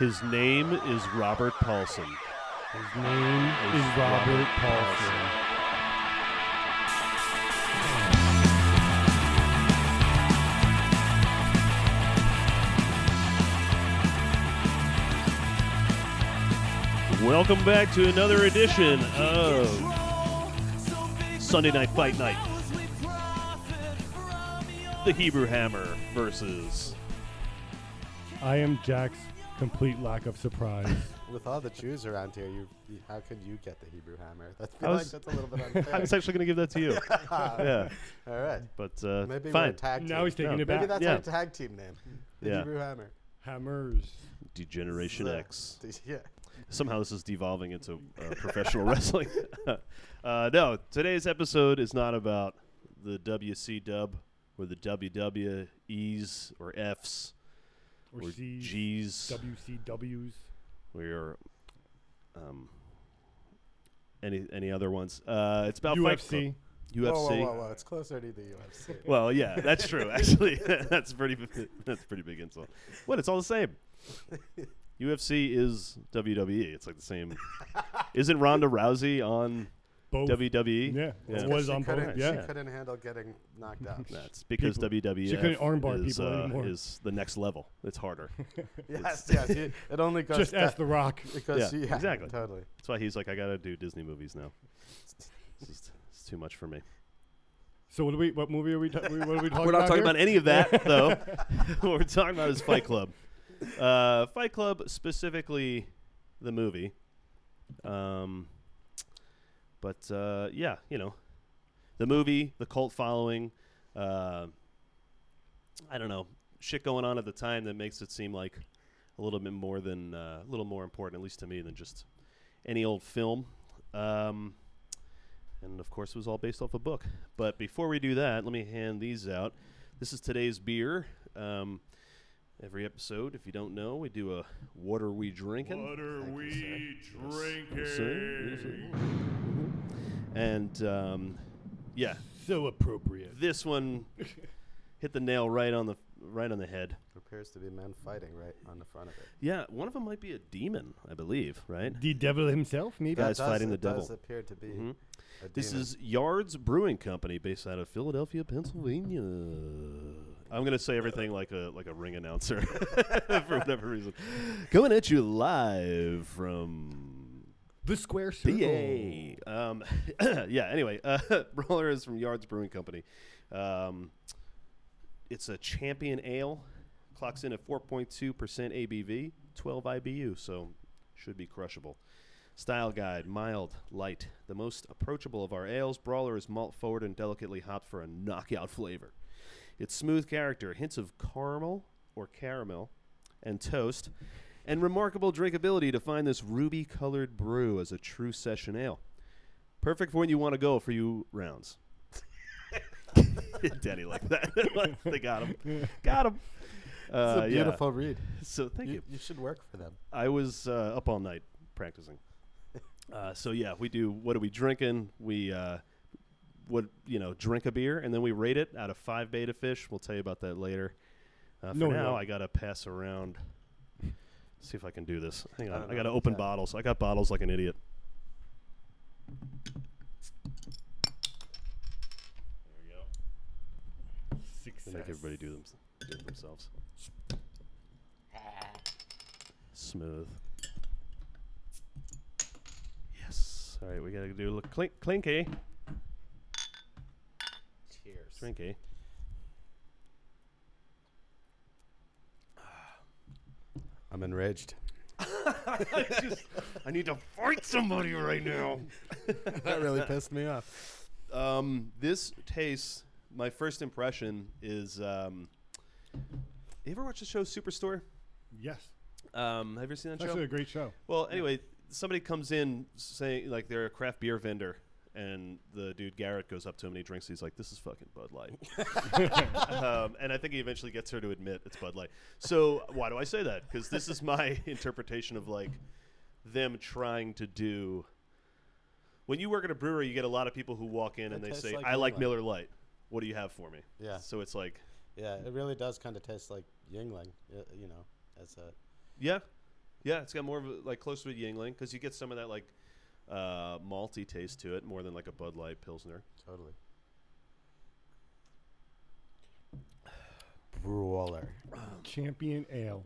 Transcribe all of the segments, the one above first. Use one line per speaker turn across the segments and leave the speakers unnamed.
His name is Robert Paulson.
His name is Robert Paulson.
Welcome back to another edition of Sunday Night Fight Night. The Hebrew Hammer versus
I am Jack's complete lack of surprise.
With all the Jews around here, you, you how could you get the Hebrew hammer? That's,
I
I feel
was-
like that's a little bit
I
unfair.
was actually going to give that to you. yeah,
all right.
but uh,
Maybe we're a
fine.
tag team.
now he's taking
No.
it
Maybe
back.
that's
Yeah.
our tag team name. The
Yeah.
Hebrew hammer.
Hammers.
Degeneration
The-
X.
the- yeah.
Somehow this is devolving into uh, professional wrestling. uh, no, today's episode is not about the WC dub or the WWEs or Fs
Or,
or
C's.
Gs.
WCWs.
We are, um, any any other ones? Uh, it's about Fight
UFC.
Club. UFC.
Whoa, whoa, whoa, whoa. It's closer to the UFC.
Well, yeah, that's true. Actually, that's pretty. That's a pretty big insult. What? It's all the same. UFC is WWE. It's like the same. Isn't Ronda Rousey on
Both.
WWE?
Oh, Yeah,
E? Yeah.
it was
she
on both.
couldn't,
Nice.
Yeah.
She couldn't handle getting knocked out.
That's because
People-
WWE
she couldn't armbar
is,
people
uh,
anymore.
is the next level. It's harder.
yes, yes. you- it only goes
Just ask
down-
The Rock.
it goes-
Yeah,
yeah,
exactly.
Totally.
That's why he's like, I gotta do Disney movies now. It's just it's too much for me.
So what are we? What movie are we? Ta- we- what are we talking about?
We're not talking
here?
about any of that, though. what we're talking about is Fight Club. Uh, Fight Club, specifically the movie. Um, but uh, yeah, you know, the movie, the cult following. Uh, I don't know shit going on at the time that makes it seem like a little bit more than uh, a little more important, at least to me, than just any old film. Um, and of course, it was all based off a book. But before we do that, let me hand these out. This is today's beer. Um, every episode, if you don't know, we do a what are we drinking? What are we drinking? And um, yeah,
So appropriate.
this one hit the nail right on the right on the head.
There appears to be men fighting right on the front of it.
Yeah, one of them might be a demon, I believe, right?
The devil himself, maybe.
Guys
It does-
fighting the
it does
devil. Mm-hmm.
appear to be. a
This
demon.
is Yards Brewing Company, based out of Philadelphia, Pennsylvania. I'm gonna say everything like a like a ring announcer for whatever reason. Coming at you live from
The square circle.
BA. Um, yeah. Anyway, uh, Roller is from Yards Brewing Company. Um, it's a champion ale. Clocks in at 4.2 percent ABV, 12 IBU, so should be crushable. Style guide: mild, light, the most approachable of our ales. Brawler is malt forward and delicately hopped for a knockout flavor. Its smooth character, hints of caramel or caramel, and toast, and remarkable drinkability define this ruby colored brew as a true session ale. Perfect for when you want to go for you rounds. Danny like that. they got him. Got him.
It's
Uh,
a
yeah.
beautiful read.
So thank you.
You, you should work for them.
I was uh, up all night practicing. Uh, so yeah, we do. What are we drinking? We uh, would you know drink a beer and then we rate it out of five beta fish. We'll tell you about that later. Uh, for
No,
now,
no.
I gotta pass around. See if I can do this. Hang
I
on,
don't
I,
know
gotta
if you
open
can.
bottles. I got bottles like an idiot. There we go. They
Success.
make everybody do, them, do it themselves. Smooth. Yes. All right, we gotta do a little clink, clinky,
Cheers.
drinky.
I'm enraged.
I need to fight somebody right now.
that really pissed me off.
Um, this tastes. My first impression is. Um, you ever watch the show Superstore?
Yes.
Um, have you ever seen that
It's actually
show?
a great show.
Well, anyway, somebody comes in saying like they're a craft beer vendor, and the dude Garrett goes up to him and he drinks. He's like, "This is fucking Bud Light," um, and I think he eventually gets her to admit it's Bud Light. So why do I say that? Because this is my interpretation of like them trying to do. When you work at a brewery, you get a lot of people who walk in and they
tastes
say,
like
"I like
Miller."
Miller Light. What do you have for me?"
Yeah.
So it's like,
Yeah, it really does kind of taste like Yingling, y- you know, as a
yeah, Yeah, it's got more of a, like close to a Yingling because you get some of that like uh, malty taste to it more than like a Bud Light Pilsner.
Totally. Brawler.
Oh.
Champion Ale.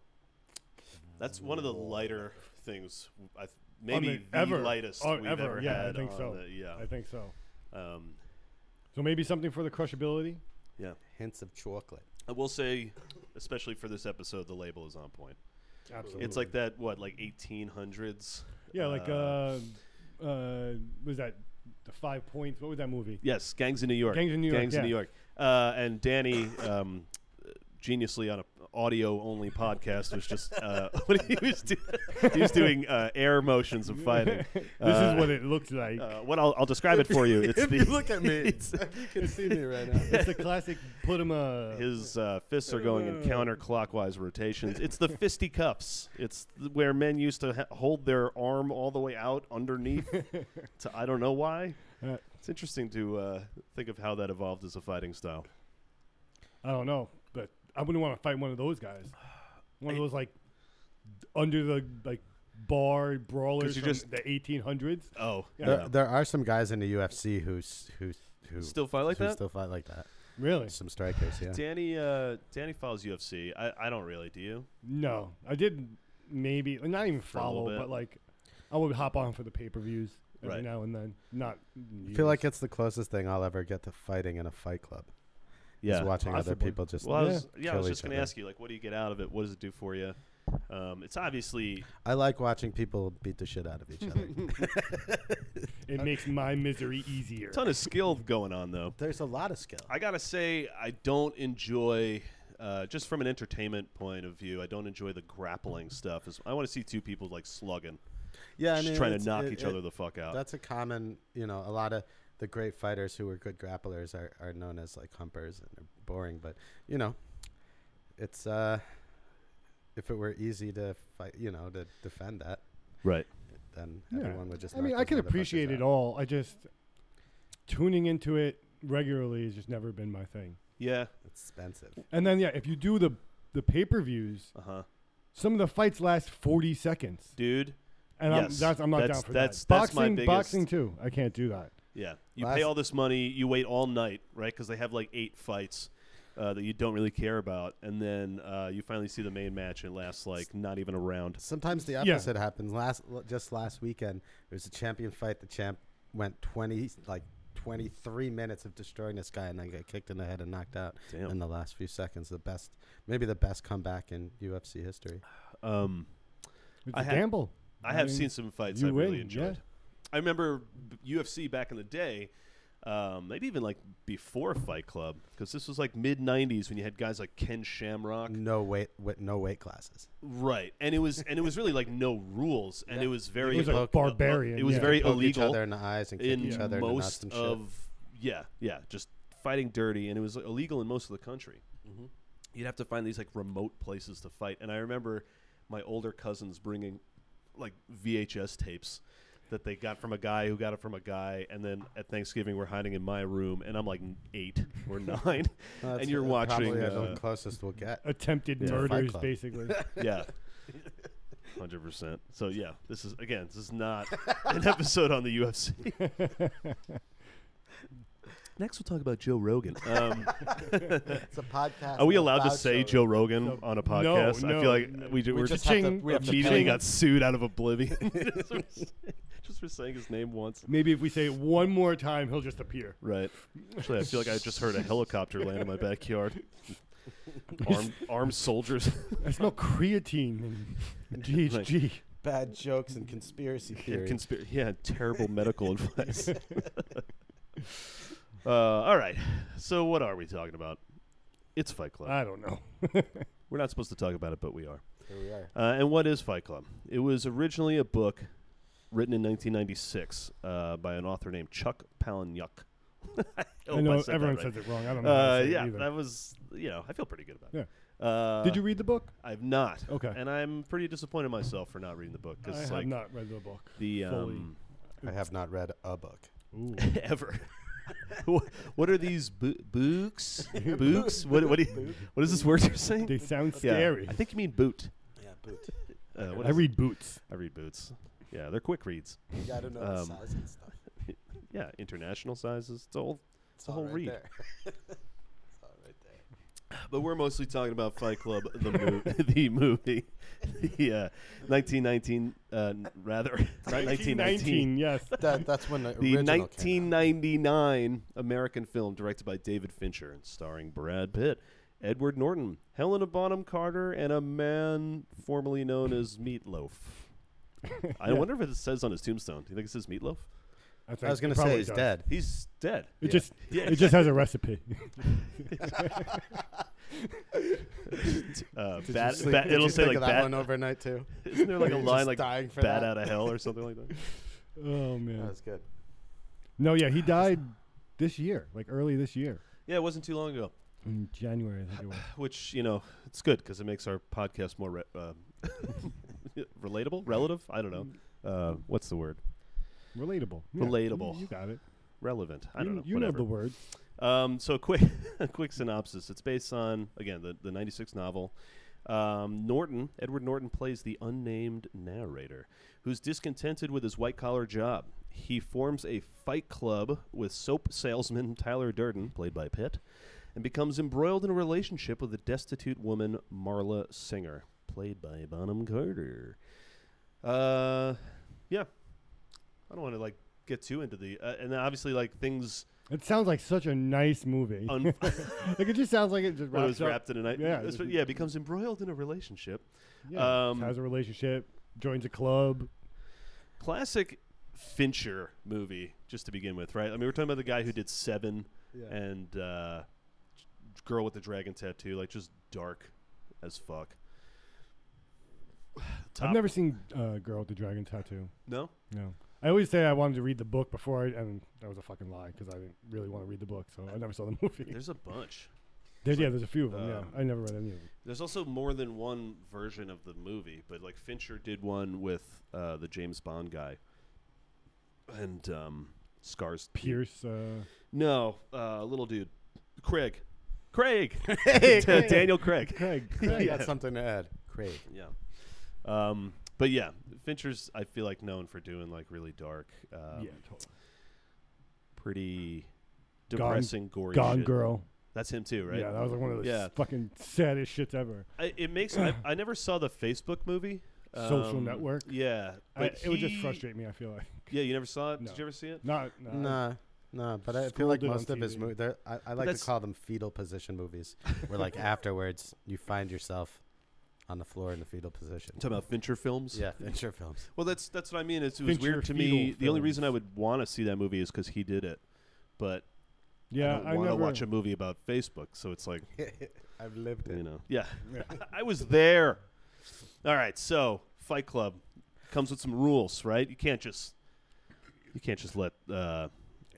That's one of the lighter things I th- maybe
mean,
the
Oh. ever.
lightest
Oh,
we've
ever.
ever
Yeah, I
had.
think
on
so.
the- yeah,
I think so.
um,
So maybe something for the crushability.
yeah.
Hints of chocolate.
I will say, especially for this episode, the label is on point.
Absolutely.
It's like that what like 1800s.
yeah, like
uh,
uh, uh, was that the Five Points? What was that movie?
yes, Gangs in New York.
Gangs in New York,
Gangs in
yeah.
New York. Uh, and Danny. Um, Geniusly on a audio only podcast was just uh, what he was doing. He was doing uh, air motions of fighting.
this
Uh,
is what it looks like.
Uh, what I'll, I'll describe it for you. It's
if
the, uh,
you look at me, if you can see me right now.
it's a classic put 'em a.
his uh, fists are going in counterclockwise rotations. It's the fisty cuffs. It's th- where men used to ha- hold their arm all the way out underneath. to, I don't know why.
Uh,
It's interesting to uh, think of how that evolved as a fighting style.
I don't know, but I wouldn't want to fight one of those guys. One of those like under the like bar brawlers
'Cause you
from
just-
the 1800s.
Oh,
Yeah.
yeah.
There, there are some guys in the UFC who s- who s- who
still fight like
who
that.
still fight like that.
Really?
Some strikers, yeah.
Danny, uh, Danny follows UFC. I, I don't really. Do you?
No, I did maybe like, not even
For a little
follow,
bit.
but like I would hop on for the pay per views every
Right.
now and then. Not
I feel like it's the closest thing I'll ever get to fighting in a fight club. is watching other
Possibly.
people just.
Well, I
Yeah.
was, yeah, I
Kill
was just
each
going to
other.
ask you, like, what do you get out of it? What does it do for you? Um, it's obviously
I like watching people beat the shit out of each other.
it makes my misery easier.
a ton of skill going on, though.
There's a lot of skill.
I gotta say, I don't enjoy. Uh, just from an entertainment point of view, I don't enjoy the grappling stuff. As I want to see two people like slugging,
yeah, I
just
mean,
trying to
it's-
knock
it-
each
it-
other the fuck out.
That's a common, you know, a lot of the great fighters who were good grapplers are, are known as like humpers and they're boring, but you know, it's uh if it were easy to fight, you know, to defend that,
right.
then
Yeah.
everyone would just
I mean,
knock
I
those
can
motherfuckers
appreciate it
out.
all. I just tuning into it regularly has just never been my thing.
Yeah.
It's expensive.
And then yeah, if you do the the pay per views,
Uh huh.
some of the fights last 40 seconds.
Dude.
And
Yes.
I'm, that's, I'm not
That's-
down for
that's-
that.
that's
Boxing,
my biggest-
boxing too. I can't do that.
Yeah. You
Last-
pay all this money. You wait all night, right? Because they have like eight fights uh, that you don't really care about, and then uh, you finally see the main match, and it lasts like not even a round.
Sometimes the
Yeah.
opposite happens. Last l- just last weekend, there was a champion fight. The champ went twenty like twenty three minutes of destroying this guy, and then got kicked in the head and knocked out
Damn.
in the last few seconds. The best, maybe the best comeback in UFC history.
Um,
It's
I
a
had-
gamble.
I have
mean,
seen some fights I
you
really
win,
enjoyed.
yeah.
I remember b- UFC back in the day, um, maybe even like before Fight Club, because this was like mid '90s when you had guys like Ken Shamrock,
Mm.
No weight, with no weight classes.
right? And it was and it was really like no rules, and it
Yeah.
was very
It was
uh,
like
uh,
barbarian,
It was
yeah.
very
Poke each
illegal
other in the eyes and kick
in
each other in the nuts
most
and shit.
of yeah, yeah, just fighting dirty, and it was illegal in most of the country.
Mm-hmm.
You'd have to find these like remote places to fight, and I remember my older cousins bringing like VHS tapes that they got from a guy who got it from a guy, and then at Thanksgiving we're hiding in my room, and I'm like eight or nine,
Well, that's
and you're
uh,
watching,
probably
uh,
the closest we'll get.
Attempted
Yeah. Fight
murders,
Club.
basically.
yeah. Hundred percent. So yeah, this is again. This is not an episode on the UFC. Next, we'll talk about Joe Rogan. Um,
It's a podcast.
Are we allowed to say Joe Rogan on a podcast? I feel
no,
like
no.
we, do,
We
we're
just
just
have to-
Ching.
we have to
immediately
pay-
got sued out of oblivion just, for, just for saying his name once.
Maybe if we say it one more time, he'll just appear.
Right. Actually, I feel like I just heard a helicopter land in my backyard. Armed, armed soldiers.
I smell creatine and GHG.
bad jokes and conspiracy
and
theories.
conspira- yeah, terrible medical advice. uh, all right. So, what are we talking about? It's Fight Club.
I don't know.
We're not supposed to talk about it, but we are.
Here we are.
Uh, and what is Fight Club? It was originally a book written in 1996 uh, by an author named Chuck Palahniuk. Oh,
I know everyone says it wrong. I don't know. how
Uh,
to say it
yeah,
either.
that was you know I feel pretty good about it. Uh,
Did you read the book?
I've not.
Okay.
And I'm pretty disappointed in myself for not reading the book
I
because
have
like
not read the book.
the
fully.
um,
I have not read a book.
Ooh.
ever. Wha- what are these bo- books? books? What what, do you, what is this word you're saying?
they sound
Yeah,
scary.
I think you mean boot.
Yeah, boot.
Uh, what
I
is it?
read boots.
I read boots. Yeah, they're quick reads.
You gotta know the
Um,
size and stuff.
Yeah, international sizes. It's all
It's
a
all
whole
right
read.
there. it's all right there.
But we're mostly talking about Fight Club, the, mo- the movie, the uh, 1919, uh, n- rather, not 1919,
1919, yes.
That, that's when the,
the
original came out.
1999 American film directed by David Fincher and starring Brad Pitt, Edward Norton, Helena Bonham Carter, and a man formerly known as Meatloaf. I wonder if it says on his tombstone. Do you think it says Meatloaf?
think
I was
it
gonna
probably
say he's
does.
dead.
He's dead.
It
Yeah.
just
Yeah,
it just has a recipe.
Uh,
Did you
bat,
sleep-
bat-
did
it'll
you
say
think
like
of that
bat.
one overnight too.
Isn't there like a
You're
line
just
like
dying for
bat
that?
out of hell or something like that?
oh
That
man.
was good.
No, yeah, he died this year, like early this year.
Yeah, it wasn't too long ago.
In January, I think it was.
which you know it's good because it makes our podcast more re- um, relatable relative i don't know
Mm.
uh, what's the word
Relatable. Yeah,
Relatable.
You, you got it.
relevant i
you,
don't know
You
whatever
know the word.
um, so a quick a quick synopsis it's based on again the, the 96 novel um, norton edward norton plays the unnamed narrator who's discontented with his white collar job he forms a fight club with soap salesman tyler durden played by pitt and becomes embroiled in a relationship with a destitute woman, Marla Singer, played by Bonham Carter. Uh, yeah, I don't want to like get too into the uh, and obviously like things
It sounds like such a nice movie.
un-
like it just sounds like it just
when Oh, it
wraps
was
up.
wrapped in a night.
Yeah.
it's- yeah, becomes embroiled in a relationship.
Yeah,
Um,
has a relationship, joins a club.
Classic Fincher movie, just to begin with, right? I mean, we're talking about the guy who did Seven
Yeah.
and uh, Girl with the Dragon Tattoo, like just dark as fuck. Top-
I've never seen uh, Girl with the Dragon Tattoo.
no.
No. I always say I wanted to read the book before I, and that was a fucking lie because I didn't really want to read the book, so I never saw the movie.
There's a bunch.
There's, yeah, there's a few of them.
um,
yeah, I never read any of them.
There's also more than one version of the movie, but like Fincher did one with uh, the James Bond guy, and um, scars
Pierce, uh,
No, uh, little dude, Craig, Craig, Daniel Craig.
Craig.
Craig
Yeah.
got something to add. Craig.
Yeah. Um, but yeah, Fincher's I feel like known for doing like really dark, um,
yeah, totally.
pretty
Gone-
depressing, gory.
Gone
shit.
Girl.
That's him too, right?
Yeah, that was like one of the
Yeah.
s- fucking saddest shits ever.
I, it makes I, I never saw the Facebook movie.
Social
um,
Network?
Yeah,
I,
but
it would just
he-
frustrate me. I feel like
Yeah, you never saw it.
No.
Did you ever see it?
not. not
Nah, nah. But I feel
Scrolled
like
it on
most of his
TV.
movies, I, I like
that's-
to call them fetal position movies, where like afterwards you find yourself on the floor in the fetal position.
I'm talking about Fincher films.
Yeah, adventure films.
Well, that's that's what I mean. It's, it was
Fincher
weird to me.
fetal
The only
films.
reason I would want to see that movie is because he did it. But
Yeah,
I don't want to
never,
watch a movie about Facebook. So it's like
I've lived it.
you know, yeah,
Yeah.
I was there. All right, so Fight Club comes with some rules, right? You can't just you can't just let uh,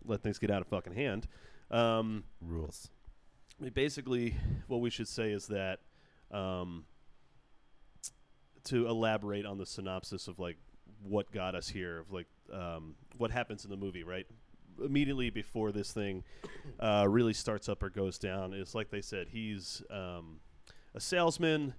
let things get out of fucking hand. Um,
Rules.
I mean, basically, what we should say is that um, to elaborate on the synopsis of like what got us here, of like um, what happens in the movie, right? Immediately before this thing uh, really starts up or goes down, it's like they said, he's um, a salesman.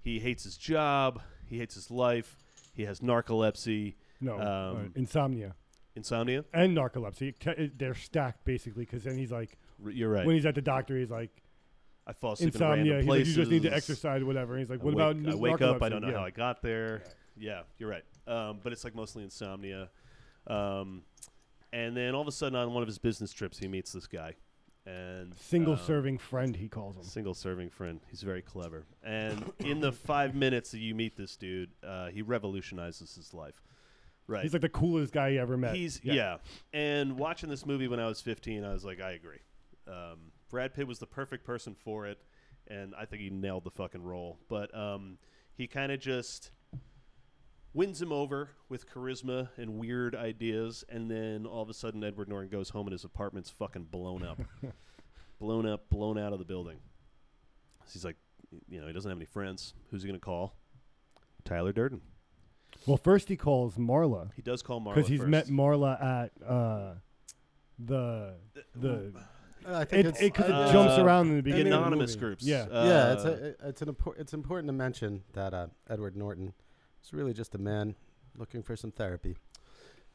He hates his job. He hates his life. He has narcolepsy,
No, uh,
um,
insomnia
insomnia.
and narcolepsy. It ca- it- they're stacked basically because then he's like,
R- you're right.
when he's at the doctor, he's like
I fall asleep in
insomnia.
random
He's like,
places.
you just need to exercise, whatever. And he's like,
I
what
wake,
about
I wake up. I don't know
narcolepsy?"
how I
Yeah.
got there. Yeah, you're right. Um, but it's like mostly insomnia. Um, and then all of a sudden, on one of his business trips, he meets this guy, and
Single
um,
serving friend, he calls him.
single serving friend. He's very clever. And in the five minutes that you meet this dude, uh, he revolutionizes his life. Right.
He's like the coolest guy you ever met.
He's yeah. And watching this movie when I was 15, I was like, I agree. Um, Brad Pitt was the perfect person for it, and I think he nailed the fucking role. But um, he kind of just wins him over with charisma and weird ideas, and then all of a sudden Edward Norton goes home and his apartment's fucking blown up, blown up, blown out of the building. So he's like, you know, he doesn't have any friends. Who's he gonna call? Tyler Durden.
Well, first he calls Marla
He does call Marla
because he's
first.
met Marla at uh, the the
I
it because
it's-
it, 'cause it
uh,
jumps around in the
the
beginning. of the
anonymous
movie.
groups.
Yeah,
Uh,
yeah, it's a, it's an impor- it's important to mention that uh, Edward Norton It's really just a man looking for some therapy.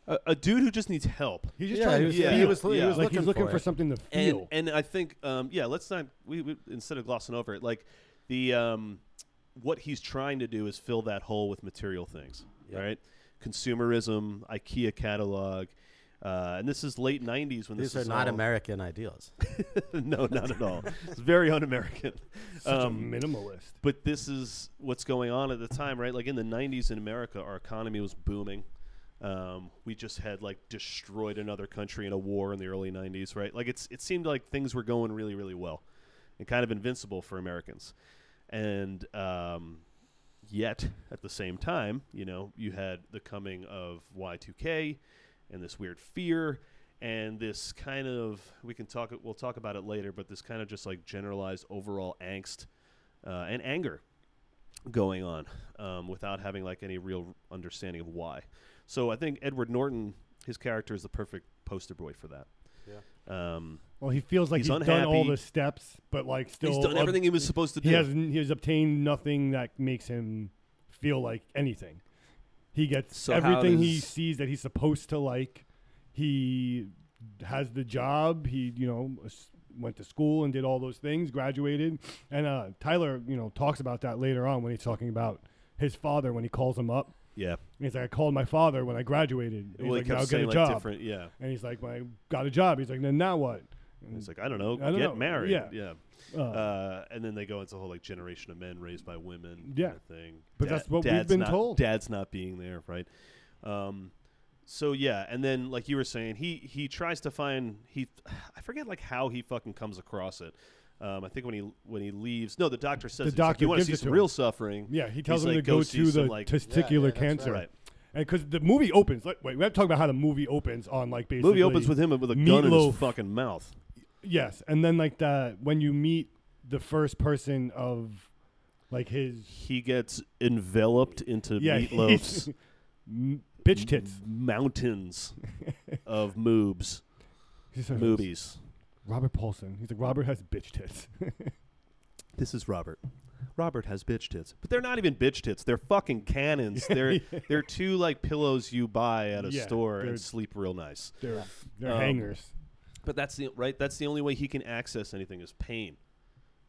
A, a dude who just needs help.
He's just
Yeah,
trying
he
to
was-
feel.
yeah, he was- he was
like he's looking for,
it.
something to
And
feel.
and I think um, yeah, let's not we, we instead of glossing over it, like the um, what he's trying to do is fill that hole with material things,
Yeah.
right? Consumerism, IKEA catalog, uh, and this is late '90s when
These
this
are
is
not
all-
American ideals.
no, not at all. It's very un-American.
Such
um,
a minimalist.
But this is what's going on at the time, right? Like in the 90s in America, our economy was booming. Um, we just had like destroyed another country in a war in the early 90s, right? Like it's it seemed like things were going really, really well and kind of invincible for Americans. And um, yet, at the same time, you know, you had the coming of Y2K and this weird fear and this kind of we can talk we'll talk about it later, but this kind of just like generalized overall angst uh, and anger going on um, without having like any real understanding of why. So I think Edward Norton, his character is the perfect poster boy for that. Yeah. Um,
Well, he feels like
he's
he's, done all
unhappy.
the steps, but like still,
he's done
ob-
everything he was supposed to do.
He has he has obtained nothing that makes him feel like anything. He gets
So how
everything he
does-
sees that he's supposed to like. He has the job. He you know s- went to school and did all those things, graduated, and uh, Tyler you know talks about that later on when he's talking about his father when he calls him up.
yeah.
And he's like, I called my father when I graduated. And
well,
he's
he
like, now
kept
get a
saying like
job.
different. Yeah.
And he's like, well, I got a job. He's like, then now what?
And He's like, I don't know,
Mm. I don't
get
know.
married.
Yeah.
yeah.
Uh,
Uh, and then they go into the whole like generation of men raised by women.
Yeah.
kind of thing.
But that's what we've
dad's
been
not-
told.
Dad's not being there, right? Um, so yeah, and then like you were saying, he he tries to find he, I forget like how he fucking comes across it. Um, I think when he when he leaves, no, the doctor says
The
he's like,
doctor
you want to
gives
see
it
some
to
real
him."
suffering.
yeah, he tells
he's
him
like,
to
"Go
go,
see
to
some,
the
like-
testicular
Yeah, yeah, that's
cancer.
Right.
And because the movie opens, like, wait, we're talking about how the movie opens on like basically.
Movie opens with him with a gun in
Meatloaf.
his fucking mouth.
yes, and then like the when you meet the first person of like his
He gets enveloped into
yeah
Meatloaf's
m- bitch tits
mountains of moobs,
He says,
movies.
Robert Paulson. He's like Robert has bitch tits.
This is Robert. Robert has bitch tits, but they're not even bitch tits. They're fucking cannons. They're they're two like pillows you buy at a
Yeah,
store
they're-
and sleep real nice.
they're they're
Um,
hangers.
But that's the right. That's the only way he can access anything is pain,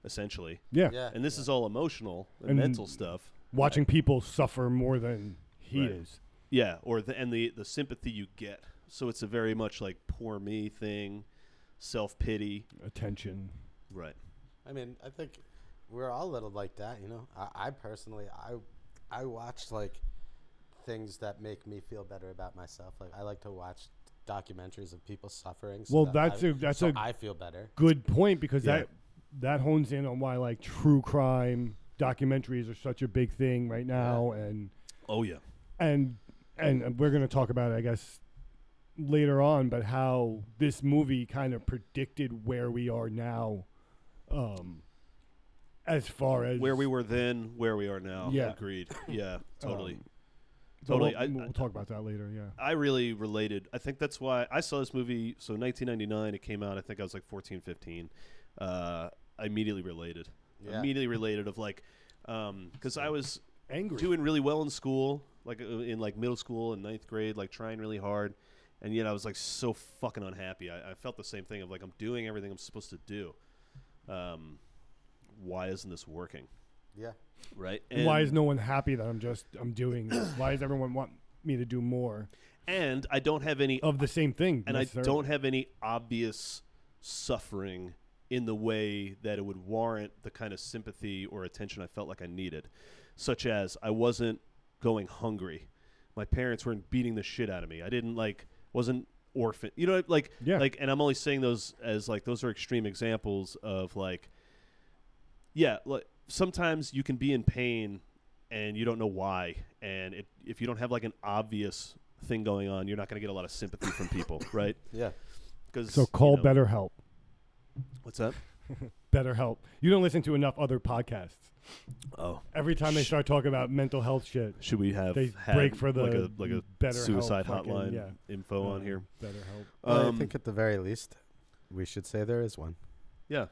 essentially.
Yeah,
Yeah.
And this is all emotional and,
And-
mental stuff.
watching people suffer more than he
Right.
is.
Yeah, or the, and the the sympathy you get. So it's a very much like poor me thing, self pity.
Attention.
Right.
I mean, I think we're all a little like that, you know. I, I personally, I, I watch like things that make me feel better about myself. Like I like to watch documentaries of people suffering. So
Well,
that
that's
I,
a- that's
so
a-
I feel better.
good point because
Yeah.
that that hones in on why like true crime documentaries are such a big thing right now and
Oh yeah.
and and we're going to talk about it I guess later on but how this movie kind of predicted where we are now um as far as
Where we were then, where we are now.
Yeah. Um,
Agreed. Yeah. Totally.
but we'll-
totally, I-
we'll
I-
talk about that later yeah
I really related. I think that's why I saw this movie. So 1999, it came out. I think I was like 14, 15. Uh, I immediately related.
Yeah.
Immediately related of like, because I was
angry
doing really well in school, like uh, in like middle school and ninth grade, like trying really hard, and yet I was like so fucking unhappy. I, I felt the same thing of like I'm doing everything I'm supposed to do. Um, why isn't this working?
Yeah,
Right?
why is no one happy that I'm just I'm doing this? why does everyone want me to do more
and I don't have any
of the same thing
and I
necessarily?
don't have any obvious suffering in the way that it would warrant the kind of sympathy or attention I felt like I needed, such as I wasn't going hungry. My parents weren't beating the shit out of me. I didn't like wasn't orphan. You know, like
Yeah.
like, and I'm only saying those as like those are extreme examples of like, yeah, like sometimes you can be in pain and you don't know why, and it, if you don't have like an obvious thing going on, you're not going to get a lot of sympathy from people, right?
yeah.
Because
so call
better.
BetterHelp.
What's up?
BetterHelp. You don't listen to enough other podcasts.
Oh,
Every time they
Sh-
start talking about mental health shit,
should we have
They
had
break for
like a
the
like a
better health
suicide
fucking-
hotline
yeah.
info on
uh,
here?
BetterHelp.
Well,
Um,
I think at the very least, we should say there is one.
yeah,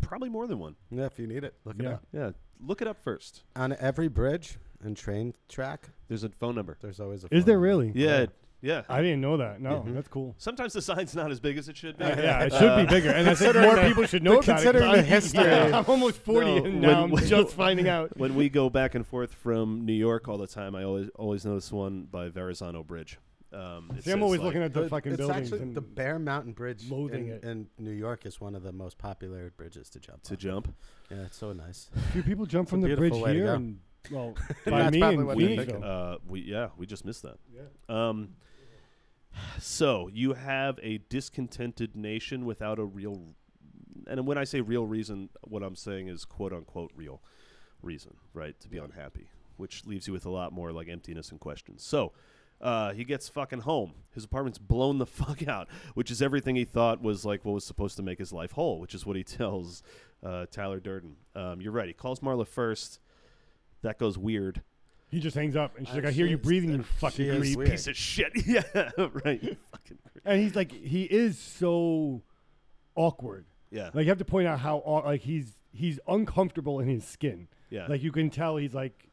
probably more than one.
Yeah, if you need it, look it
Yeah.
up.
Yeah, look it up first.
On every bridge, and train track,
There's a phone number.
there's always a.
Is
phone
there
number.
really? Mm-hmm.
Yeah, yeah.
I didn't know that. No,
Mhm.
that's cool.
Sometimes the sign's not as big as it should be.
Yeah, it should be
Uh,
bigger, and I think more people should know
but
about it.
considering
'cause
the
I-
history-
yeah, I'm almost 40,
No,
and now
when-
I'm just finding out.
When we go back and forth from New York all the time, I always always notice one by Verrazano Bridge. Um, it
See, I'm
says,
always
like,
looking at the
But
fucking
it's
buildings.
actually
and
the Bear Mountain Bridge
loathing
in,
it.
in New York is one of the most popular bridges to jump.
to
on.
jump.
yeah, it's so nice.
few people jump from
a
the bridge
beautiful way to
here,
go.
and well, by
That's
me
probably
and
what
they're
Phoenixville.
thinking.
Uh, we yeah, we just missed that.
Yeah.
Um, so you have a discontented nation without a real, and when I say real reason, what I'm saying is quote unquote real reason, right? To be unhappy, which leaves you with a lot more like emptiness and questions. So. Uh, he gets fucking home. His apartment's blown the fuck out, which is everything he thought was like what was supposed to make his life whole, which is what he tells uh, Tyler Durden. Um, you're right. He calls Marla first. That goes weird.
He just hangs up, and she's
Uh,
like, "I hear
she
you
is-
breathing, you
uh,
fucking
she is
creep."
weird.
piece of shit. Yeah, right. you fucking creep.
And he's like, he is so awkward.
Yeah,
Like you have to point out how aw- like he's he's uncomfortable in his skin.
yeah.
Like you can tell he's like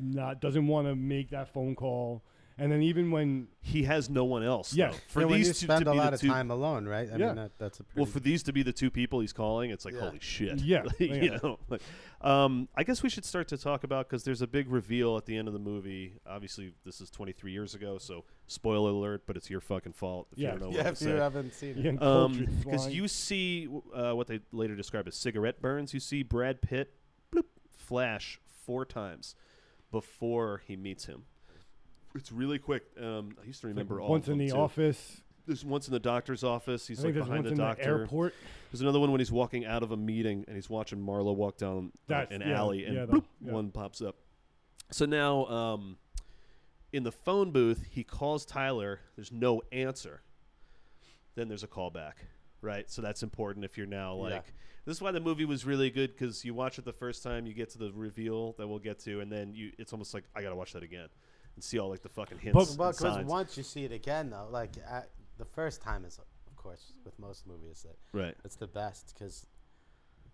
not doesn't want to make that phone call. And then even when
he has no one else.
Yeah.
though. for
yeah, when
these
you
two
spend
to
a
be the
lot of
two-
time alone, right? I
Yeah.
mean, that, that's a pretty
Well, for these to be the two people he's calling, it's like
Yeah.
holy shit.
Yeah,
Like,
yeah.
you know. Like, um, I guess we should start to talk about because there's a big reveal at the end of the movie. Obviously, this is 23 years ago, so spoiler alert. But it's your fucking fault if
Yeah.
you don't know
yeah,
what
if
to
you
say.
haven't seen it.
Ian Coulter
Um, because
swung-
you see w- uh, what they later describe as cigarette burns. You see Brad Pitt bloop, flash four times before he meets him. It's really quick. Um, I used to
like,
remember all
once
of
in
them,
the
too.
office,
There's once in the doctor's office.
I
He's
think
like
there's
behind
once
the
in the
doctor.
airport.
there's another one when he's walking out of a meeting and he's watching Marla walk down uh,
That's-
an
yeah,
alley, and
yeah, the-
bloop,
yeah.
one pops up. So now, um, in the phone booth, he calls Tyler. There's no answer. Then there's a callback, right? So that's important if you're now
Yeah.
like. This is why the movie was really good because you watch it the first time, you get to the reveal that we'll get to, and then you it's almost like I gotta watch that again and see all like the fucking hints.
But-
and
but
signs.
once you see it again, though, like I, the first time is, of course, with most movies, that
right?
it's the best because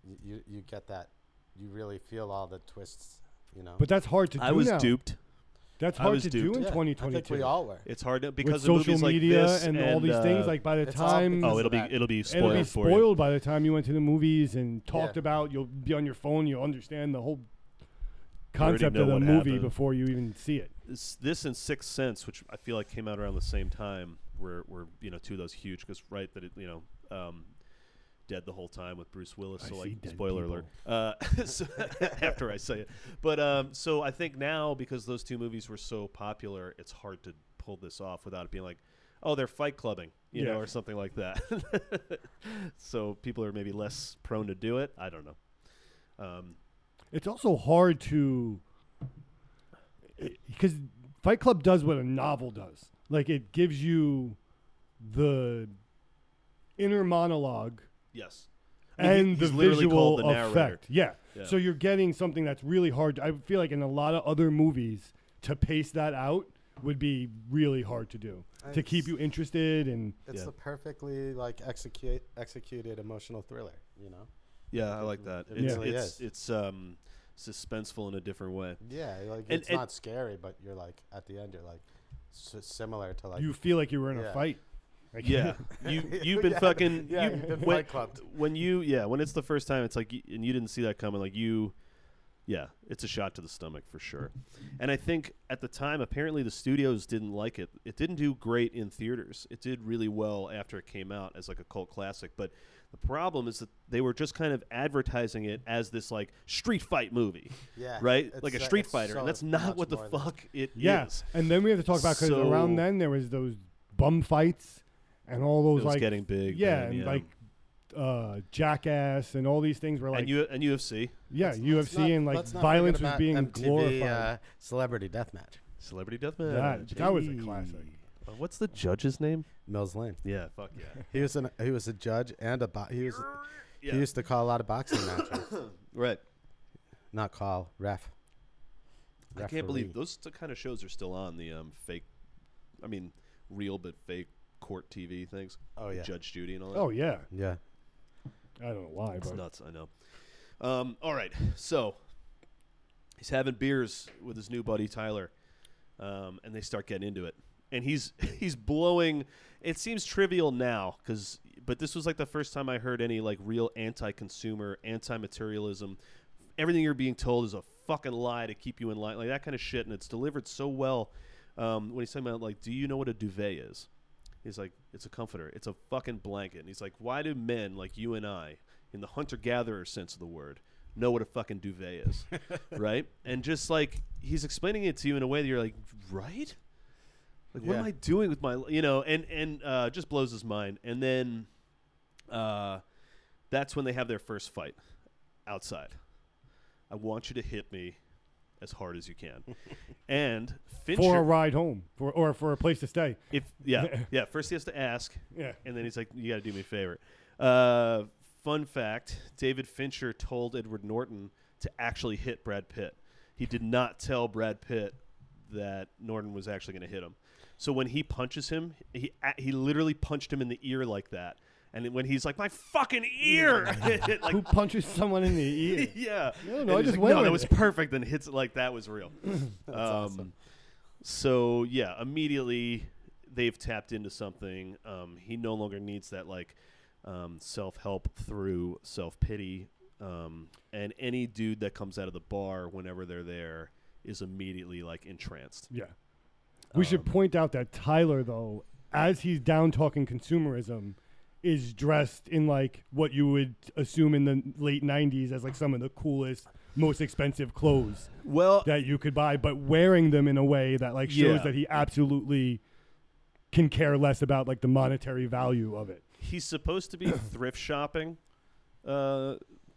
you, you you get that, you really feel all the twists, you know.
But that's hard to do
I was
now.
duped.
That's
I
hard
was
to
duped.
do in
Yeah, I think
2022.
we all were.
It's hard to, because of
With social
movies
media
like this
and, all these
uh,
things, like by the
it's all
time
Oh, it'll be
that.
it'll be
it'll
spoiled
be
for you.
spoiled by the time you went to the movies and talked
Yeah.
about. You'll be on your phone. You'll understand the whole
already
concept
know
of the
what
movie
happened.
before you even see it.
This, this and Sixth Sense, which I feel like came out around the same time, were were you know two of those huge because right that it you know. Um, Dead the whole time with Bruce Willis.
I
So
see
like,
dead
spoiler alert. Uh, so after I say it, but um, so I think now because those two movies were so popular, it's hard to pull this off without it being like, oh, they're fight clubbing, you
Yeah.
know, or something like that. so people are maybe less prone to do it. I don't know. Um,
It's also hard to because Fight Club does what a novel does. Like it gives you the inner monologue
Yes. I mean, he-
and the
he's literally
visual
called the narrator.
effect. Yeah.
Yeah.
So you're getting something that's really hard. I feel like in a lot of other movies to pace that out would be really hard to do
I-
to keep you interested and
It's
Yeah.
the perfectly like execute executed emotional thriller, you know.
Yeah, I like that.
It
It's
really
it's,
is.
it's um suspenseful in a different way.
Yeah, like
And-
it's
and-
not scary, but you're like at the end, you're like s- similar to like
you feel like you were in a
Yeah.
fight. Like,
Yeah. you you've been
Yeah,
fucking
yeah,
you,
you've been
when,
Fight Clubbed.
when you yeah, when it's the first time it's like y- and you didn't see that coming like you yeah, it's a shot to the stomach for sure. And I think at the time apparently the studios didn't like it. It didn't do great in theaters. It did really well after it came out as like a cult classic, but the problem is that they were just kind of advertising it as this like street fight movie.
yeah,
right?
it's
Like a
so-
street
it's
fighter.
so
and that's not
much
what the
more than-
fuck it is.
Yeah, and then we have to talk about because
So-
around then there was those bum fights and all
It
those
was
like
getting big.
yeah,
man,
and like uh, jackass and all these things were like
and, U- and UFC,
yeah
let's-
UFC
let's not-
and like
let's not forget
violence was
about
being
MTV,
glorified.
Uh, celebrity deathmatch.
Celebrity Deathmatch.
That- that was a classic.
Uh, what's the judge's name?
Mills Lane.
Yeah, fuck yeah.
He was an he was a judge and a bo- he was
yeah.
he used to call a lot of boxing matches.
right.
Not call ref.
I can't
Referee.
believe those t- kind of shows are still on the um, fake, I mean, real but fake court TV things.
Oh yeah,
Judge Judy and all that.
oh yeah,
yeah.
I don't know why,
It's
but
nuts. I know. Um, all right. So he's having beers with his new buddy Tyler, um, and they start getting into it. And he's he's blowing. It seems trivial now, cause but this was like the first time I heard any like real anti-consumer, anti-materialism. Everything you're being told is a fucking lie to keep you in line, like that kind of shit. And it's delivered so well. Um, when he's talking about like, do you know what a duvet is? He's like, it's a comforter. It's a fucking blanket. And he's like, why do men like you and I, in the hunter gatherer sense of the word, know what a fucking duvet is? right? And just like, he's explaining it to you in a way that you're like, right? Like, what am
Yeah.
I doing with my, li-" you know, and, and uh, just blows his mind. And then uh, that's when they have their first fight outside. I want you to hit me as hard as you can. and Fincher.
for a ride home for, or for a place to stay.
If yeah, yeah. First he has to ask,
Yeah.
and then he's like, "You got to do me a favor." Uh, fun fact: David Fincher told Edward Norton to actually hit Brad Pitt. He did not tell Brad Pitt that Norton was actually going to hit him. So when he punches him, he a- he literally punched him in the ear like that. And when he's like, "My fucking ear!" it, like
Who punches someone in the ear?
yeah.
No, no,
And
I
he's
just
like,
went
no, that was
with it."
perfect. Then hits it like that was real. um,
awesome.
So yeah, immediately they've tapped into something. Um, he no longer needs that like um, self help through self pity. Um, and any dude that comes out of the bar whenever they're there is immediately like entranced.
Yeah. We
Um,
should point out that Tyler, though, as he's down talking consumerism, is dressed in like what you would assume in the late 90s as like some of the coolest, most expensive clothes
Well,
that you could buy, but wearing them in a way that like shows
Yeah.
that he absolutely can care less about like the monetary value of it.
he's supposed to be thrift shopping uh,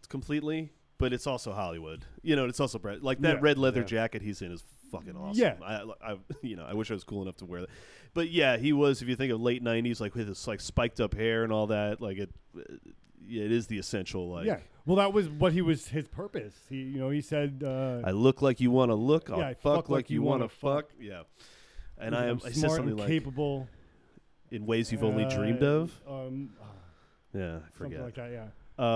completely, but it's also Hollywood. You know, it's also Brett. Like that
Yeah,
red leather
yeah.
jacket he's in is fucking awesome.
Yeah.
I, I, you know, I wish I was cool enough to wear that. But yeah, he was. If you think of late '90s, like with his like spiked up hair and all that, like it, it is the essential. Like,
yeah. Well, that was what he was his purpose. He, you know, he said, uh,
I look like you want to look. I'll
Yeah, I
fuck, like you want to
wanna
fuck. Yeah. And I
I'm
am. I
smart
said something
and
like
capable.
in ways you've only
uh,
dreamed of.
Um, uh,
Yeah, I
something
forget.
like that. Yeah.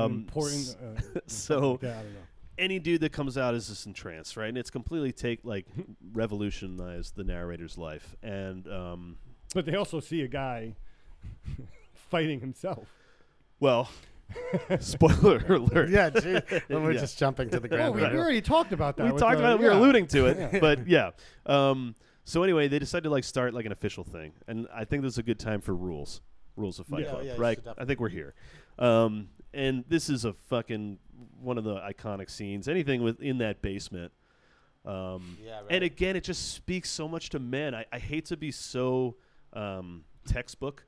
um,
important.
s-
Uh,
so.
yeah, I don't know.
any dude that comes out is just entranced, right? And it's completely take like revolutionized the narrator's life, and um,
But they also see a guy fighting himself.
well, spoiler alert.
yeah, gee. Well, we're
Yeah.
just jumping to the grand
Oh, we,
reveal.
already talked about that.
we talked about it. We were alluding to it, but yeah. Um, so anyway, they decided to like start like an official thing, and I think this is a good time for rules, rules of Fight
Yeah,
Club,
yeah, you
right?
should definitely-
I think we're here, um, and this is a fucking one of the iconic scenes. Anything within that basement, um,
Yeah,
And
right.
again, it just speaks so much to men. I, I hate to be so um, textbook,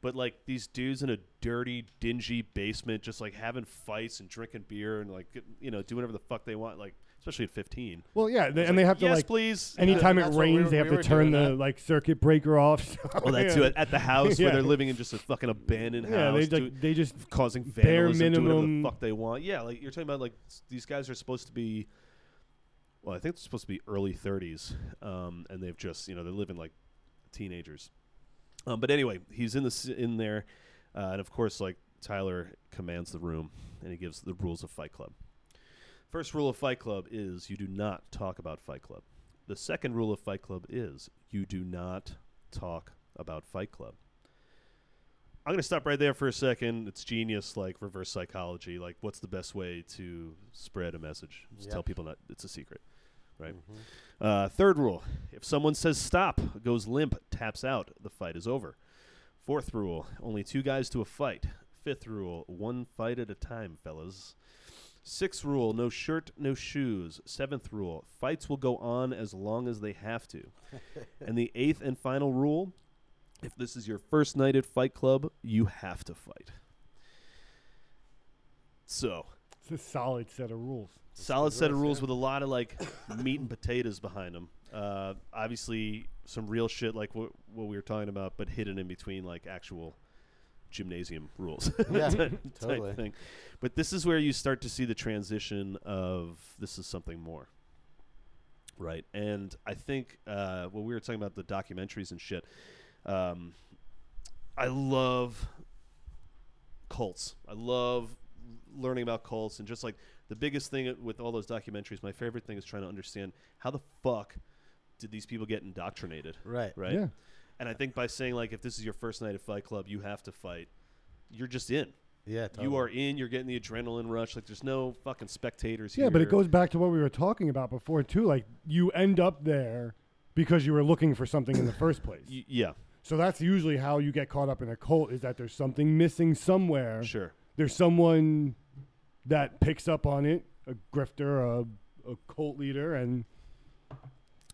but like these dudes in a dirty, dingy basement, just like having fights and drinking beer and like get- you know doing whatever the fuck they want. Like especially at fifteen.
Well, yeah, they, and they have to
yes,
like
please.
anytime
That's
it
what we
rains,
were-
they have
we
to
were
turn
doing
the
that.
like circuit breater off. So,
Well, Oh, that
yeah.
too at, at the house where
Yeah.
they're living in just a fucking abandoned
Yeah,
house,
they
do-
like, they just
causing
bare
vandalism, doing
minimum-
whatever the fuck they want. Yeah, like you're talking about, like s- these guys are supposed to be. Well, I think they're supposed to be early 30s, um, and they've just you know they're living like teenagers. Um, but anyway, he's in the s- in there, uh, and of course, like Tyler commands the room, and he gives the rules of Fight Club. First rule of Fight Club is you do not talk about Fight Club. The second rule of Fight Club is you do not talk about Fight Club. I'm gonna stop right there for a second. It's genius, like reverse psychology. Like, what's the best way to spread a message? Just
Yep.
tell people that it's a secret, right? Uh, third rule: if someone says stop, goes limp, taps out, the fight is over. Fourth rule: only two guys to a fight. Fifth rule: one fight at a time, fellas. Sixth rule: no shirt, no shoes. Seventh rule: fights will go on as long as they have to. and the eighth and final rule: if this is your first night at Fight Club, you have to fight. So,
it's a solid set of rules.
solid set of
rules,
rules
yeah.
with a lot of like meat and potatoes behind them. Uh, obviously, some real shit like what, what we were talking about, but hidden in between like actual gymnasium rules.
Yeah,
type
totally.
thing. But this is where you start to see the transition of this is something more. Right. And I think uh, when we were talking about the documentaries and shit, um, I love cults. I love learning about cults and just like the biggest thing with all those documentaries, my favorite thing is trying to understand how the fuck did these people get indoctrinated,
Right.
right?
Yeah.
And I think by saying like, if this is your first night at Fight Club, you have to fight. You're just in.
Yeah.
You
Um,
totally.
are in. You're getting the adrenaline rush. Like, there's no fucking spectators here.
Yeah, but it goes back to what we were talking about before too. Like you end up there because you were looking for something in the first place.
Y- yeah,
So that's usually how you get caught up in a cult is that there's something missing somewhere.
sure.
There's someone that picks up on it, a grifter, a, a cult leader, and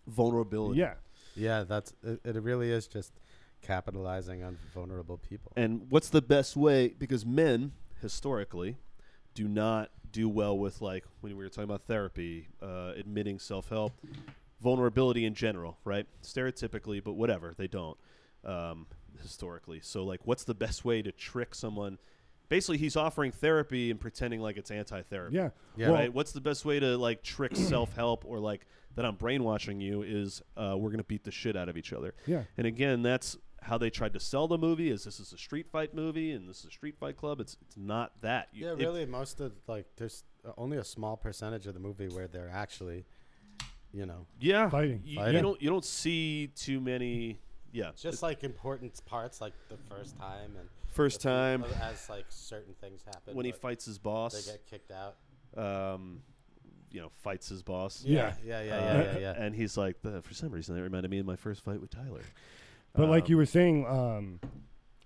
Vulnerability.
yeah.
Yeah, that's it, it. Really is just capitalizing on vulnerable people.
And what's the best way? Because men historically do not do well with like when we were talking about therapy, uh, admitting self help, vulnerability in general, right? Stereotypically, but whatever they don't um, historically. So like, what's the best way to trick someone? Basically, he's offering therapy and pretending like it's anti-therapy.
Yeah.
Yeah.
Well,
right? What's the best way to like trick self-help or like that I'm brainwashing you is uh, we're gonna beat the shit out of each other.
Yeah.
And again, that's how they tried to sell the movie is this is a street fight movie and this is a street fight club. It's it's not that. You-
yeah,
it-
really, most of like there's only a small percentage of the movie where they're actually, you know,
yeah.
Fighting.
You,
Fighting.
you don't you don't see too many. Yeah.
just like important parts, like the first time and
First
the few-
time.
as like certain things happen
when he
but
fights his
they
boss,
get kicked out.
um, you know, fights his boss.
Yeah.
Yeah, yeah,
Uh,
yeah, yeah, yeah.
And he's like, "The- for some reason, that reminded me of my first fight with Tyler.
But like
Um,
you were saying, um,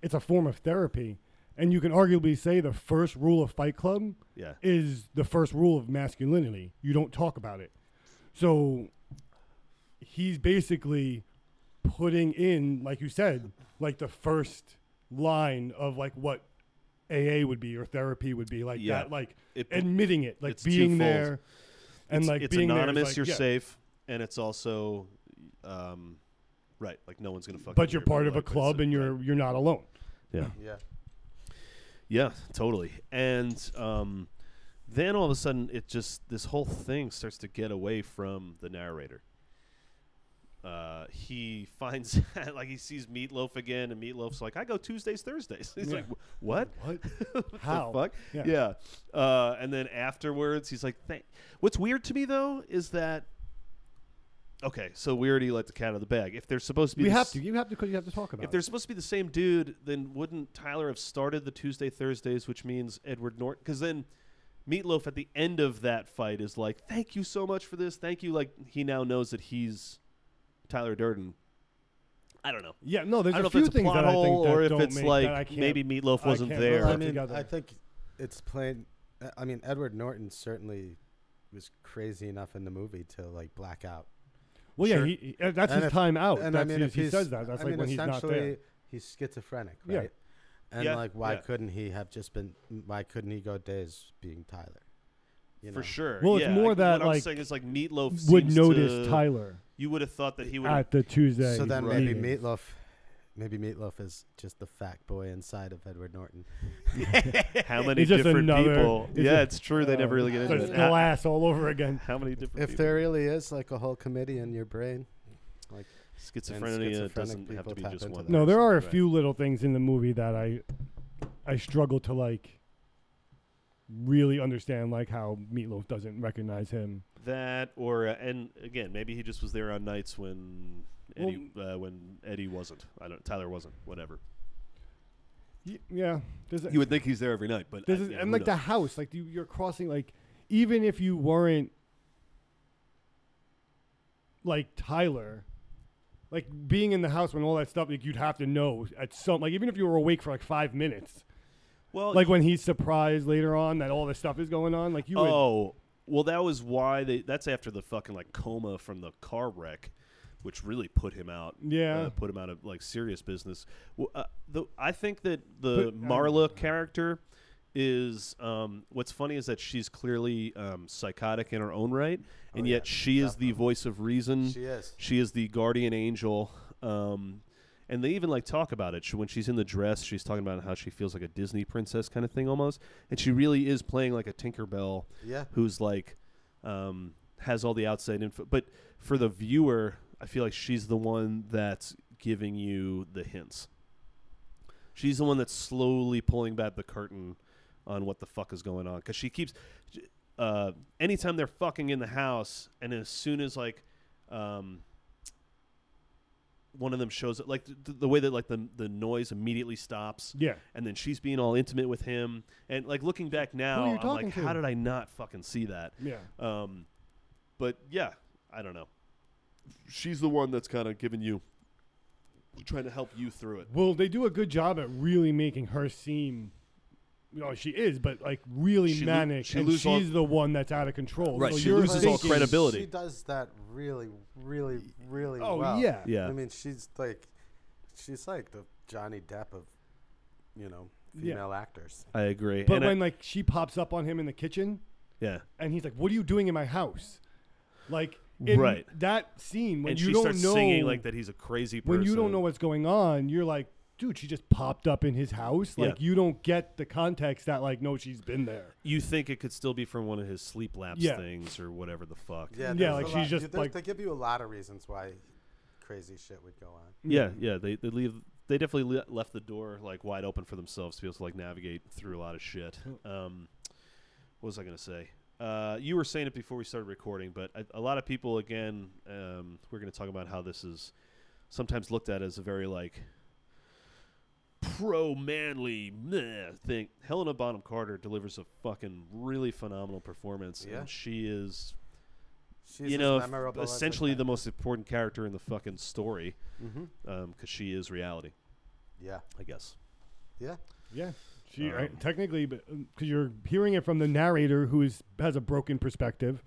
it's a form of therapy. And you can arguably say the first rule of Fight Club
yeah,
is the first rule of masculinity. You don't talk about it. So he's basically putting in, like you said, like the first line of like what AA would be or therapy would be, like
Yeah.
that, like
It-
admitting it, like
it's
being
twofold.
there, and
it's,
like
it's
being there is,
anonymous,
like,
you're
yeah,
safe, and it's also, um, right, like no one's gonna fuck.
but you're part of a club and you're you're not alone.
yeah.
yeah.
Yeah, totally. And um, then all of a sudden, it just this whole thing starts to get away from the narrator. Uh, he finds like he sees Meatloaf again, and Meatloaf's like, "I go Tuesdays, Thursdays." He's
Yeah.
like, "Wh- "What?
What?
What
How?
the fuck?"
Oh, Yeah.
Yeah. Uh, and then afterwards, he's like, Thank. "What's weird to me though is that." Okay, so we already let the cat out of the bag. If they're supposed to be
We
the
have
s-
to. You have to. 'cause You have to talk about.
if
it.
they're supposed to be the same dude, then wouldn't Tyler have started the Tuesday Thursdays, which means Edward Norton? Because then Meatloaf at the end of that fight is like, "Thank you so much for this. Thank you." Like he now knows that he's Tyler Durden. I don't know.
yeah, no, there's
I don't know
a
if
few
it's a
things
plot
that I think
hole
that
or if
don't
it's
make- that I
like
can't-
maybe Meatloaf
I
wasn't
can't
there.
relate.
I
put
mean, I
together.
think it's plain. I- I mean, Edward Norton certainly was crazy enough in the movie to like black out.
Well,
Sure.
yeah, he, he- uh, that's
And
his
if-
time out.
and
that's
I mean,
his,
if
he
he's-
says that. That's
I
like
mean,
when he's not there.
essentially, He's schizophrenic,
Yeah.
right? And
Yeah,
like, why
yeah.
couldn't he have just been? Why couldn't he go days being Tyler? You know?
for sure.
Well, it's
yeah,
more
like,
that,
what I'm
like,
saying is like Meatloaf
Would
seems
notice
to-
Tyler
You would have thought that he would. have
at the Tuesday.
So then
Right.
maybe
meeting.
Meatloaf, maybe Meatloaf is just the fat boy inside of Edward Norton.
How many
It's just
different
another-
people?
it's uh,
Yeah,
a-
it's true. They never really get
So
into
it's
it. How,
glass all over again.
how many different
If
people?
there really is like a whole committee in your brain, like
schizophrenia,
schizophrenic
doesn't have
people
to be
tap
just
into
one.
that.
No, there are a
Right.
few little things in the movie that I, I struggle to like. Really understand like how Meatloaf doesn't recognize him.
That or uh, and again, maybe he just was there on nights when Eddie uh, when Eddie wasn't. I don't. Tyler wasn't. Whatever.
Y- yeah, there's a-
You would think he's there every night, but
There's
I,
a-
yeah,
and
who
like the
knows?
house, like you, you're crossing, like even if you weren't like Tyler, like being in the house when all that stuff, like you'd have to know at some, like even if you were awake for like five minutes,
well,
like when he's surprised later on that all this stuff is going on, like you would,
oh, well, that was why they. That's after the fucking like coma from the car wreck, which really put him out.
Yeah.
uh, put him out of like serious business. Well, uh, the I think that
But,
the
uh,
I don't
Marla character is um, what's funny is that she's clearly um, psychotic in her own right, and
Oh, yeah,
yet she is the
definitely.
voice of reason.
she is.
She is the guardian angel. Um, and they even like talk about it. She, when she's in the dress, she's talking about how she feels like a Disney princess kind of thing almost. And she really is playing like a Tinkerbell
Yeah.
who's like um, has all the outside info. But for the viewer, I feel like she's the one that's giving you the hints. She's the one that's slowly pulling back the curtain on what the fuck is going on because she keeps. uh, anytime they're fucking in the house, and as soon as like um, one of them shows up, like th- th- the way that like the the noise immediately stops,
Yeah.
and then she's being all intimate with him, and like looking back
you
now, I'm
talking
like,
to?
how did I not fucking see that?
Yeah.
Um, but yeah, I don't know. She's the one that's kind of giving you, trying to help you through it.
Well, they do a good job at really making her seem. You know, she is, but like really
She lo-
manic,
she
and
loses
she's
all-
the one that's out of control.
Right,
So
she
you're
loses all
thinking-
credibility.
She does that really, really, really
Oh
well.
yeah,
Yeah.
I mean, she's like, she's like the Johnny Depp of, you know,
Yeah.
female actors.
I agree.
But
and I-
when like she pops up on him in the kitchen,
yeah,
and he's like, "What are you doing in my house?" Like in
Right.
that scene when
and
you
she
don't
starts
know
singing like that he's a crazy person.
when you don't know what's going on, you're like, "Dude, she just popped up in his house."
Yeah.
Like you don't get the context that like, no, she's been there.
you think it could still be from one of his sleep lapse
Yeah.
things or whatever the fuck.
Yeah,
Yeah,
there's
like
a
she's
lot-
just,
there's-
like-
they give you a lot of reasons why crazy shit would go on.
yeah, yeah, They they leave. They definitely le- left the door like wide open for themselves to be able to like navigate through a lot of shit. Um, what was I gonna say? Uh, you were saying it before we started recording, but a, a lot of people again, um, we're gonna talk about how this is sometimes looked at as a very like pro manly meh thing. Helena Bonham Carter delivers a fucking really phenomenal performance,
Yeah.
and she is
She's
you know,
as memorable as
essentially
it
the
gets.
most important character in the fucking story
Mhm.
because um, she is reality,
Yeah,
I guess.
yeah,
Yeah, she
Um,
I- technically, because you're hearing it from the narrator who is has a broken perspective.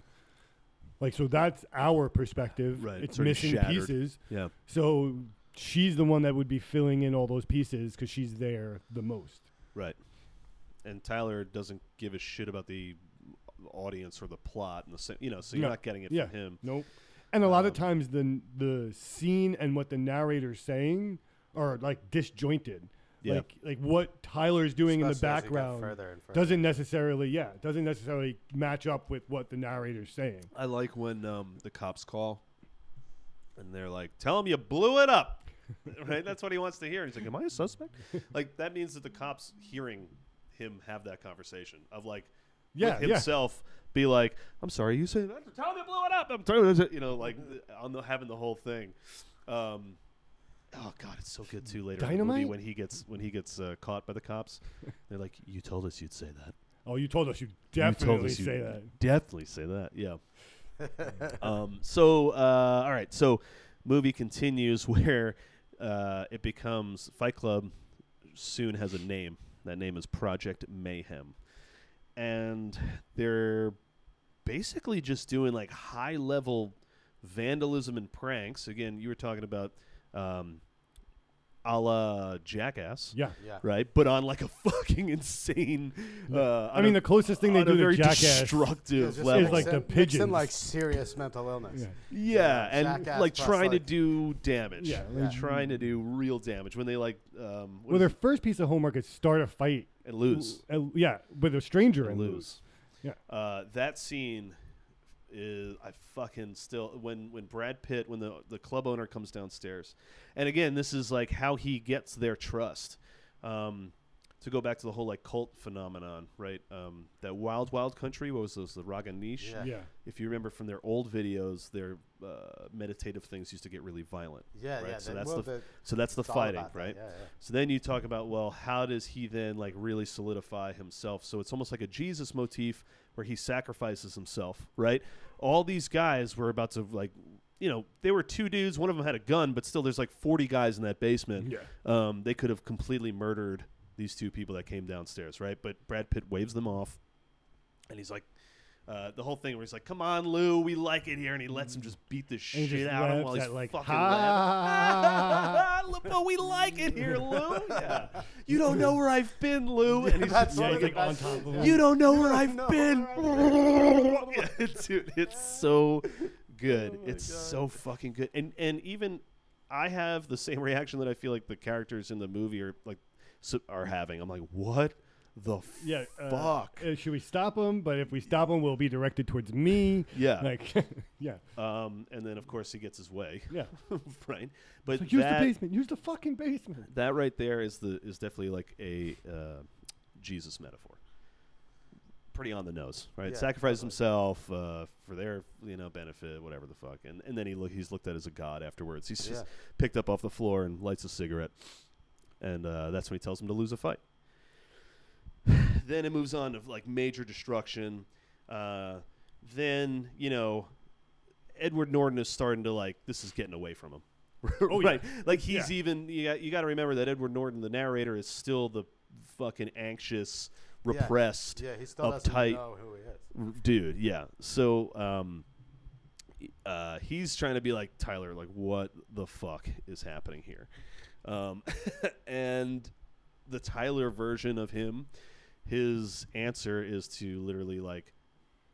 Like so, that's our perspective.
Right, it's
it's
already
missing
shattered.
pieces.
Yeah,
So she's the one that would be filling in all those pieces because she's there the most.
right. And Tyler doesn't give a shit about the audience or the plot, and the sa- you know, so you're
No.
not getting it
Yeah.
from him.
Nope. And a lot of
Um,
times the the scene and what the narrator's saying are like disjointed.
Yeah.
Like like what Tyler's doing in the
Especially as you get
background
further and further.
doesn't necessarily yeah, doesn't necessarily match up with what the narrator's saying.
I like when um, the cops call, and they're like, "Tell him you blew it up." right, that's what he wants to hear. He's like, "Am I a suspect?" like that means that the cops hearing him have that conversation of like, with
Yeah, yeah.
himself be like, "I'm sorry, you said that. Tell him you blew it up." I'm telling you, you know, like uh, on the, having the whole thing. Um, oh god, it's so good too. Later, in the movie
Dynamite?
when he gets when he gets uh, caught by the cops, they're like, "You told us you'd say that."
Oh, you told us you
you told
definitely
us you
say that.
Definitely say that. Yeah. um, so uh, all right. So movie continues where uh, it becomes Fight Club. Soon has a name. That name is Project Mayhem, and they're basically just doing like high level vandalism and pranks. Again, you were talking about um, a la Jackass.
Yeah.
yeah.
Right, but on like a fucking insane. Uh,
I mean, the closest thing they
on a
do to
very
Jackass.
Yeah,
destructive
just
level.
It's like the
mix in- mix in,
pigeons.
like serious mental illness.
yeah,
Yeah.
yeah,
and
Jackass
like
plus,
trying to
like-
do damage.
Yeah,
They're
like-
trying to do real damage when they like um what
Well,
is
their first piece of homework is start a fight.
it? and lose
Uh, yeah, with a stranger
and
and
lose.
Yeah.
Uh, that scene is I fucking still when when Brad Pitt when the the club owner comes downstairs, and again this is like how he gets their trust. Um, to go back to the whole like cult phenomenon, right? Um, that wild wild country. What was those? The Raga Niche.
Yeah.
Yeah.
If you remember from their old videos, their uh, meditative things used to get really violent.
Yeah,
right?
yeah.
So
they-
that's
well,
the
the-
So that's the
it's all
fighting,
about that,
right?
Yeah, yeah.
So then you talk about, well, how does he then like really solidify himself? So it's almost like a Jesus motif where he sacrifices himself, right? All these guys were about to like, you know, they were two dudes. One of them had a gun, but still, there's like 40 guys in that basement.
Yeah.
Um, they could have completely murdered these two people that came downstairs, right? But Brad Pitt waves them off, and he's like. Uh, the whole thing where he's like, "Come on, Lou, we like it here," and he lets him just beat the
And he
shit
just
out of him
laughs
while he's
at, like,
fucking laughing.
ha.
Uh,
Look, but we like it here, Lou. Yeah. You don't know where I've been, Lou. And he's
That's
just
Yeah,
one
he's
of the
like,
like on
best-
top of
yeah.
him.
you don't know where
don't
I've
know
been.
where
Yeah, Dude, it's so good.
Oh my
it's
God.
so fucking good. And and even I have the same reaction that I feel like the characters in the movie are like so, are having. I'm like, what the
Yeah. uh,
fuck?
uh, should we stop him? But if we stop him, we'll be directed towards me.
yeah.
Like, yeah.
um, and then of course he gets his way,
Yeah.
right? But
It's like, use
that,
the basement. Use the fucking basement.
that right there is the is definitely like a uh, Jesus metaphor. pretty on the nose, right?
Yeah,
Sacrificed
totally.
himself uh, for their you know benefit, whatever the fuck. And and then he look he's looked at as a god afterwards. He's
Yeah.
just picked up off the floor and lights a cigarette, and uh, that's when he tells him to lose a fight. then it moves on to like major destruction. Uh, then you know, Edward Norton is starting to like this is getting away from him.
Oh, yeah.
right, like he's even you got, you got to remember that Edward Norton, the narrator, is still the fucking anxious,
Yeah.
repressed,
Yeah, he still doesn't
uptight.
know who he is.
r- dude yeah so um uh he's trying to be like tyler like what the fuck is happening here um and the tyler version of him his answer is to literally like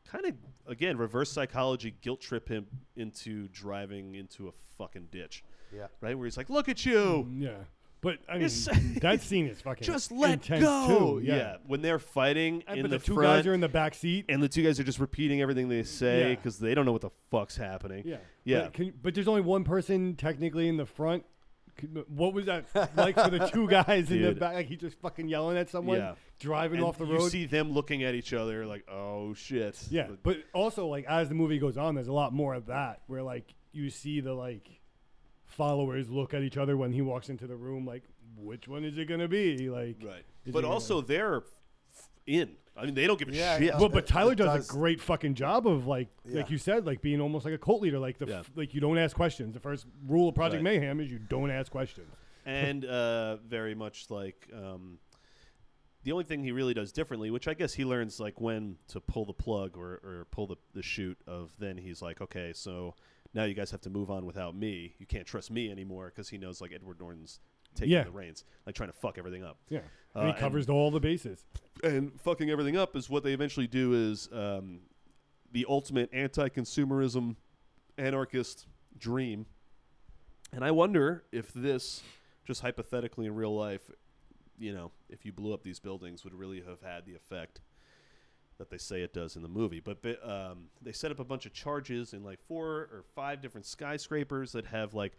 kind of again reverse psychology guilt trip him into driving into a fucking ditch
Yeah.
right where he's like look at you
Yeah. But I mean,
It's-
that scene is fucking
just let
intense
go
Too.
yeah. when they're fighting
And
in
but
the,
the, two
front,
guys are in the back seat.
and the two guys are just repeating everything they say
Yeah.
because they don't know what the fuck's happening.
Yeah.
Yeah.
But, can, but there's only one person technically in the front. Could- What was that like for the two guys in the
Dude.
back? Like he just fucking yelling at someone
Yeah.
driving
And
off the
you
road.
see them looking at each other like, "Oh shit."
yeah.
Like,
But also, like as the movie goes on, there's a lot more of that where like you see the like followers look at each other when he walks into the room. Like, which one is it gonna be? Like,
right.
is
But
it gonna-
also they're f- in. I mean, they don't give a
Yeah,
shit.
yeah.
Well, but
it-
Tyler
it
does,
does-
a great fucking job of like,
Yeah.
like you said, like being almost like a cult leader. Like the
Yeah.
f- like you don't ask questions. The first rule of Project
Right.
Mayhem is you don't ask questions.
and uh, very much like um, the only thing he really does differently, which I guess he learns like when to pull the plug or, or pull the, the shoot of then he's like, okay, so now you guys have to move on without me. You can't trust me anymore because he knows like Edward Norton's taking
Yeah.
the reins, like trying to fuck everything up.
Yeah,
Uh,
and
and-
he covers all the bases.
and fucking everything up is what they eventually do is um, the ultimate anti-consumerism anarchist dream and i wonder if this just hypothetically in real life you know if you blew up these buildings would really have had the effect that they say it does in the movie but bi- um, they set up a bunch of charges in like four or five different skyscrapers that have like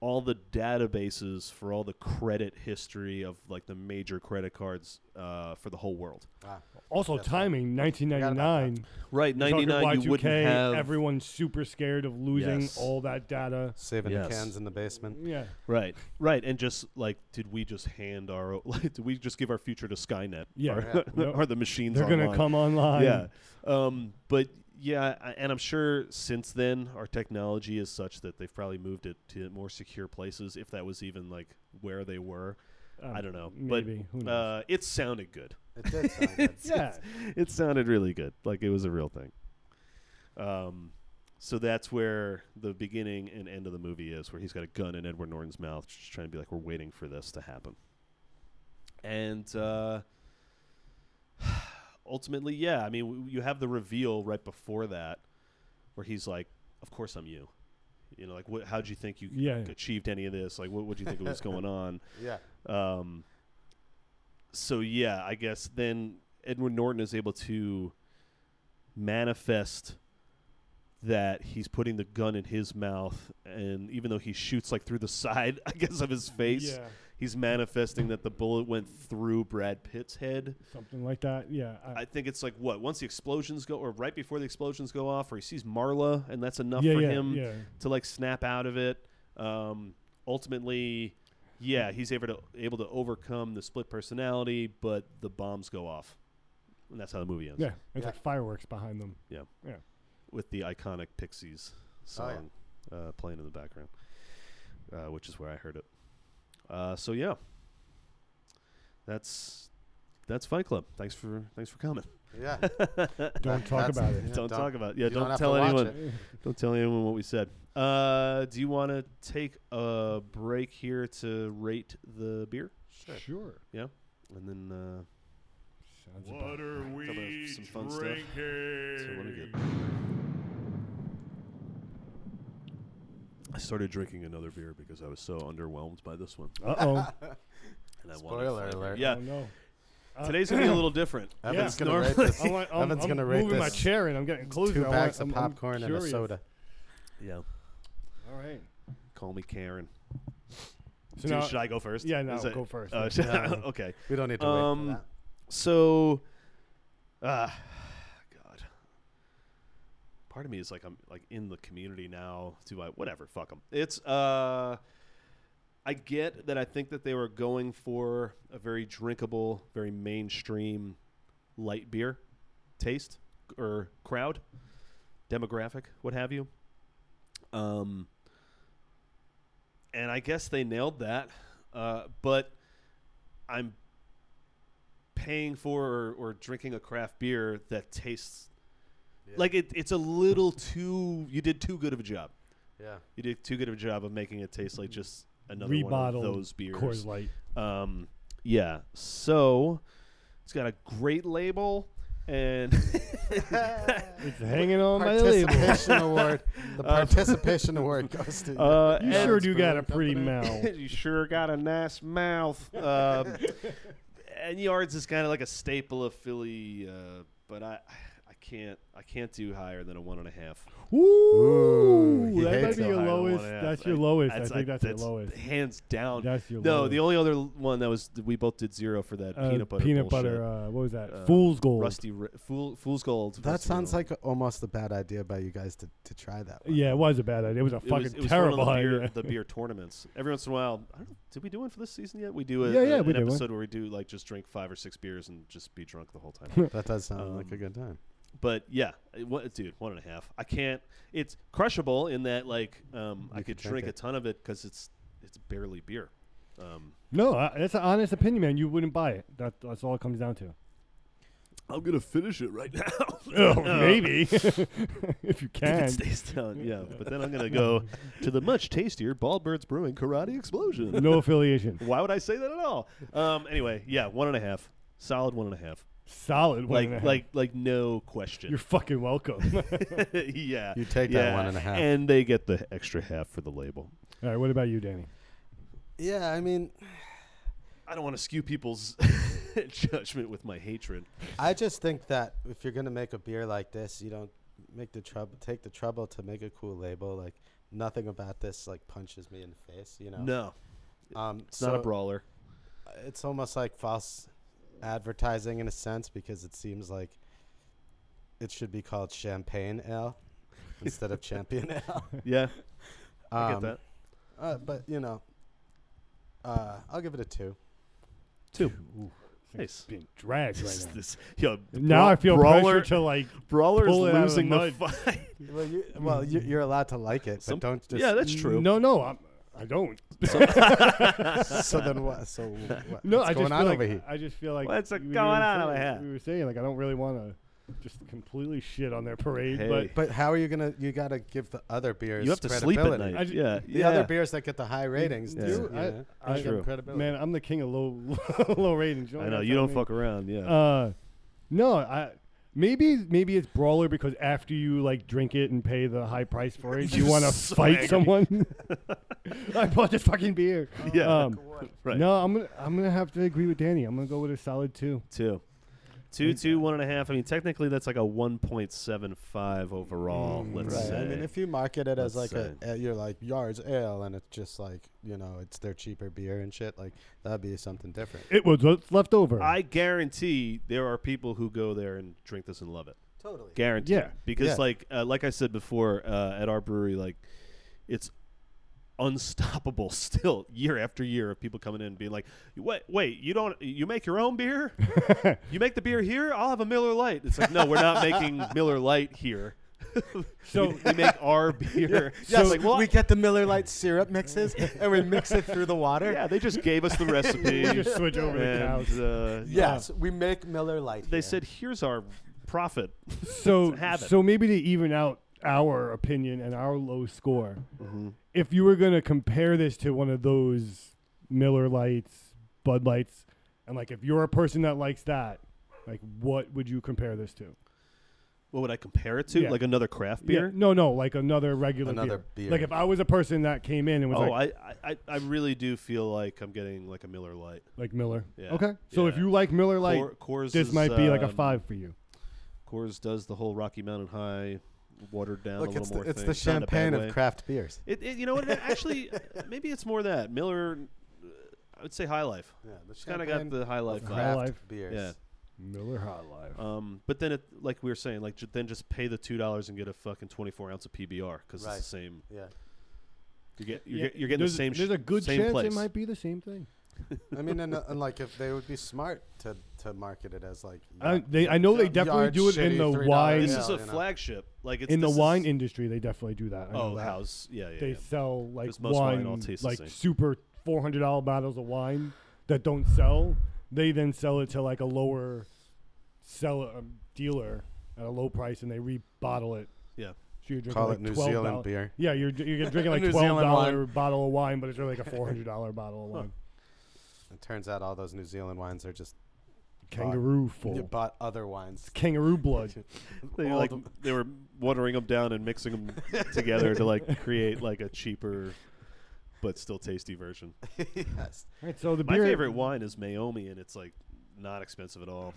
all the databases for all the credit history of like the major credit cards uh, for the whole world
Wow.
Also,
That's right.
timing
about
1999.
Right, ninety nine. You
y 2
wouldn't have
everyone's super scared of losing
Yes.
all that data.
Saving
Yes.
the cans in the basement.
Yeah,
right, right, and just like, did we just hand our? o- Like, did we just give our future to Skynet?
Yeah.
or,
Yeah.
or the machines?
they're gonna
online?
come online.
Yeah, um, but yeah, I, and I'm sure since then our technology is such that they've probably moved it to more secure places, if that was even like where they were.
Um,
I don't know,
Maybe who
but
knows?
uh, it sounded good.
It did sound good.
yeah,
it sounded really good. Like it was a real thing. Um, so that's where the beginning and end of the movie is, where he's got a gun in Edward Norton's mouth, just trying to be like, "We're waiting for this to happen." And uh, ultimately, yeah, I mean, w- you have the reveal right before that, where he's like, "Of course, I'm you." You know, like, what, how'd you think you
Yeah.
achieved any of this? Like, what would you think was going on?
yeah.
Um, so yeah, I guess then Edward Norton is able to manifest that he's putting the gun in his mouth, and even though he shoots like through the side, I guess of his face,
yeah,
he's manifesting that the bullet went through Brad Pitt's head.
something like that. Yeah, I,
I think it's like what once the explosions go, or right before the explosions go off, or he sees Marla, and that's enough
yeah,
for
yeah,
him
yeah.
to like snap out of it. Um, ultimately, yeah, he's able to able to overcome the split personality, but the bombs go off, and that's how the movie ends
Yeah, it's
Yeah.
like fireworks behind them.
with the iconic Pixies
Oh, yeah.
song uh, playing in the background, uh, which is where I heard it. Uh, so yeah, that's that's Fight Club. Thanks for thanks for coming.
Yeah.
Don't talk
That's-
about it.
yeah,
don't, talk about yeah.
you don't
Don't,
have to
tell
watch
anyone.
it.
Don't tell anyone what we said. Uh, do you want to take a break here to rate the beer,
Sure.
Sure.
and then uh,
Sounds about
What are
Talk about
we
some fun stuff.
drinking?
so what do we get? I started drinking another beer because I was so underwhelmed by this one,
Uh oh.
and I wanted
Spoiler
flavor.
alert. Uh,
Yeah,
Oh, no. Uh,
today's gonna be a little different.
Evan's
It's
gonna
norm-
rate this.
I want, I'm,
Evan's
I'm
gonna rate
moving my
this.
chair and I'm getting closer.
Two
I
bags
want,
of
I'm- I'm
popcorn and a
curious.
soda.
yeah,
All right.
call me Karen.
So
Dude,
now-
should I go first?
Yeah, no,
Is it-
go first.
Oh,
Let's
should-
go.
okay.
We don't need to
Um,
wait for that.
So Ah, God. Part of me is like I'm like in the community now. Do I whatever? Fuck them. It's uh, I get that. I think that they were going for a very drinkable, very mainstream light beer taste or crowd demographic, what have you. Um, and I guess they nailed that. Uh, but I'm paying for or, or drinking a craft beer that tastes
Yeah.
like it, it's a little too. You did too good of a job.
Yeah.
You did too good of a job of making it taste like just another
Remodeled
one of those beers.
Coors Light.
Um, yeah. So it's got a great label, and
It's hanging on my label.
Participation award. The participation award goes to.
uh,
You
and-
sure do got a
Brewing
pretty
Company.
mouth.
you sure got a nice mouth. Um, and Yards is kind of like a staple of Philly, uh, but I, I can't, I can't do higher than a one and a half.
Ooh,
he
that might
hates
be
So
your
higher than one
lowest.
and a half.
That's your lowest. I
that's-
think that's your lowest.
Hands down.
That's your
no,
lowest.
the only other l- one that was we both did zero for that
Uh,
peanut butter.
Peanut
bullshit.
butter. Uh, what was that?
Uh,
Fool's gold.
Rusty Ri- fool, fool's gold.
That
Rusty
sounds
Road.
like almost a bad idea by you guys to, to try that. One.
Yeah, it was a bad idea. It was a
It
fucking
was, it was
terrible
one of the beer,
idea.
the beer tournaments. Every once in a while, I don't know, did we do one for this season yet? We do a,
Yeah, yeah,
a-
we
an
did one.
episode where we do like just drink five or six beers and just be drunk the whole time.
That does sound like a
Um,
good time.
but yeah, it, wa- dude, one and a half. I can't. It's crushable in that like um, I
You
could
could
drink,
drink
a
it.
ton of it because it's it's barely beer. Um,
no, I, that's an honest opinion, man. You wouldn't buy it. That, that's all it comes down to.
I'm gonna finish it right now.
Oh, maybe if you
If
can.
it stays down, yeah. But then I'm gonna go to the much tastier Bald Birds Brewing Karate Explosion.
No affiliation.
Why would I say that at all? Um, anyway, yeah, one and a half, solid one and a half.
Solid. one
Like
and a half.
like like no question.
you're fucking welcome.
yeah,
You take that
yeah.
one and a half.
and they get the extra half for the label.
all right. What about you, Danny?
Yeah, I mean,
I don't want to skew people's judgment with my hatred.
I just think that if you're gonna make a beer like this, you don't make the trouble take the trouble to make a cool label. Like nothing about this like punches me in the face. You know.
No,
Um,
it's not a
so
brawler.
It's almost like false advertising in a sense because it seems like it should be called champagne ale instead of champion ale.
Yeah,
Um,
I get that.
Uh, but you know, uh, I'll give it a two.
Two.
Ooh,
Nice.
Being dragged
This,
right now.
this, yo,
Now I feel
brawler,
pressure to like.
brawler is
pull it out of the
losing the
mud.
fight.
Well, you, well, you, you're allowed to like it, but
Some-
don't just.
yeah, that's true.
No, no, I'm, I don't.
so then what? So what,
No,
what's
I
going
just
on
feel
over
like,
here?
I just feel like
What's
we
going
were
on over
saying-
here?
We were saying like I don't really want to just completely shit on their parade,
Hey.
But how are you gonna? You gotta give the other beers.
you have to sleep at
credibility.
night.
I ju-
yeah,
The
yeah.
other beers that get the high ratings.
Yeah.
do,
do-
you
I-
know,
I-
give them
True.
but
credibility.
man, I'm the king of low low ratings.
I know
gotta
you
tell
don't
me.
fuck around. Yeah,
Uh, no, I maybe maybe it's brawler because after you like drink it and pay the high price for it, you
You're
want to
so
fight
angry.
someone. I bought this fucking beer.
yeah.
um,
right.
No, I'm gonna I'm gonna have to agree with Danny. I'm gonna go with a solid two.
Two. Two, two, one and a half. I mean, technically, that's like a 1.75 overall, let's
Mm,
Right.
say.
I mean, if you market it as
Let's
like a, a, you're like Yards Ale, and it's just like you know, it's their cheaper beer and shit. Like that'd be something different.
It was what's left over.
I guarantee there are people who go there and drink this and love it.
Totally.
Guaranteed.
Yeah.
Because,
Yeah.
like, uh, like I said before, uh, at our brewery, like, it's unstoppable still year after year of people coming in and being like wait wait you don't you make your own beer you make the beer here i'll have a miller light it's like no we're not making miller light here
So-
we, we make our beer
Yes,
It's like, well,
we get the Miller Lite syrup mixes, and we mix it through the water.
Yeah, they just gave us the recipe.
We just switch over the
and,
cows.
uh,
Yes, we make Miller Lite.
They
here.
said, "Here's our profit."
so
have it.
so maybe to even out our opinion and our low score,
Mm-hmm.
if you were gonna compare this to one of those Miller Lights, Bud Lights, and like if you're a person that likes that, like what would you compare this to?
What would I compare it to?
Yeah.
Like another craft beer?
Yeah, no, no, like another regular
Another beer.
Like if I was a person that came in and was
oh,
like,
I, I, I really do feel like I'm getting like a Miller Light.
like Miller.
Yeah,
okay, so if
yeah.
you like Miller Light,
Cor- Coors
this
is,
might be like a
um,
five for you.
Coors does the whole Rocky Mountain High, watered down a
"Look,
little
it's the,
more.
it's
thing.
the
Not in a bad
champagne
way.
of craft beers."
It, it, you know what? It actually, maybe it's more that Miller. uh, I would say High Life.
Yeah, the
It's kind of got the High Life
High
vibe.
Life.
beers.
Yeah.
Miller High Life.
Um, but then, it, like we were saying, like ju- then just pay the two dollars and get a fucking twenty four ounce of PBR because
Right.
it's the same.
Yeah.
You get
Yeah,
you're, get- you're getting
there's
the
a-
same. sh-
There's a good
same
chance
place.
it might be the same thing.
I mean, and, uh, and like if they would be smart to to market it as like
I, they, I know they
Yard
definitely do it
shitty
in the
$3
wine
This
Yeah,
is a
you know.
flagship. Like it's
in the
this is-
wine industry. They definitely do that. I know
Oh,
that.
house. Yeah, yeah.
they
yeah.
sell like
'Cause most wine
wine,
all tastes the
like
same.
super four hundred dollar bottles of wine that don't sell. They then sell it to like a lower seller um, dealer at a low price, and they rebottle it.
Yeah.
So you're drinking
call
like
it New
12
Zealand beer.
Yeah, you're you're drinking like
New
twelve
Zealand
dollar bottle of wine, but it's really like a four hundred dollar bottle of wine.
It turns out all those New Zealand wines are just
Kangaroo full.
you bought other wines.
It's kangaroo blood.
They were,
All
like
the-
they were watering them down and mixing them together to like create like a cheaper, but still tasty version.
yes.
All right, so the
My
beer.
favorite wine is Maomi, and it's like not expensive at all.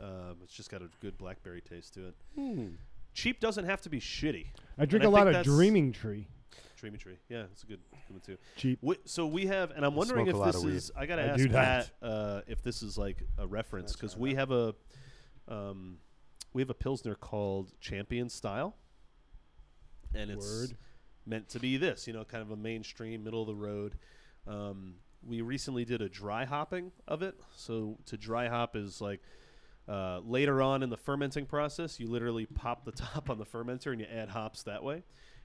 Um, it's just got a good blackberry taste to it. Hmm. Cheap doesn't have to be shitty.
I drink a
and I
lot
think
of
that's-
Dreaming Tree.
Dreamy Tree, yeah, it's a good, good one too.
Cheap.
Wh- so we have, and I'm wondering
smoke
if
a lot
this
of weed.
is. I gotta
I
ask
do
Pat
that.
uh, if this is like a reference
That's
because
right.
we have a, um, we have a pilsner called Champion Style, and it's
Word.
meant to be this, you know, kind of a mainstream, middle of the road. Um, we recently did a dry hopping of it. So to dry hop is like uh, later on in the fermenting process, you literally pop the top on the fermenter and you add hops that way.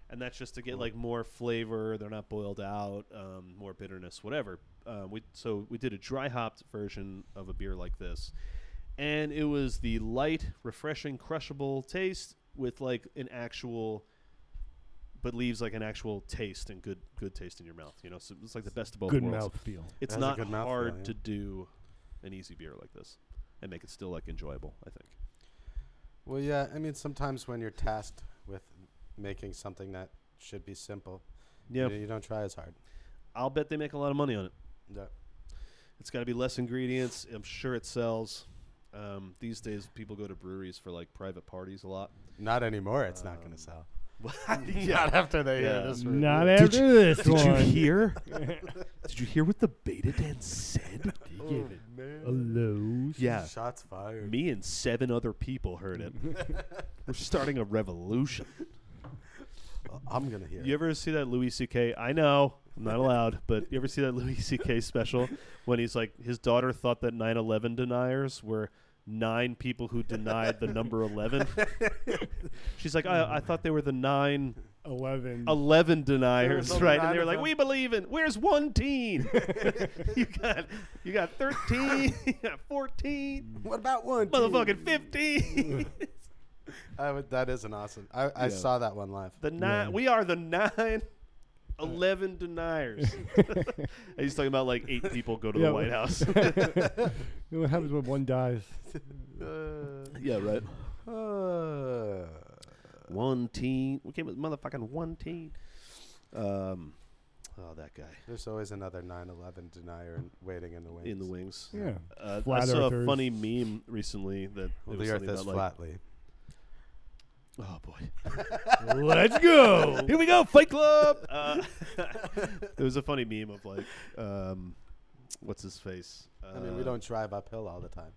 And that's just to get like more flavor. They're not boiled out, um, more bitterness, whatever. Um, we so we did a dry hopped version of a beer like this, and it was the light, refreshing, crushable taste with like an actual, but leaves like an actual taste and good good taste in your mouth. You know, so it's like the best of both
Good
worlds.
mouthfeel.
It's
It has a
not
good mouthfeel,
hard
yeah.
to do an easy beer like this and make it still like enjoyable. I think.
Well, yeah. I mean, sometimes when you're tasked with making something that should be simple,
Yeah,
you, you don't try as hard.
I'll bet they make a lot of money on it.
Yeah.
It's got to be less ingredients. I'm sure it sells. Um, these days, people go to breweries for like private parties a lot.
Not anymore. It's not going
Um,
to sell.
yeah.
Not after they
Yeah.
hear this. review.
Not
you-
after this one.
hear? did you hear what the beta dance said?
Oh, man.
Hello.
Yeah,
Shots fired.
me and seven other people heard it. We're starting a revolution.
Uh, I'm gonna hear.
You
it.
ever see that Louis C.K.? I know, I'm not allowed, but you ever see that Louis C.K. special when he's like, his daughter thought that 9 11 deniers were nine people who denied the number 11? She's like, I, I thought they were the nine
11.
11 deniers,
There was
right?
nine
And they were
of
like,
them.
we believe in, where's one teen? you got you got 13, you got 14,
What about one? team?
motherfucking 15.
I would, that is an awesome. I, I
Yeah.
saw that one live.
The nine. We are the
Uh.
nine. Eleven deniers. He's talking about like eight people go to
Yeah.
the White House.
what happens when one dies?
yeah, right.
Uh,
One teen. We came with motherfucking one teen. Um, oh, that guy
there's always another 9/11 denier in, waiting in the wings.
in the wings.
Yeah.
Uh, I
Flat
saw a
earthers.
funny meme recently that
Well,
it was
the earth
something
is
about, like,
flatly.
Oh boy.
Let's go.
Here we go, Fight Club. Uh, there was a funny meme of like, um, what's his face?
I mean, we
Uh,
don't drive uphill all the time,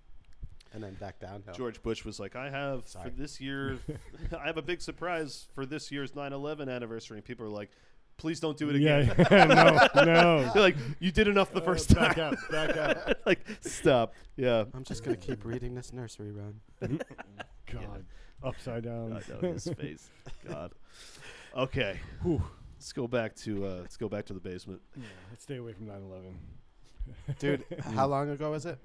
and then back downhill.
George Bush was like, I have for
Sorry.
this year, I have a big surprise for this year's 9 11 anniversary. And people are like, please don't do it again.
Yeah. no. No. Oh,
They're like, you did enough the first
Back
time.
up. Back up.
like, stop. Yeah.
I'm just gonna keep reading this nursery rhyme.
God. Upside down.
God, no, his face. God. Okay.
Whew.
Let's go back to uh, let's go back to the basement.
Yeah, let's stay away from 9/11.
Dude, how long ago was it?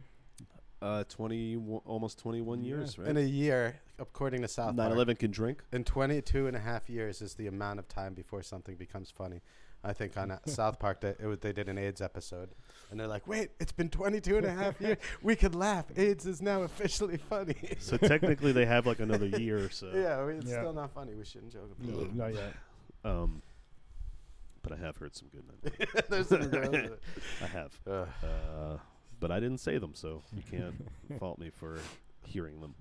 Uh, twenty one- almost twenty one
Yeah.
years,
In
right?
a year, according to South
Nine
Park.
eleven can drink.
in 22 and a half years is the amount of time before something becomes funny. I think on uh, South Park that it was, they did an AIDS episode and they're like, "Wait, it's been 22 and a half years. We could laugh. AIDS is now officially funny."
So technically, they have like another year or so.
yeah, we, it's
Yeah.
still not funny. We shouldn't joke about
No, not yet.
Um, but I have heard some good.
it. There's some girls.
I have.
Ugh.
Uh, but I didn't say them, so you can't fault me for hearing them.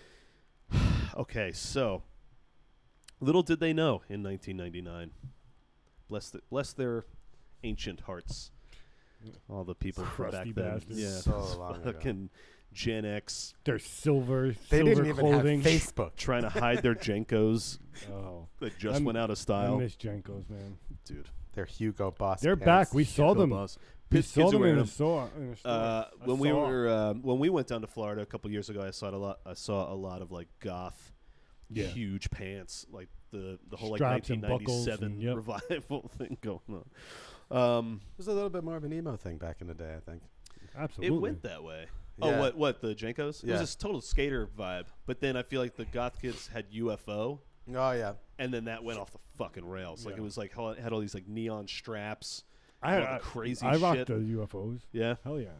okay, so little did they know in 1999. Bless, the, bless their ancient hearts. All the people from
Crusty
back then.
bastards.
Yeah,
So
it's
long ago.
fucking Gen X
They're silver,
They
silver
didn't even
clothing.
have Facebook.
trying to hide their Jenkos
Oh,
that just
I'm-
went out of
I
style.
miss Jenkos, man.
Dude,
They're Hugo Boss.
They're
pants.
back. We saw
Hugo
them.
Boss.
We
Piss
saw
kids are
them
wearing
in a
'em.
store. In a store.
Uh,
I
when we
saw.
were um, when we went down to Florida a couple years ago, I saw it a lot. I saw a lot of like goth,
Yeah.
huge pants, like the the whole
Straps
like
and buckles
1997
and- yep.
revival thing going on. Um,
It was a little bit more of an emo thing back in the day, I think.
absolutely.
it went that way.
Yeah.
Oh, what what the Jenkos? It
Yeah.
was this total skater vibe, but then I feel like the goth kids had UFO,
Oh yeah.
and then that went off the fucking rails. Like
Yeah.
it was like how it had all these like neon straps.
I,
all the
I-
crazy
I rocked
shit.
the UFOs.
Yeah.
Hell yeah.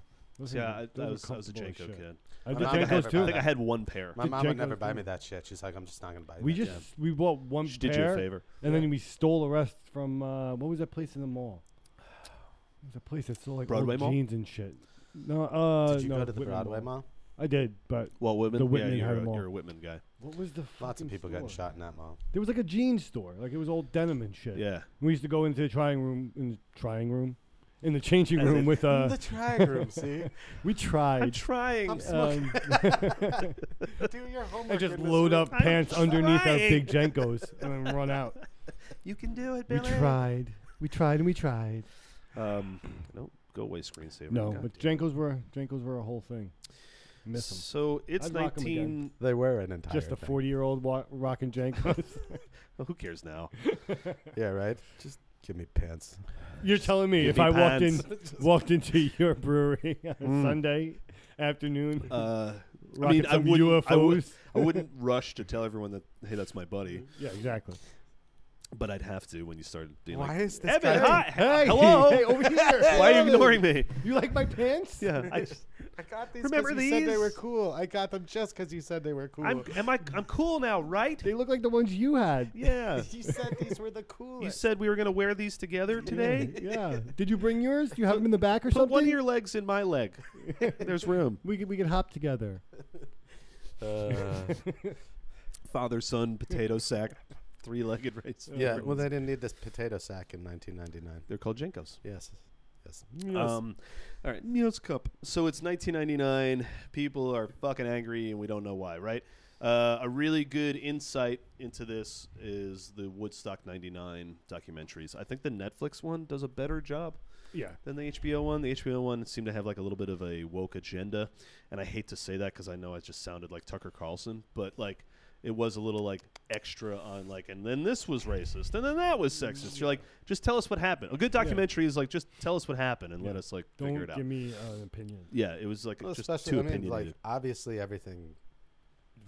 Those
Yeah,
are-
I,
those
I
are
was, I was a
comfortable as
Janko
shit.
kid.
I
I
did
mean, I don't
Jankos
have
I
too.
think I had one pair.
My
Did
mom would
Jankos
never buy
do-
me that shit. She's like, I'm just not gonna buy you.
We
that
just we bought one
She did you a
pair,
favor.
and then we stole the rest from uh, what was that place in the mall? It was a place that sold like
Broadway
old
Mall?
jeans and shit. No, uh,
shit. Did you
no,
go to the
Whitman
Broadway mall?
I did, but
Well, Whitman,
The Whitman
yeah,
had
you're,
them
a,
all.
you're a Whitman guy.
what was the
Lots of
fucking
people got
store?
shot in that mall.
There was like a jean store, like it was old denim and shit.
Yeah.
We used to go into the trying room in the trying room, in the changing room with uh,
the trying room, see?
we tried.
trying.
I'm so-
Um,
Do your homework.
and just
in this
load
room.
up pants underneath our
trying.
big Jenkos and then run out.
you can do it,
We
Billy.
tried. We tried and we tried.
Um, no, go away, screensaver.
No,
God
but
damn it.
Jenkos were Jenkos were a whole thing. Miss them.
So it's
I'd rock 'em again.
19.
They were an entire.
Just a
thing.
forty-year-old wa- rocking Jenkos.
Well, who cares now?
Yeah, right. Just give me pants.
You're telling me
Give
if
me
I walked in,
pants.
walked into your brewery on a Sunday afternoon,
Uh, I
rocking
mean, I
some
wouldn't,
UFOs.
I, would, I wouldn't rush to tell everyone that, hey, that's my buddy,
yeah, exactly.
but I'd have to when you started being
Why
like,
is this
Evan,
guy?
hi,
Hey,
hello.
hey, over here.
Why are you
Hey,
ignoring me?
You like my pants?
Yeah, I just,
I got these.
Remember
Remember You said they
these?
were cool. I got them just because you said they were cool.
I'm, am I, I'm cool now, right?
They look like the ones you had.
Yeah.
you said these were the
You
coolest.
said we were going to wear these together today?
Yeah. Did you bring yours? Do you have them in the back or
Put
something?
one of your legs in my leg. There's room.
we could we could hop together.
Uh,
Father, son, potato sack, three legged race.
yeah. Well, they didn't need this potato sack in 1999.
They're called Jenkos.
Yes. Yes.
Um, all right, Meals Cup. So it's 1999. People are fucking angry, and we don't know why, right? Uh, a really good insight into this is the Woodstock 99 documentaries. I think the Netflix one does a better job
Yeah.
than the HBO one. The HBO one seemed to have like a little bit of a woke agenda, and I hate to say that because I know I just sounded like Tucker Carlson, but like it was a little like extra on like, and then this was racist, and then that was sexist. You're like, just tell us what happened. A good documentary is like, just tell us what happened and let
Yeah.
us like
Don't
figure
give
it out.
me uh, an opinion.
yeah, it was like
Well,
just
especially,
too
I mean,
opinionated.
like, obviously everything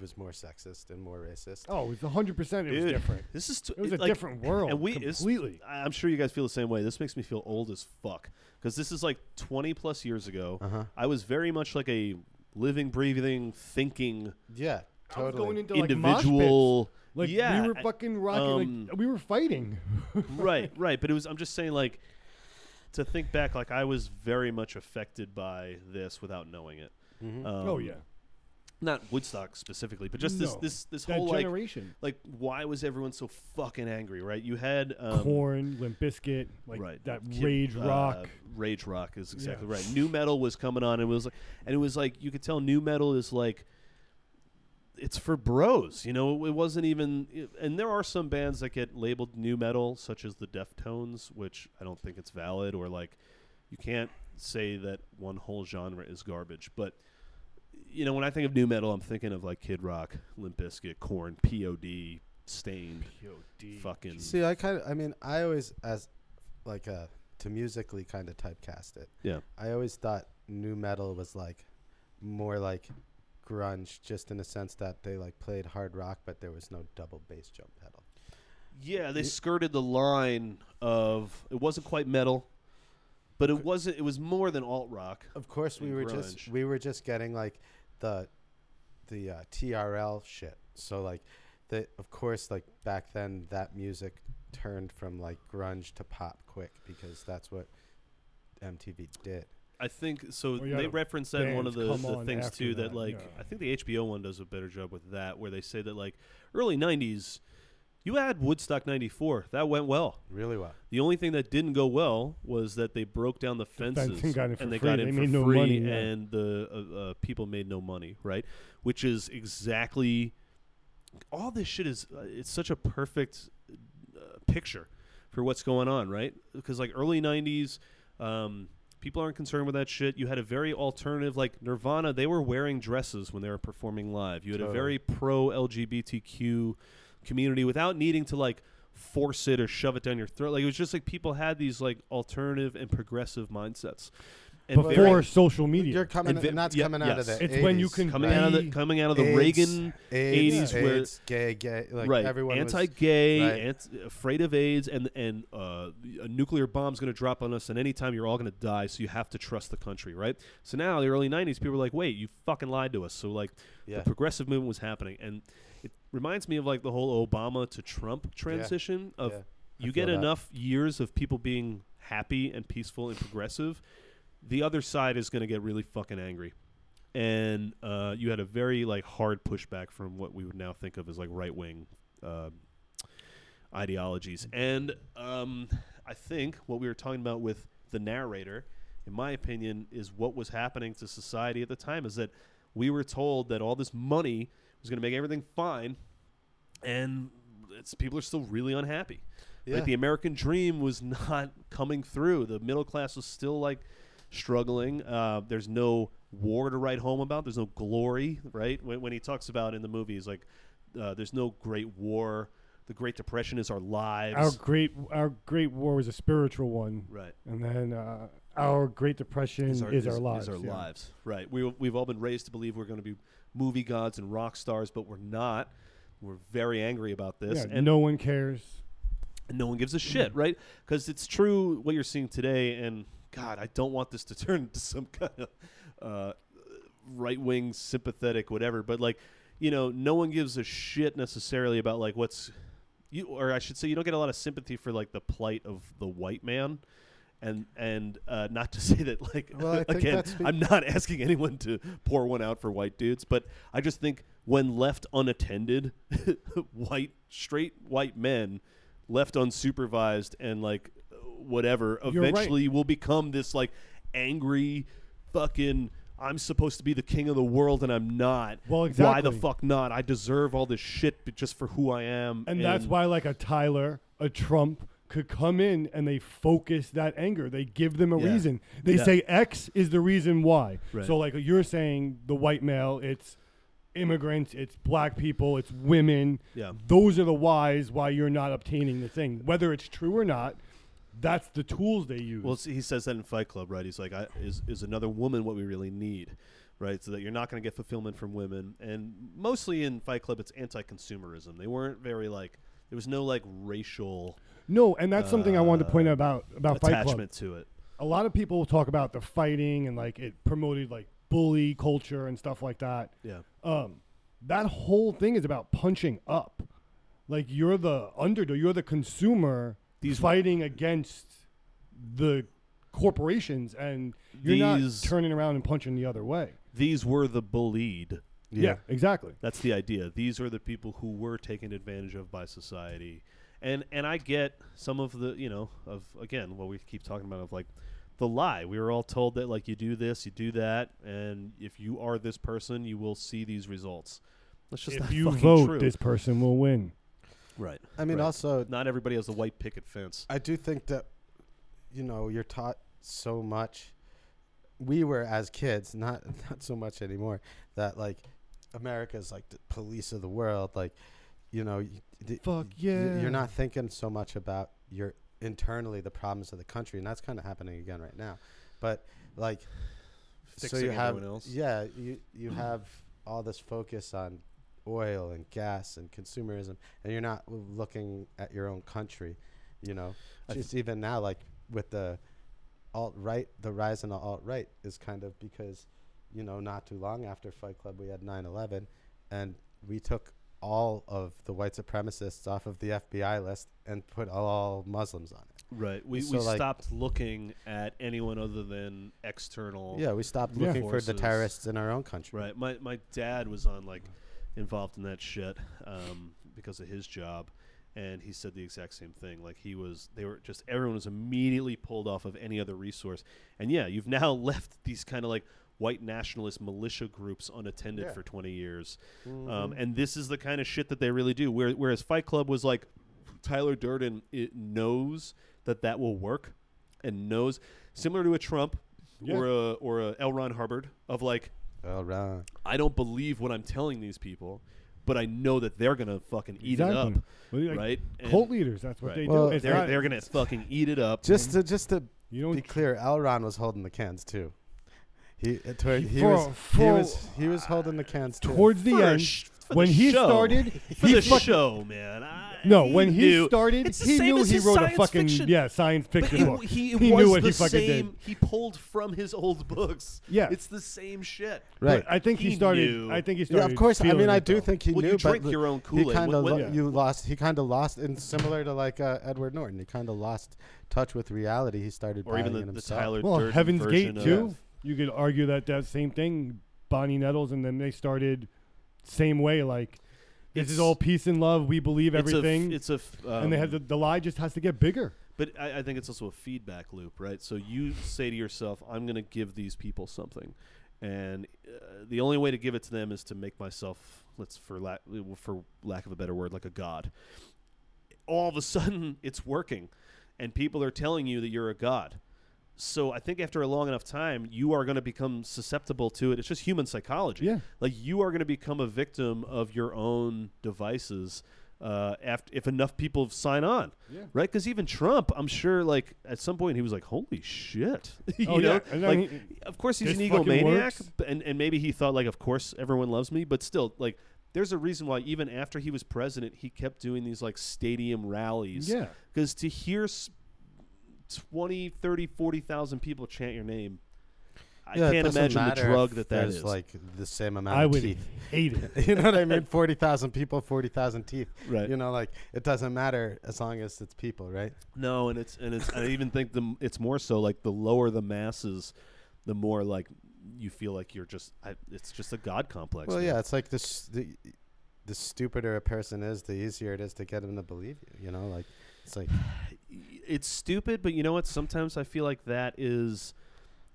was more sexist and more racist.
Oh, it's hundred percent. It was
Dude,
different.
This is t-
It was a
like-
different world.
and we it's-
completely.
I- I'm sure you guys feel the same way. This makes me feel old as fuck because this is like 20 plus years ago.
Uh-huh.
I was very much like a living, breathing, thinking
Yeah.
I was going
Totally.
into
individual.
Like, mosh pits. like
yeah,
we were
I-
fucking rocking.
um,
like we were fighting.
right, right. But it was. I'm just saying, like, to think back, like I was very much affected by this without knowing it.
Mhm.
Um,
oh yeah.
not Woodstock specifically, but just
No.
this this this
That
whole like
generation.
like why was everyone so fucking angry? Right, you had um,
Corn, Limp Bizkit, like
right
that
Kid-
rage
uh,
rock.
rage rock is exactly
Yeah.
right. New metal was coming on, and it was like, and it was like you could tell new metal is like. It's for bros, you know. It wasn't even, and there are some bands that get labeled new metal, such as the Deftones, which I don't think it's valid, or like, you can't say that one whole genre is garbage. But you know, when I think of new metal, I'm thinking of like Kid Rock, Limp Bizkit, Corn, P.O.D., Stained, fucking.
See, I kind of, I mean, I always, as like a, to musically kind of typecast it.
Yeah.
I always thought new metal was like more like grunge, just in the sense that they like played hard rock, but there was no double bass drum pedal.
Yeah, they skirted the line of it wasn't quite metal, but it wasn't. It was more than alt rock.
Of course, we
And
were
grunge.
just we were just getting like the the uh, TRL shit. So like the of course like back then that music turned from like grunge to pop quick because that's what MTV did.
I think so.
Well, yeah,
they reference that in one of
bands
the,
come
the
on
things
after
too. That,
that,
like
yeah.
I think the HBO one does a better job with that, where they say that like early '90s You had Woodstock 94. That went well.
Really well.
The only thing that didn't go well was that they broke down the
fencing
fences
got in for
and they
free.
got in
They
for
made no
free,
money, yeah.
and the uh, uh, people made no money, right? Which is exactly all this shit is. Uh, it's such a perfect uh, picture for what's going on, right? Because like early '90s, um, people aren't concerned with that shit. You had a very alternative, like Nirvana. They were wearing dresses when they were performing live. You had a
Totally.
very pro LGBTQ community without needing to like force it or shove it down your throat. Like it was just like people had these like alternative and progressive mindsets. And
before
very-
social media.
You're coming,
And vi-
and that's
yeah,
coming out of
yes.
the.
It's when you
80s,
can
coming
right?
out of the
be
coming out of the
AIDS,
Reagan
AIDS,
80s where-
AIDS, gay, gay, like
right
everyone was-
anti-gay,
right.
ant- afraid of AIDS, and and uh, a nuclear bomb's going to drop on us, and anytime you're all going to die, so you have to trust the country, right? So now the early '90s, people were like, "Wait, you fucking lied to us." So like,
Yeah.
the progressive movement was happening, and it reminds me of like the whole Obama to Trump transition of
yeah.
you get
feel that.
enough years of people being happy and peaceful and progressive, the other side is going to get really fucking angry. And uh, you had a very like hard pushback from what we would now think of as like right wing uh, ideologies. And um, I think what we were talking about with the narrator, in my opinion, is what was happening to society at the time is that we were told that all this money was going to make everything fine, and it's, people are still really unhappy.
Yeah.
Like the American dream was not coming through. The middle class was still like struggling. Uh, there's no war to write home about. There's no glory, right? When, when he talks about in the movie, he's like, uh, "There's no great war. The Great Depression is our lives."
our great our great war was a spiritual one,
right.
and then uh, our great depression is our, lives.
Is our
yeah.
lives. Right. We, we've all been raised to believe we're going to be movie gods and rock stars, but we're not. We're very angry about this.
Yeah,
and
no one cares.
and no one gives a
Mm-hmm.
shit, right? Because it's true what you're seeing today, and God, I don't want this to turn into some kind of uh, right wing sympathetic whatever. But like, you know, no one gives a shit necessarily about like what's you, or I should say, you don't get a lot of sympathy for like the plight of the white man. And and uh, not to say that like
Well, I think
again,
that's be-
I'm not asking anyone to pour one out for white dudes, but I just think when left unattended, white straight white men left unsupervised and like whatever
You're right.
eventually will become this like angry fucking I'm supposed to be the king of the world and I'm not.
Well,
Why the
exactly.
fuck not? I deserve all this shit b- just for who I am.
And, that's why, like a Tyler, a Trump could come in and they focus that anger. They give them a
Yeah.
reason. They
Yeah.
say X is the reason why.
Right.
So, like you're saying, the white male, it's immigrants, it's black people, it's women.
Yeah.
Those are the whys why you're not obtaining the thing, whether it's true or not. That's the tools they use.
Well, see, he says that in Fight Club, right? He's like, I, "Is is another woman what we really need?" Right, so that you're not going to get fulfillment from women, and mostly in Fight Club, it's anti-consumerism. They weren't very like there was no like racial
no, and that's something I wanted to point
uh,
out about about Fight Club.
attachment to it.
a lot of people talk about the fighting and like it promoted like bully culture and stuff like that.
Yeah,
Um, that whole thing is about punching up. Like you're the underdog, you're the consumer
These-
fighting against the corporations, and you're
These-
not turning around and punching the other way.
these were the bullied.
exactly.
That's the idea. These are the people who were taken advantage of by society, and and I get some of the you know of again what we keep talking about of like the lie. We were all told that like you do this, you do that, and if you are this person, you will see these results. That's just
if
not
you
fucking
vote,
true.
this person will win.
right.
I mean,
Right.
also,
Not everybody has the white picket fence.
I do think that, you know, you're taught so much. We were as kids, not not so much anymore. That like, America's like the police of the world. Like, you know, you, d-
Fuck
y-
yeah.
You're not thinking so much about your internally the problems of the country, and that's kind of happening again right now. But like,
Fixing
so you have
everyone else.
yeah, you you have all this focus on oil and gas and consumerism, and you're not looking at your own country. You know,
I
just even now, like with the alt right, the rise in the alt right is kind of because, you know, not too long after Fight Club, we had 9 11, and we took all of the white supremacists off of the FBI list and put all Muslims on it.
Right. We,
So,
we
like-
stopped looking at anyone other than external.
Yeah, we stopped
Yeah.
looking for
Forces.
the terrorists in our own country.
Right. My my dad was on like involved in that shit um, because of his job, and he said the exact same thing. Like he was, they were just everyone was immediately pulled off of any other resource. And yeah, you've now left these kind of like white nationalist militia groups unattended
Yeah. Mm-hmm.
for 20 years. Um, and this is the kind of shit that they really do. Where, whereas Fight Club was like, Tyler Durden it knows that that will work, and knows similar to a Trump
Yeah.
or a or a L. Ron Hubbard of like
All right.
I don't believe what I'm telling these people, but I know that they're gonna fucking eat it up,
Well, like,
right? And
Cult leaders. That's what
Right.
they
Well,
do. It's
They're
not-
they're gonna fucking eat it up.
Just to just to
you don't
be clear, Elron was holding the cans too. He uh, toward, he,
For-
was he
for-
was he was holding the cans too.
towards the
For a
end
sh- for
when
the
he
show.
started.
for
he
the
fucking-
show, man. I,
No, when he
knew-
started,
It's the
he
same
knew
as
he
his
wrote a
science
fucking
fiction.
yeah science
But
fiction
it,
book.
he, it
He
was
knew what
the
he fucking
same.
did.
He pulled from his old books.
Yeah.
it's the same shit.
right.
But I think he,
He
started.
knew.
I think he started.
yeah, of course. I
feeling
mean, I
it,
do
though.
think he
Well,
knew.
you
but
drink
the-
your own
He
Kool-Aid.
kind
What-
of
what-
Yeah.
you lost. He kind of lost, and similar to like uh, Edward Norton, he kind of lost touch with reality. He started
Or even
buying
the, the
it himself.
Tyler
Well,
Durden
Heaven's
version
Gate
of-
too. You could argue that that same thing, Bonnie Nettles, and then they started same way. Like this
It's-
is all peace and love. We believe
It's a f-
everything,
It's a f- um,
and they have the, the lie just has to get bigger.
But I, I think it's also a feedback loop, right? So you say to yourself, "I'm going to give these people something," and uh, the only way to give it to them is to make myself, let's for lack for lack of a better word, like a god. All of a sudden, it's working, and people are telling you that you're a god. So I think after a long enough time, you are going to become susceptible to it. It's just human psychology.
Yeah.
Like you are going to become a victim of your own devices uh, after if enough people sign on,
Yeah.
right? Because even Trump, I'm sure, like at some point he was like, "Holy shit!" you
Oh,
know,
yeah. And then
like
he-
of course he's an
this fucking
egomaniac,
works.
b- and and maybe he thought like, "Of course everyone loves me," but still, like, there's a reason why even after he was president, he kept doing these like stadium rallies,
Yeah.
because to hear s- 20, 30, 40,000 people chant your name. I
Yeah, it
can't
doesn't
imagine the
matter if
drug that that
there's,
is.
Like the same amount
I
of
would
teeth.
hate it.
you know what I mean? Forty thousand people, forty thousand teeth.
Right.
You know, like it doesn't matter as long as it's people, right?
No, and it's and it's. I even think the m- it's more so like the lower the masses, the more like you feel like you're just. I, it's just a god complex.
Well,
man.
yeah, it's like this the the stupider a person is, the easier it is to get them to believe you. You know, like it's like
it's stupid, but you know what? Sometimes I feel like that is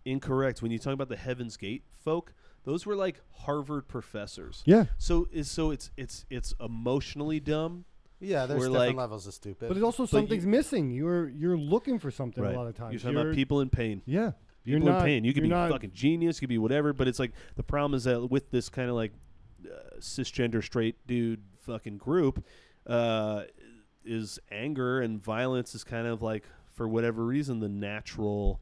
incorrect. When you talk about the Heaven's Gate folk, those were like Harvard professors.
Yeah,
So is so it's it's it's emotionally dumb.
yeah, there's
We're
different
like-
levels of stupid.
but it's also
But you-
something's missing. You're you're looking for something a lot of times.
You're talking about people in pain.
Yeah,
People
you're not
in pain. You could be
you're not-
fucking genius. You could be whatever. But it's like the problem is that with this kind of like uh, cisgender straight dude fucking group, uh, is anger and violence is kind of like for whatever reason the natural.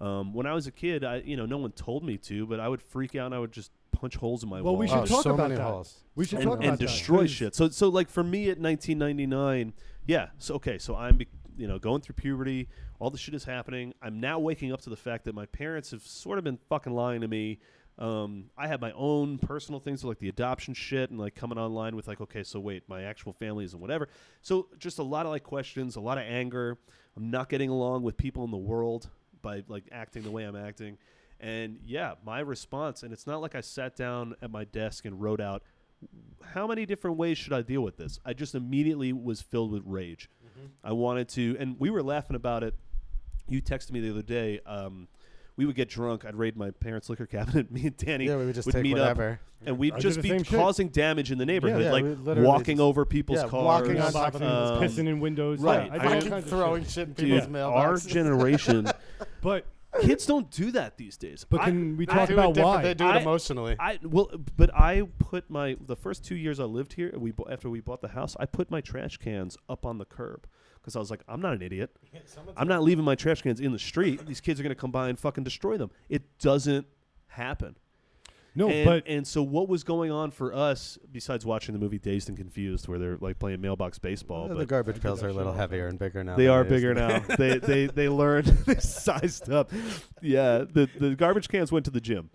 Um, when I was a kid, I you know no one told me to, but I would freak out and I would just punch holes in my
Well,
wall
we should
Oh,
talk
so
about
many
that.
holes.
We should
and,
talk
and
about that,
destroy
'cause
shit. So so like for me at 1999, yeah. So okay, so I'm be, you know going through puberty, all the shit is happening. I'm now waking up to the fact that my parents have sort of been fucking lying to me. Um, I had my own personal things like the adoption shit and like coming online with like okay, so wait, my actual family isn't whatever. So just a lot of like questions, a lot of anger. I'm not getting along with people in the world by like acting the way I'm acting. And yeah, my response, and it's not like I sat down at my desk and wrote out how many different ways should I deal with this? I just immediately was filled with rage.
Mm-hmm.
I wanted to, and we were laughing about it. You texted me the other day. Um, we would get drunk. I'd raid my parents' liquor cabinet. Me and Danny
yeah, we would just take
meet up,
whatever.
and we'd
I did
just
the
be
same shit.
causing damage in the neighborhood,
yeah,
like
we literally
walking
just-
over people's
yeah,
cars.
walking on top of
Mailboxes,
um,
pissing in windows.
right.
Yeah, I
I
did all
fucking
kinds of
throwing
shit.
shit in
Dude,
people's
our
mailboxes.
generation,
But
kids don't do that these days.
but
I-
can we
They
talk
do it
about
different-
why?
They do it
I-
emotionally.
I well, but I put my the first two years I lived here. We bou- after we bought the house, I put my trash cans up on the curb because I was like, I'm not an idiot. I'm not leaving my trash cans in the street. These kids are gonna come by and fucking destroy them. It doesn't happen.
No,
and,
but
and so what was going on for us besides watching the movie Dazed and Confused, where they're like playing mailbox
Oh,
baseball,
Uh, the
but
garbage pails are a little heavier and bigger now.
they
than
are
they used
bigger
to be.
now. they they they learned they sized up. Yeah, the the garbage cans went to the gym,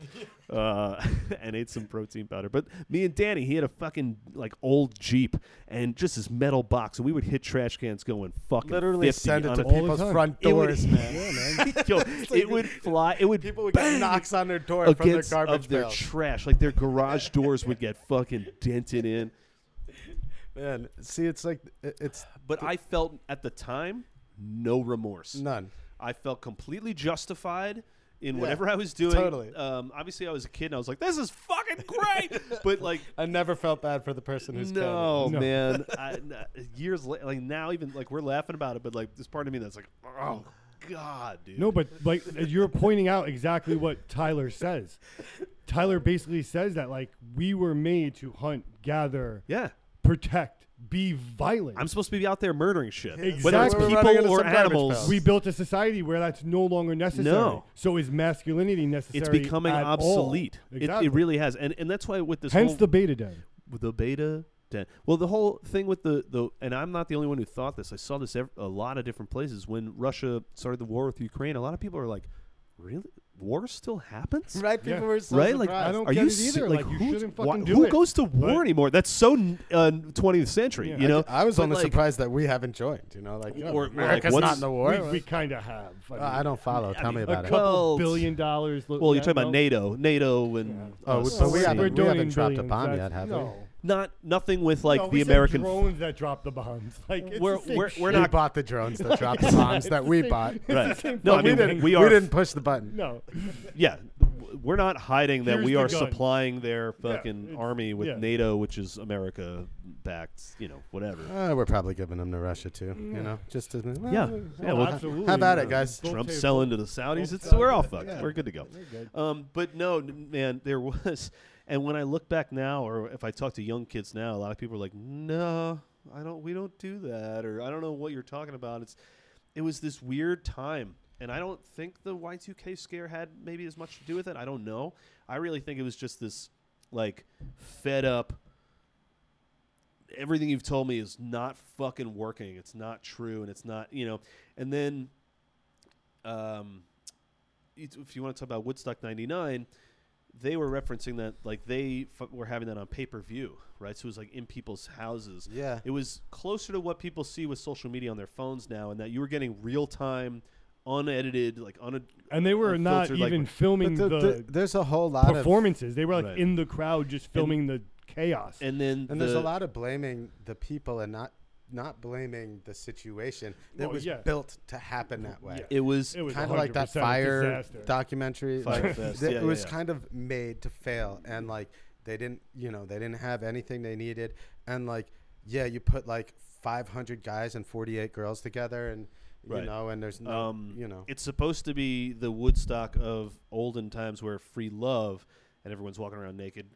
uh, and ate some protein powder. But me and Danny, he had a fucking like old Jeep and just this metal box, and we would hit trash cans going fucking
Literally
50
send it
on
to
a-
all the
people's
time.
front
It would-
doors, man.
Yo, it would fly. It would
People would
bang
get knocks on their door from their
against
garbage
of their
pails.
trash. Like their garage doors would get fucking dented in.
Man, see, it's like it- it's
but I felt at the time no remorse.
None.
I felt completely justified in
Yeah,
whatever I was doing.
totally.
Um, obviously, I was a kid and I was like, "This is fucking great," but like.
I never felt bad for the person who's
No,
No.
man. I, n- years la- like now, even like we're laughing about it, but like there's part of me that's like, oh god, dude.
No, but like you're pointing out exactly what Tyler says. Tyler basically says that like we were made to hunt, gather,
yeah,
protect, be violent.
I'm supposed to be out there murdering shit, whether
Exactly.
it's
We're
running into
people or
some garbage
animals.
pile.
we built a society where that's no longer necessary.
No.
So is masculinity necessary?
It's becoming
at all?
obsolete. It,
Exactly.
it really has, and and that's why with this
Hence
whole,
the beta den.
with the beta den. Well, the whole thing with the the and I'm not the only one who thought this. I saw this ev- a lot of different places when Russia started the war with Ukraine. A lot of people are like, "Really? War still happens?"
Right? People
Yeah.
were so
right? Like,
surprised.
I don't
are
get
you
it either.
se-
Like, you
who,
shouldn't
why-
fucking do
who
it.
goes to war
But-
anymore? That's so n- uh, 20th century,
Yeah.
you know.
I was
But,
only
like,
surprised that we haven't joined. You know, like you know,
Or- or, like,
America's
what's-
not in the war.
we we kind of have. I,
Uh, I don't follow. Tell me
mean,
about
a
it.
couple
Well,
billion dollars. lo-
Well, you're
yeah,
talking about
no?
NATO, NATO, and
Yeah.
Oh,
uh,
but we
Syria.
haven't-
We're
we
doing
haven't dropped a
billions.
bomb
That's-
yet, have we?
no.
not nothing with like
No, we
the
said
American.
drones that drop the bombs. Like it's
We're-
the same
we're-
shit.
we're
we
not-
bought the drones that dropped the bombs that we bought.
Right.
same
No, I
fucking
mean
thing.
we are.
didn't push the button.
No,
yeah, w- we're not hiding that
Here's
we
the
are
gun.
supplying their
Yeah,
fucking
it's-
army with
yeah.
NATO, which is America backed. You know, whatever.
Uh, we're probably giving them to Russia too. You know, just to well,
Yeah.
well,
Yeah,
Oh,
well,
absolutely.
how about it,
no.
guys?
Don't
Trump
say-
selling to the Saudis.
don't
It's
say
we're all
that.
fucked.
Yeah.
We're good to go.
You're good.
Um, but no, n- man, there was, and when I look back now, or if I talk to young kids now, a lot of people are like, "No, I don't. We don't do that," or "I don't know what you're talking about." It's, it was this weird time, and I don't think the Y2K scare had maybe as much to do with it. I don't know. I really think it was just this, like, fed up. Everything you've told me is not fucking working. It's not true, and it's not you know. And then, um, it's- if you want to talk about Woodstock '99, they were referencing that like they f- were having that on pay per view, right? So it was like in people's houses.
Yeah.
It was closer to what people see with social media on their phones now, and that you were getting real time, unedited, like un.
And they were not
unfiltered, like,
even filming
But
the,
the- the- there's a whole lot of
performances. They were like
Right.
in the crowd, just filming the chaos.
And then
and there's
the-
a lot of blaming the people and not not blaming the situation that
Well,
was
yeah.
built to happen that way.
It was
it was
Kind of like that
100%
fire
disaster.
documentary.
Fire
like,
Fest,
th-
yeah,
it was
yeah.
kind of made to fail, and like they didn't, you know, they didn't have anything they needed, and like yeah, you put like 500 guys and 48 girls together, and
Right.
you know, and there's no,
um,
you know,
it's supposed to be the Woodstock of olden times where free love and everyone's walking around naked.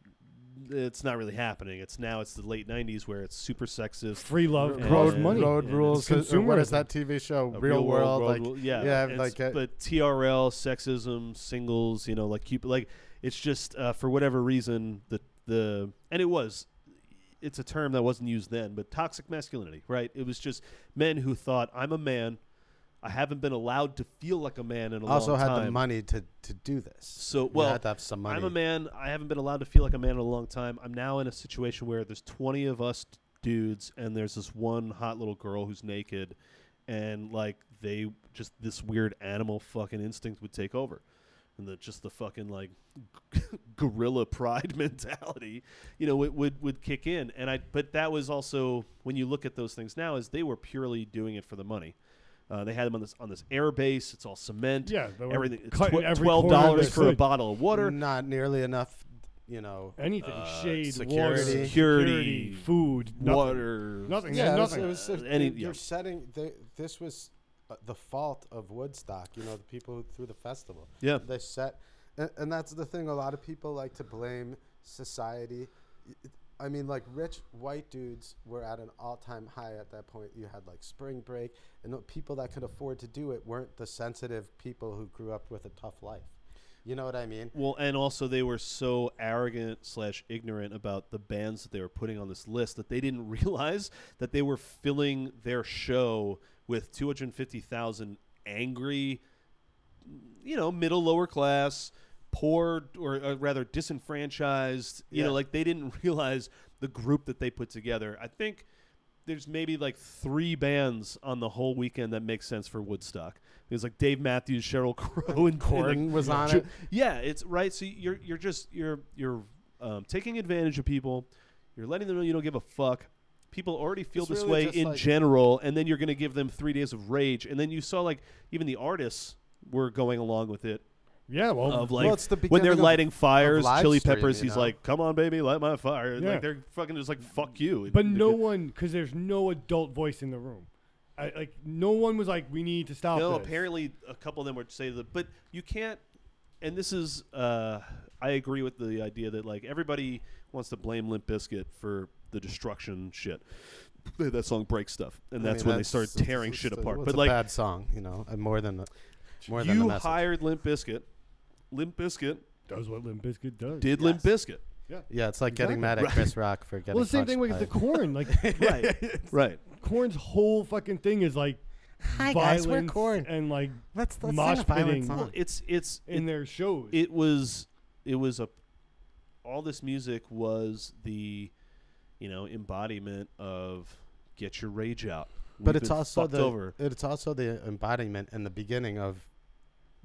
It's not really happening. It's now it's the late '90s where it's super sexist.
Free love
Yeah.
grows
Yeah.
money.
road
and
it's
rules. uh, What is
consumerism.
that TV show?
A
Real, world, like
World, yeah,
yeah,
it's-
like, uh,
but TRL, sexism, singles, you know, like keep like it's just uh, for whatever reason the the and it was it's a term that wasn't used then, but toxic masculinity, right? It was just men who thought I'm a man, I haven't been allowed to feel like a man in a
also
long
had
time.
the money to to do this.
So,
You
well,
had to have some money.
I'm a man. I haven't been allowed to feel like a man in a long time. I'm now in a situation where there's 20 of us t- dudes, and there's this one hot little girl who's naked, and like they just this weird animal fucking instinct would take over, and the just the fucking like gorilla pride mentality, you know, it would would kick in. And I, but that was also when you look at those things now, is they were purely doing it for the money. Uh, they had them on this on this air base. It's all cement.
Yeah, they were
everything. It's
cutting
tw-
every
Twelve
corner they
dollars for a
could.
bottle of water.
Not nearly enough, you know.
Anything,
Uh,
shade, water,
security.
Security.
food, nothing.
water.
nothing,
Yeah, it was,
nothing.
it was,
Uh,
uh,
any-
you're
yeah.
setting. The, this was uh, the fault of Woodstock. You know, the people who threw the festival.
Yeah.
they set, and, and that's the thing. A lot of people like to blame society. I mean, like rich white dudes were at an all-time high at that point. You had like spring break, and the people that could afford to do it weren't the sensitive people who grew up with a tough life. You know what I mean?
Well, and also they were so arrogant slash ignorant about the bands that they were putting on this list that they didn't realize that they were filling their show with two hundred fifty thousand angry, you know, middle lower class, poor or uh, rather disenfranchised. You know,
Yeah.
like they didn't realize the group that they put together. I think there's maybe like three bands on the whole weekend that make sense for Woodstock. There's like Dave Matthews, Cheryl Crow, and Corn.
Gordon was on
Ju-
it.
Yeah, it's right. So you're you're just you're you're um, taking advantage of people. You're letting them know you don't give a fuck, people already feel
It's
this
really
way
just
in
like-
general, and then you're going to give them three days of rage, and then you saw like even the artists were going along with it
Yeah, well,
of like
Oh, Well, it's the
when they're
beginning of-
lighting fires,
live
chili
stream,
peppers.
you
he's
know?
like, "Come on, baby, light my fire." And,
Yeah.
Like they're fucking just like, "Fuck you."
but
They
no
could-
one because there's no adult voice in the room. I, like no one was like, we need to stop.
No,
this."
apparently a couple of them would say that, but you can't. And this is, uh, I agree with the idea that like everybody wants to blame Limp Bizkit for the destruction shit. That song breaks stuff, and
I
that's
mean,
when they started
it's-
tearing
it's-
shit
it's a-
apart.
well,
But
it's a
like,
bad song, you know, uh, more than the, more than the
you
message.
hired Limp Bizkit. Limp Bizkit
does what Limp Bizkit does.
did Limp Bizkit.
yeah, it's like getting
Exactly.
mad at Chris Rock for getting.
well, the same thing with
punched
the
by-
corn. Like
Right. right.
corn's whole fucking thing is like
Hi
violence
guys, we're corn.
and like
Let's let's
mosh
sing a violent
pitting.
Well,
song.
it's it's
in their shows.
it was it was a all this music was the you know embodiment of get your rage out
but
We've
it's
been
also
fucked
the
over
it's also the embodiment and the beginning of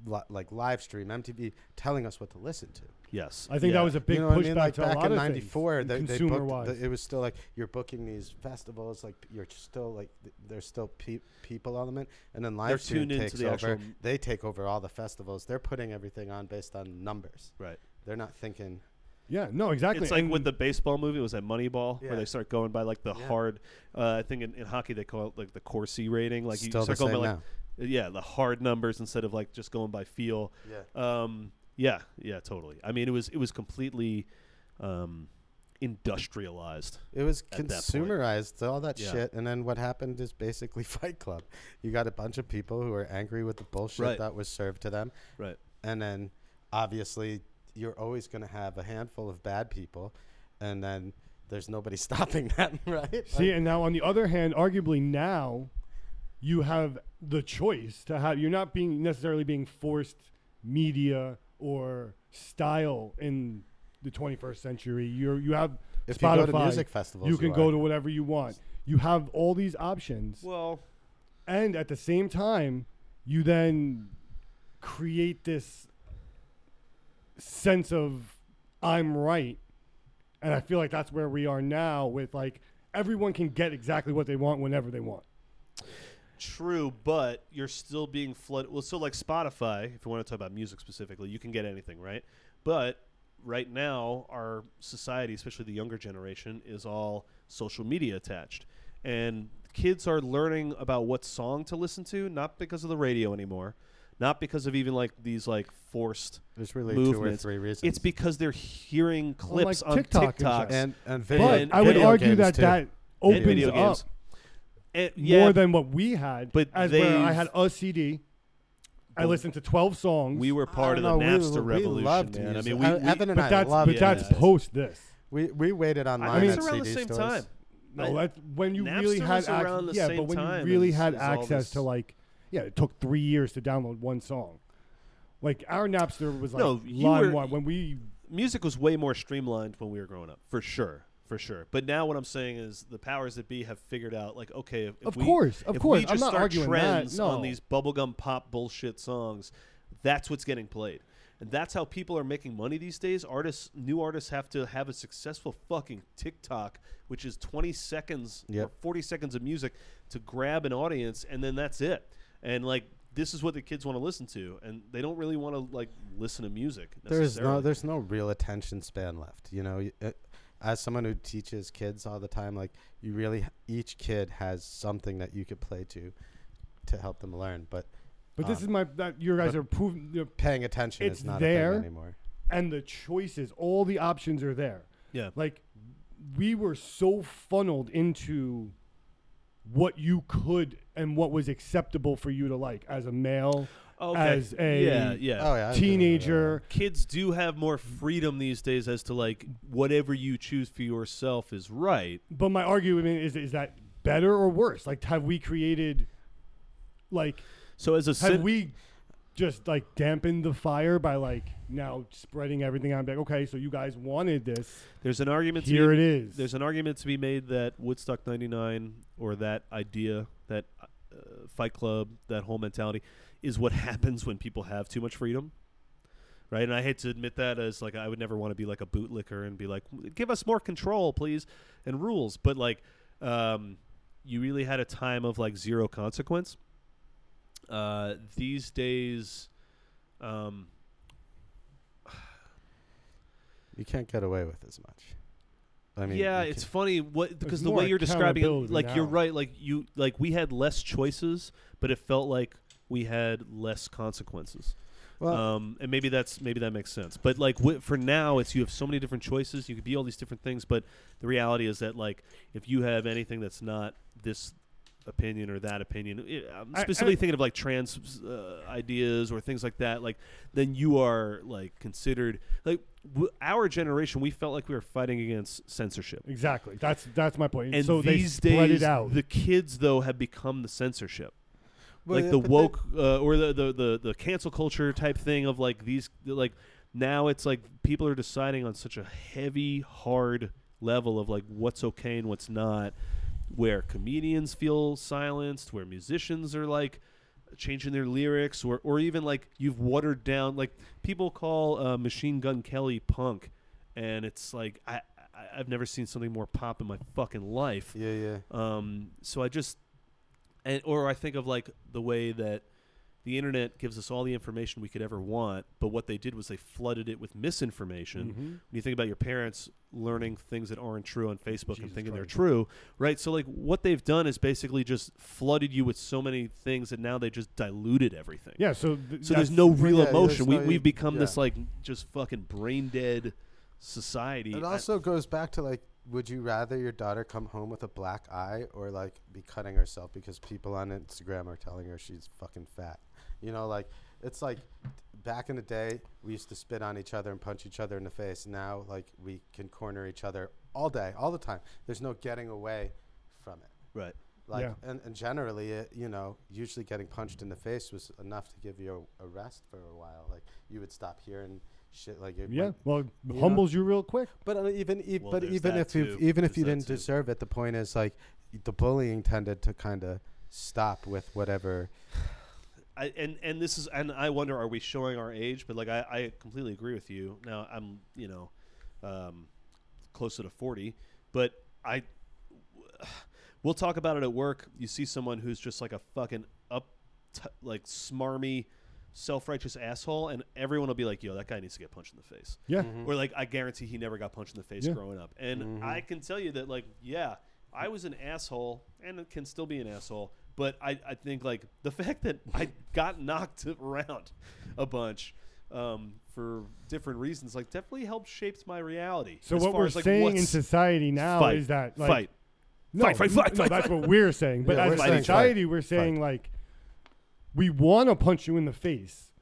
li- like live stream MTV telling us what to listen to.
yes
I think
Yeah.
that was a big
you know
pushback
what I mean? Like
to a
back
lot
in
of
'94,
things,
they, they
consumer
booked,
wise.
the, it was still like you're booking these festivals, like you're still like th- there's still pe- people element, and then live
They're
stream
tuned into
takes
the
over.
actual-
They take over all the festivals. They're putting everything on based on numbers.
right
They're not thinking.
yeah, no, exactly.
it's like
and
with the baseball movie was that moneyball where
Yeah.
they start going by like the
Yeah.
hard uh, i think in, in hockey they call it like the corsi rating like
Still
you start
the
going by
same
like yeah the hard numbers instead of like just going by feel
Yeah.
Um, yeah, yeah, totally. I mean, it was it was completely um, industrialized.
It was
at that point.
consumerized, all that
Yeah.
shit, and then what happened is basically Fight Club. You got a bunch of people who are angry with the bullshit
Right.
that was served to them,
Right.
and then obviously you're always going to have a handful of bad people, and then there's nobody stopping that, right?
see,
Like,
and now on the other hand, arguably now, you have the choice to have. You're not being necessarily being forced media or style in the 21st century. You're you have
if
Spotify.
you go to music festivals,
you can go
are.
to whatever you want. You have all these options.
Well,
and at the same time you then create this sense of i'm right and i feel like that's where we are now with like everyone can get exactly what they want whenever they want
true, but you're still being flooded. Well, so like Spotify, if you want to talk about music specifically, you can get anything, right? But right now, our society, especially the younger generation, is all social media attached, and kids are learning about what song to listen to, not because of the radio anymore, not because of even like these like forced
There's really
movements.
two or three reasons.
It's because they're hearing clips on
TikTok and
TikTok.
shit.
and and video,
but
and
i would
video
argue
games,
that
too.
that
and
opens
video
up
games. And- yeah,
more than what we had
But
as where i
they've-
had a cd i
But
listened to 12 songs
we were
I
part of the
don't know, we-
Napster
we
revolution,
loved
man. I
music.
mean, we, we
Evan and
but
I
that's
loved
but that's
music.
post this
we we waited online
I mean,
at
it's around the
CD
same
stores.
time.
No,
I-
that's when you
Napster
really had
was around
access.
the
Yeah,
same
but when you
time
really
as-
had
as all
access
this-
to like, yeah, it took three years to download one song. Like our Napster was like
No, you were-
LimeWire. When we
music was way more streamlined when we were growing up, for sure, for sure. But now, what I'm saying is, the powers that be have figured out, like, okay, if, if
Of
we-
course, of
if
course.
we
I'm
just
not
start
arguing that,
trends
no.
on these bubblegum pop bullshit songs, that's what's getting played. And that's how people are making money these days. Artists, new artists have to have a successful fucking TikTok, which is 20 seconds or
Yep.
40 seconds of music to grab an audience, and then that's it. And like, this is what the kids want to listen to, and they don't really want to like listen to music.
there's no
necessarily.
there's no real attention span left you know Y- uh, as someone who teaches kids all the time like you really h- each kid has something that you could play to to help them learn but
but this
Uh,
Um,
is my that you guys
but-
are proving you know,
paying attention
It's
is not a
there.
thing anymore
and the choices, all the options are there.
Yeah.
Like we were so funneled into what you could and what was acceptable for you to like as a male,
okay.
as a
yeah yeah
Oh, yeah I agree with that.
teenager.
kids do have more freedom these days as to like whatever you choose for yourself is right
But my argument is is that better or worse? Like, have we created, like,
so as a
have
cit-
we just like dampened the fire by like now spreading everything out? Like, okay, so you guys wanted this.
there's an argument
Here
to
it
be,
is.
there's an argument to be made that woodstock 99 or that idea that uh, fight club that whole mentality is what happens when people have too much freedom right and i hate to admit that as like i would never want to be like a bootlicker and be like give us more control please and rules but like um, you really had a time of like zero consequence. Uh, these days, um,
You can't get away with as much. I mean,
yeah,
you
it's funny what because the
more
way you're describing it,
accountability
like you're
now.
right, like you like we had less choices, but it felt like we had less consequences.
can't- well,
um, and maybe that's maybe that makes sense. But like w- for now, it's you have so many different choices. You could be all these different things, but the reality is that like if you have anything that's not this opinion or that opinion, i- I'm
I-
specifically
I-
thinking of like trans uh, ideas or things like that. Like then you are like considered like w- our generation. We felt like we were fighting against censorship.
Exactly. That's that's my point.
And
so
these
they spread
days,
it out.
the kids though have become the censorship
well,
like
yeah,
the
but then-
woke uh, or the, the the the cancel culture type thing of like these like now it's like people are deciding on such a heavy hard level of like what's okay and what's not where comedians feel silenced where musicians are like changing their lyrics or or even like you've watered down like people call uh, machine gun kelly punk and it's like I, I i've never seen something more pop in my fucking life
yeah, yeah.
um, so I just, and or I think of like the way that the internet gives us all the information we could ever want, but what they did was they flooded it with misinformation.
Mm-hmm.
When you think about your parents learning things that aren't true on Facebook and
Jesus
thinking
Christ.
they're true, right? So like what they've done is basically just flooded you with so many things that now they just diluted everything.
yeah. So th-
So there's
that's-
no real
yeah,
emotion. We
there's no-
we've become
yeah.
this like just fucking brain dead society.
It
I-
also goes back to like, would you rather your daughter come home with a black eye or like be cutting herself because people on Instagram are telling her she's fucking fat? You know, like it's like back in the day we used to spit on each other and punch each other in the face. Now like we can corner each other all day, all the time. There's no getting away from it.
right.
Like
Yeah.
and, and generally, it, you know, usually getting punched in the face was enough to give you a, a rest for a while. Like you would stop hearing shit. Like it
Yeah.
went-
Well, it
know?
humbles you real quick.
but uh, even e-
Well,
but
there's
even
that
if you
too.
even if
There's
you
that
didn't
too.
deserve it, the point is like the bullying tended to kind of stop with whatever.
I, and and this is and I wonder are we showing our age? But like I, I completely agree with you. Now I'm you know um, closer to forty, but I we'll talk about it at work. You see someone who's just like a fucking up t- like smarmy, self righteous asshole, and everyone will be like, "Yo, that guy needs to get punched in the face."
Yeah.
Or like I guarantee he never got punched in the face
Mm-hmm. Yeah. Mm-hmm.
growing up. And I can tell you that like yeah, I was an asshole and can still be an asshole, but I, I think like the fact that I got knocked around a bunch um, for different reasons like definitely helped shapes my reality.
So
as
what
far
we're
as, like,
saying
what's-
in society now
fight,
is that like
fight.
No,
Fight, fight,
n-
fight,
no,
fight,
that's what we're saying. But
Yeah,
as
we're
a
saying
society,
fight,
we're saying like we want to punch you in the face,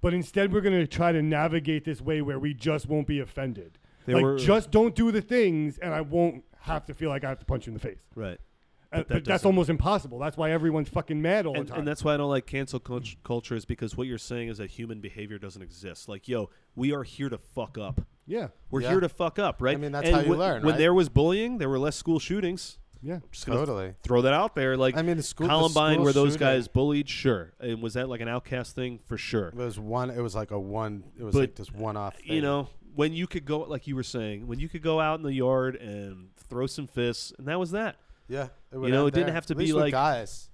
but instead we're going to try to navigate this way where we just won't be offended.
There
like
were-
just don't do the things, and I won't have to feel like I have to punch you in the face.
Right.
Uh,
that
But, that's
doesn't-
almost impossible. That's why everyone's fucking mad all
And,
the time.
and that's why I don't like cancel cult- culture is because what you're saying is that human behavior doesn't exist. Like, yo, we are here to fuck up.
yeah,
We're
Yeah.
here to fuck up, right?
I mean, that's
and
how you
when-
learn,
When
right?
there was bullying, there were less school shootings.
yeah.
Just gonna
Totally.
throw that out there. Like
I mean, the school- the
Columbine,
school
were those
shooting-
guys bullied? Sure. And was that like an outcast thing? For sure.
It was one. It was like a one. It was
But,
like this one off.
you know, when you could go, like you were saying, when you could go out in the yard and throw some fists, and that was that.
Yeah.
you know, it didn't have to be like-
guys.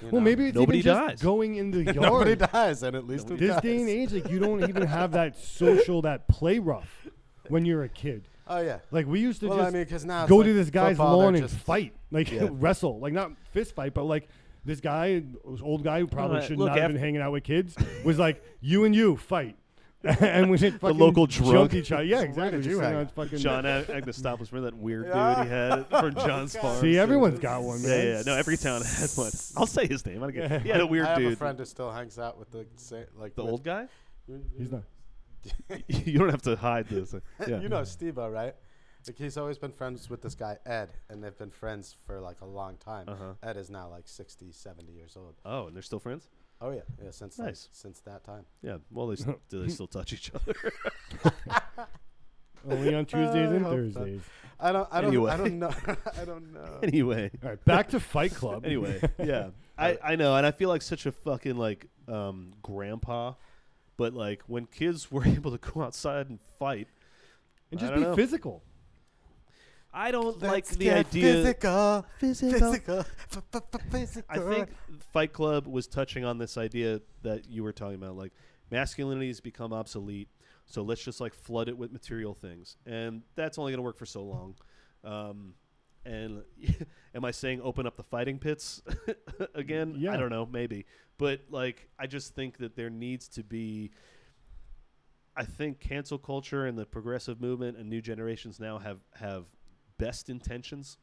you
Well,
know?
maybe it's
Nobody
even just
dies.
going in the
nobody
yard.
dies, and at least with
This
guys.
day and age, like you don't even have that social, that play rough when you're a kid.
Oh yeah.
Like we used to
Well,
just
I mean, because now it's
go
like
to this guy's
football, they're
lawn and
just-
fight, like
Yeah.
wrestle, like not fist fight, but like this guy, this old guy who probably
Alright,
should
look,
not have
af-
been hanging out with kids, was like, "You and you fight," and we hit fucking
local drunk.
drunk each other. Yeah, exactly.
did you
Just
hang
hang
out?
out fucking-
John Ag- Agostopoulos, remember that weird
Yeah.
dude he had from
Oh,
John's farm?
See, everyone's got one,
Yeah,
man.
yeah, no, every town had one. I'll say his name. I don't get. He had a weird
I have
dude.
a friend who still hangs out with the sa- like
the
with-
old guy.
He's not.
you don't have to hide this. Yeah.
you know Steve right? Like he's always been friends with this guy Ed, and they've been friends for like a long time.
Uh-huh.
Ed is now like 60, 70 years old.
Oh, and they're still friends.
Oh yeah, yeah. Since like,
Nice.
since that time.
Yeah. Well, they s- do they still touch each other?
Only on Tuesdays
I
and
hope so.
Thursdays.
I don't. I don't.
Anyway.
I don't know. I don't know.
anyway.
All right, back to Fight Club.
Anyway. Yeah. I I know, and I feel like such a fucking like um grandpa, but like when kids were able to go outside and fight, I
and just
don't
be
know.
physical.
I don't like
Let's
the
get
idea.
Physical,
Physical.
physical, f- f- f- physical.
I think Fight Club was touching on this idea that you were talking about, like masculinity has become obsolete, so let's just like flood it with material things, and that's only going to work for so long. Um, and am I saying open up the fighting pits again? I
Yeah.
don't know, maybe, but like I just think that there needs to be. I think cancel culture and the progressive movement and new generations now have have best intentions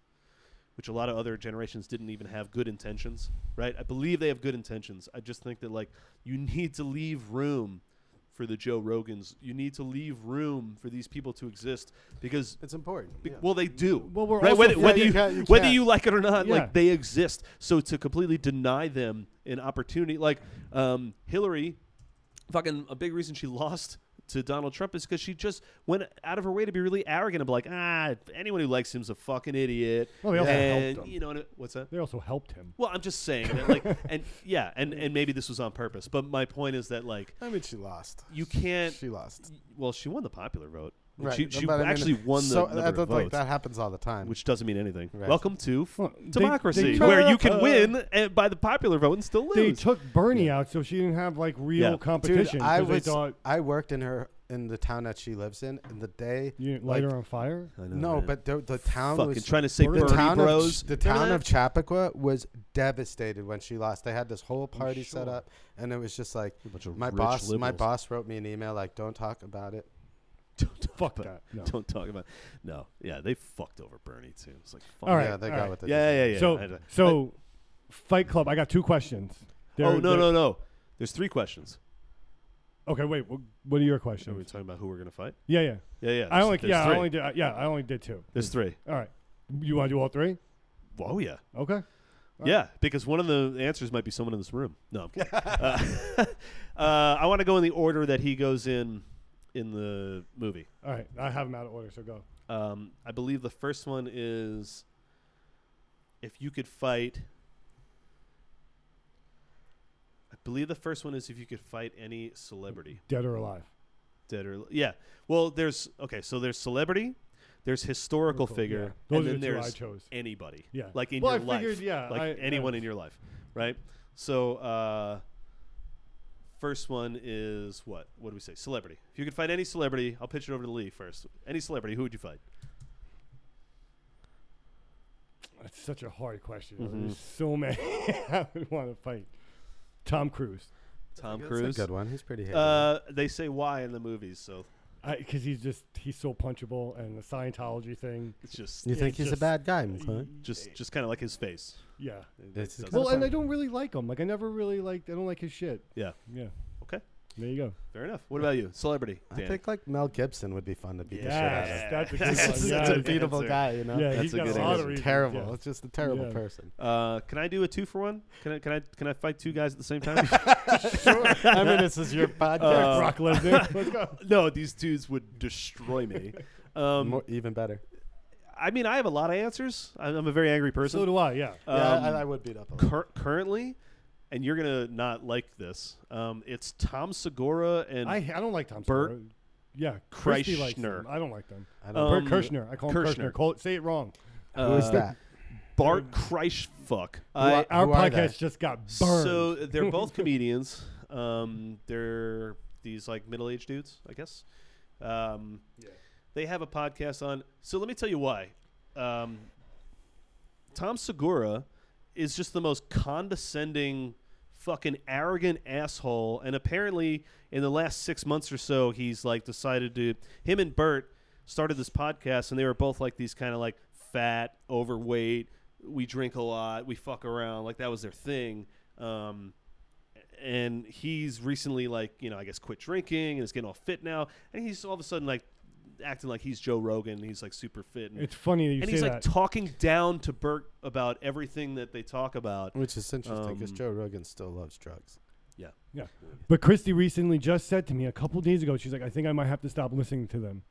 which a lot of other generations didn't even have good intentions, right? I believe they have good intentions. I just think that like you need to leave room for the Joe Rogans. You need to leave room for these people to exist because
it's important.
be-
yeah.
well they do.
Well, we're
right?
also-
whether
Yeah,
whether
you
you,
can't- you
whether
can't.
you like it or not,
Yeah.
like they exist. So to completely deny them an opportunity, like um, Hillary, fucking a big reason she lost to Donald Trump is because she just went out of her way to be really arrogant and be like, ah, anyone who likes him's a fucking idiot.
Well, they also
and
helped him.
you know and it- what's that?
They also helped him.
Well, I'm just saying that, like, and yeah, and and maybe this was on purpose, but my point is that like
I mean, she lost.
you can't.
She lost.
well, she won the popular vote.
Right.
She, she
But I mean,
actually won the
so
number
I
of
thought, like,
votes
that happens all the time.
which doesn't mean anything.
Right.
Welcome to f-
Well, they-
democracy,
they- uh,
where you can win and by the popular vote and still
They
lose.
took Bernie out, so she didn't have like real
Yeah. Dude,
competition.
Dude, I
'cause they
was.
thought
I worked in her in the town that she lives in, and the day
you didn't
like,
light her on fire.
I know,
No,
right?
but the, the town
fucking
was
trying to say
The
Bernie
the town
Bros.
of the
Remember
town
that?
of Chappaqua was devastated when she lost. They had this whole party set
sure.
up, and it was just like
A bunch of
my
rich
boss. My
liberals.
boss wrote me an email like, "Don't talk about it."
Don't talk
Fuck
about-
that. No.
Don't talk about. No, yeah, they fucked over Bernie too. It's like fuck.
All right,
yeah, they
all
got
right.
what they
Yeah, yeah,
did.
yeah. yeah. I-
So,
I-
so Fight Club. I got two questions. They're-
oh no,
they're-
no, no. There's three questions.
Okay, wait. wh- What are
Are
your
we
questions?
talking about who we're gonna fight?
Yeah, yeah.
Yeah, yeah.
I
there's-
only,
there's
yeah,
three.
I only did, uh, yeah, I only did two.
There's three.
All right. You want to do all three?
Oh yeah.
Okay. All
Yeah, because one of the answers might be someone in this room. No, I'm kidding. uh, uh, I want to go in the order that he goes in in the movie.
All right. I have them out of order, so go.
Um, I believe the first one is if you could fight. I believe the first one is if you could fight any celebrity,
Dead or alive.
dead or yeah. Well, there's okay. So there's celebrity, there's historical
Cool,
figure,
yeah. Those
and
are
then
the two I
there's
chose.
anybody.
Yeah.
like in
Well,
your
I
life.
figured, yeah,
like
I-
anyone
I-
in your life, right? So, uh, first one is what? What do we say? Celebrity. If you could fight any celebrity, I'll pitch it over to Lee first. Any celebrity, who would you fight?
That's such a hard question.
Mhm.
There's so many I would want to fight. Tom Cruise.
Tom
That's
Cruise.
a good one. He's pretty. hit, man.
Uh, they say why in the movies, so
Because he's just, he's so punchable and the Scientology thing.
it's just
you think
it's
he's a
just-
bad guy? huh?
just just kind of like his face.
Yeah.
It
This is
doesn't-
kinda
Well, and
funny.
I don't really like him. Like, I never really liked, I don't like his shit.
Yeah.
Yeah.
Okay.
There you go.
fair enough. What about you? Celebrity.
I
Dan.
think like Mel Gibson would be fun to beat the shit out
Yes,
of.
that's a good
That's-
one.
that's
Yeah,
a
yeah.
beat-
Beatable
answer.
guy, you know.
Yeah,
that's
he's
a
got
good
a lot of
answer.
reasons,
Terrible.
yeah.
It's just a terrible
Yeah.
person.
Uh, can I do a two for one? Can I can I can I fight two guys at the same time?
I mean, this is your podcast.
Uh,
Brock Lesnar. Let's go.
no, these dudes would destroy me. Um,
More, even better.
I mean, I have a lot of answers. I'm, I'm a very angry person.
So do I, yeah.
Um,
yeah, I, I would beat up. a lot.
cur- currently, and you're gonna not like this. Um, it's Tom Segura and
I, I don't like Tom
Uh, Bert
Segura. Yeah, Christy likes
Kreischer.
them. I don't like them.
I don't.
Um,
Bert Kirshner. I call him Kirshner.
Kirshner.
Call it, say it wrong.
uh,
who is that?
Bart Kreisch. Fuck.
are-
I,
Our
Who are they?
podcast just got burned.
So uh, they're both comedians. Um, they're these like middle aged dudes, I guess. Um, They have a podcast on. So let me tell you why. Um, Tom Segura is just the most condescending, fucking arrogant asshole. And apparently, in the last six months or so, he's like decided to. Him and Bert started this podcast, and they were both like these kind of like fat, overweight. We drink a lot. We fuck around. Like that was their thing. Um, and he's recently like you know I guess quit drinking and is getting all fit now, and he's all of a sudden like acting like he's Joe Rogan. He's like super fit. And,
it's funny that you
and
say
he's like
that.
talking down to Bert about everything that they talk about.
Which is interesting because
Um,
Joe Rogan still loves drugs.
but Christy recently just said to me a couple days ago, she's like, I think I might have to stop listening to them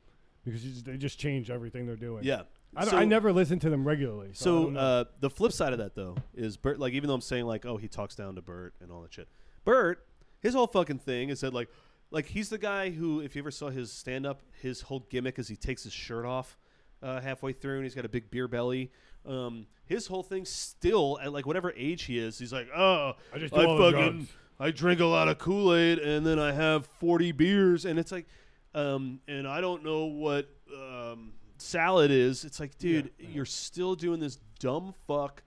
because she's- they just changed everything they're doing.
Yeah.
I, don't-
So-
I never listen to them regularly. So, I
So
don't know.
uh, the flip side of that though is Bert. Like even though I'm saying like oh he talks down to Bert and all that shit, Bert his whole fucking thing is that like like he's the guy who if you ever saw his stand up his whole gimmick is he takes his shirt off uh, halfway through, and he's got a big beer belly. Um, his whole thing still at like whatever age he is, he's like, oh,
I just do
I
all the
fucking
drugs.
I drink a lot of Kool Aid, and then I have forty beers, and it's like, um, and I don't know what um, salad is. It's like, dude, you're still doing this dumb fuck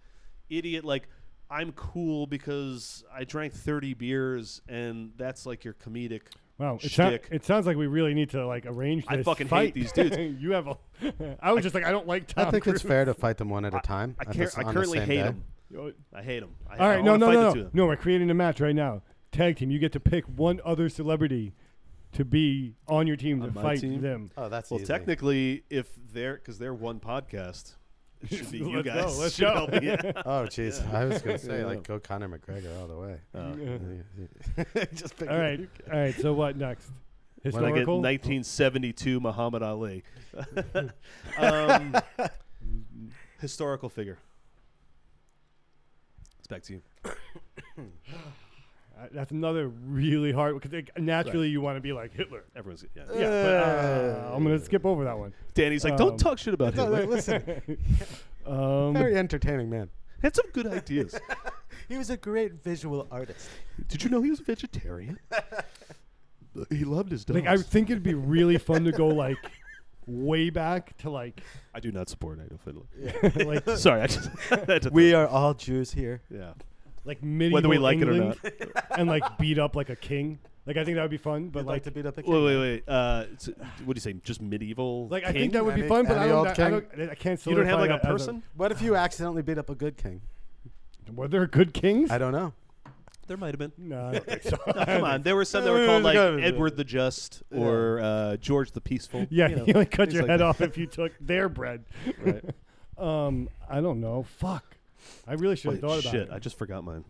idiot like. I'm cool because I drank 30 beers, and that's like your comedic.
Wow, it, sou-
shtick.
it sounds like we really need to like arrange.
I
This
fucking hate
fight.
these dudes.
you have a. I was just like, I don't like Tom.
I think
Cruise.
it's fair to fight them one at a time.
I,
at the
cur-
s-
I
on the
currently
same
hate
day.
him. I hate him. I,
All
I
right, no,
wanna
no,
fight the two
no, no,
of them.
no. We're creating a match right now. Tag team. You get to pick one other celebrity to be on your team to
On my
fight
team?
them.
Oh, that's
Well,
easy.
technically, if they're because they're one podcast, it should be you
Let's go,
guys.
let's
should
go.
help me out.
Oh, jeez. I was gonna say
Yeah.
like go Conor McGregor all the way.
Oh.
Yeah.
Just pick
All right, all right. So what next?
When I get
Historical.
1972 Muhammad Ali, um, historical figure. It's back to you.
Uh, That's another really hard because naturally you want to be like Hitler.
Everyone's yeah.
Yeah, but uh, I'm gonna skip over that one.
Danny's like, don't
Um,
talk shit about
No, no,
Hitler.
listen,
Um,
very entertaining man.
Had some good ideas.
He was a great visual artist.
Did you know he was a vegetarian? he loved his dogs.
like I think it'd be really fun to go like way back to like
I do not support Adolf Hitler.
like
Sorry, I just had to
We are all Jews here.
yeah.
like medieval
Whether we like it or
England
not.
and like beat up like a king. Like I think that would be fun, but
You'd
like
like to beat up a
Wait, wait, wait. Uh, it's- what do you say? Just medieval?
like I
king?
think that would be
Any-
fun, but I
any
don't,
old
I,
king?
don't I can't
you don't have
solidify
like a
that as
person.
What if you accidentally beat up a good king?
Were there good kings?
I don't know.
There might have been.
no, I don't think so.
come on, there were some that were called like Edward the Just or uh, George the Peaceful.
Yeah,
you
you,
know,
only cut
things
your
like
head
that.
off if you took their bread.
Right.
Um, I don't know. Fuck. I really should have
Wait,
thought about
shit,
it.
I just forgot mine.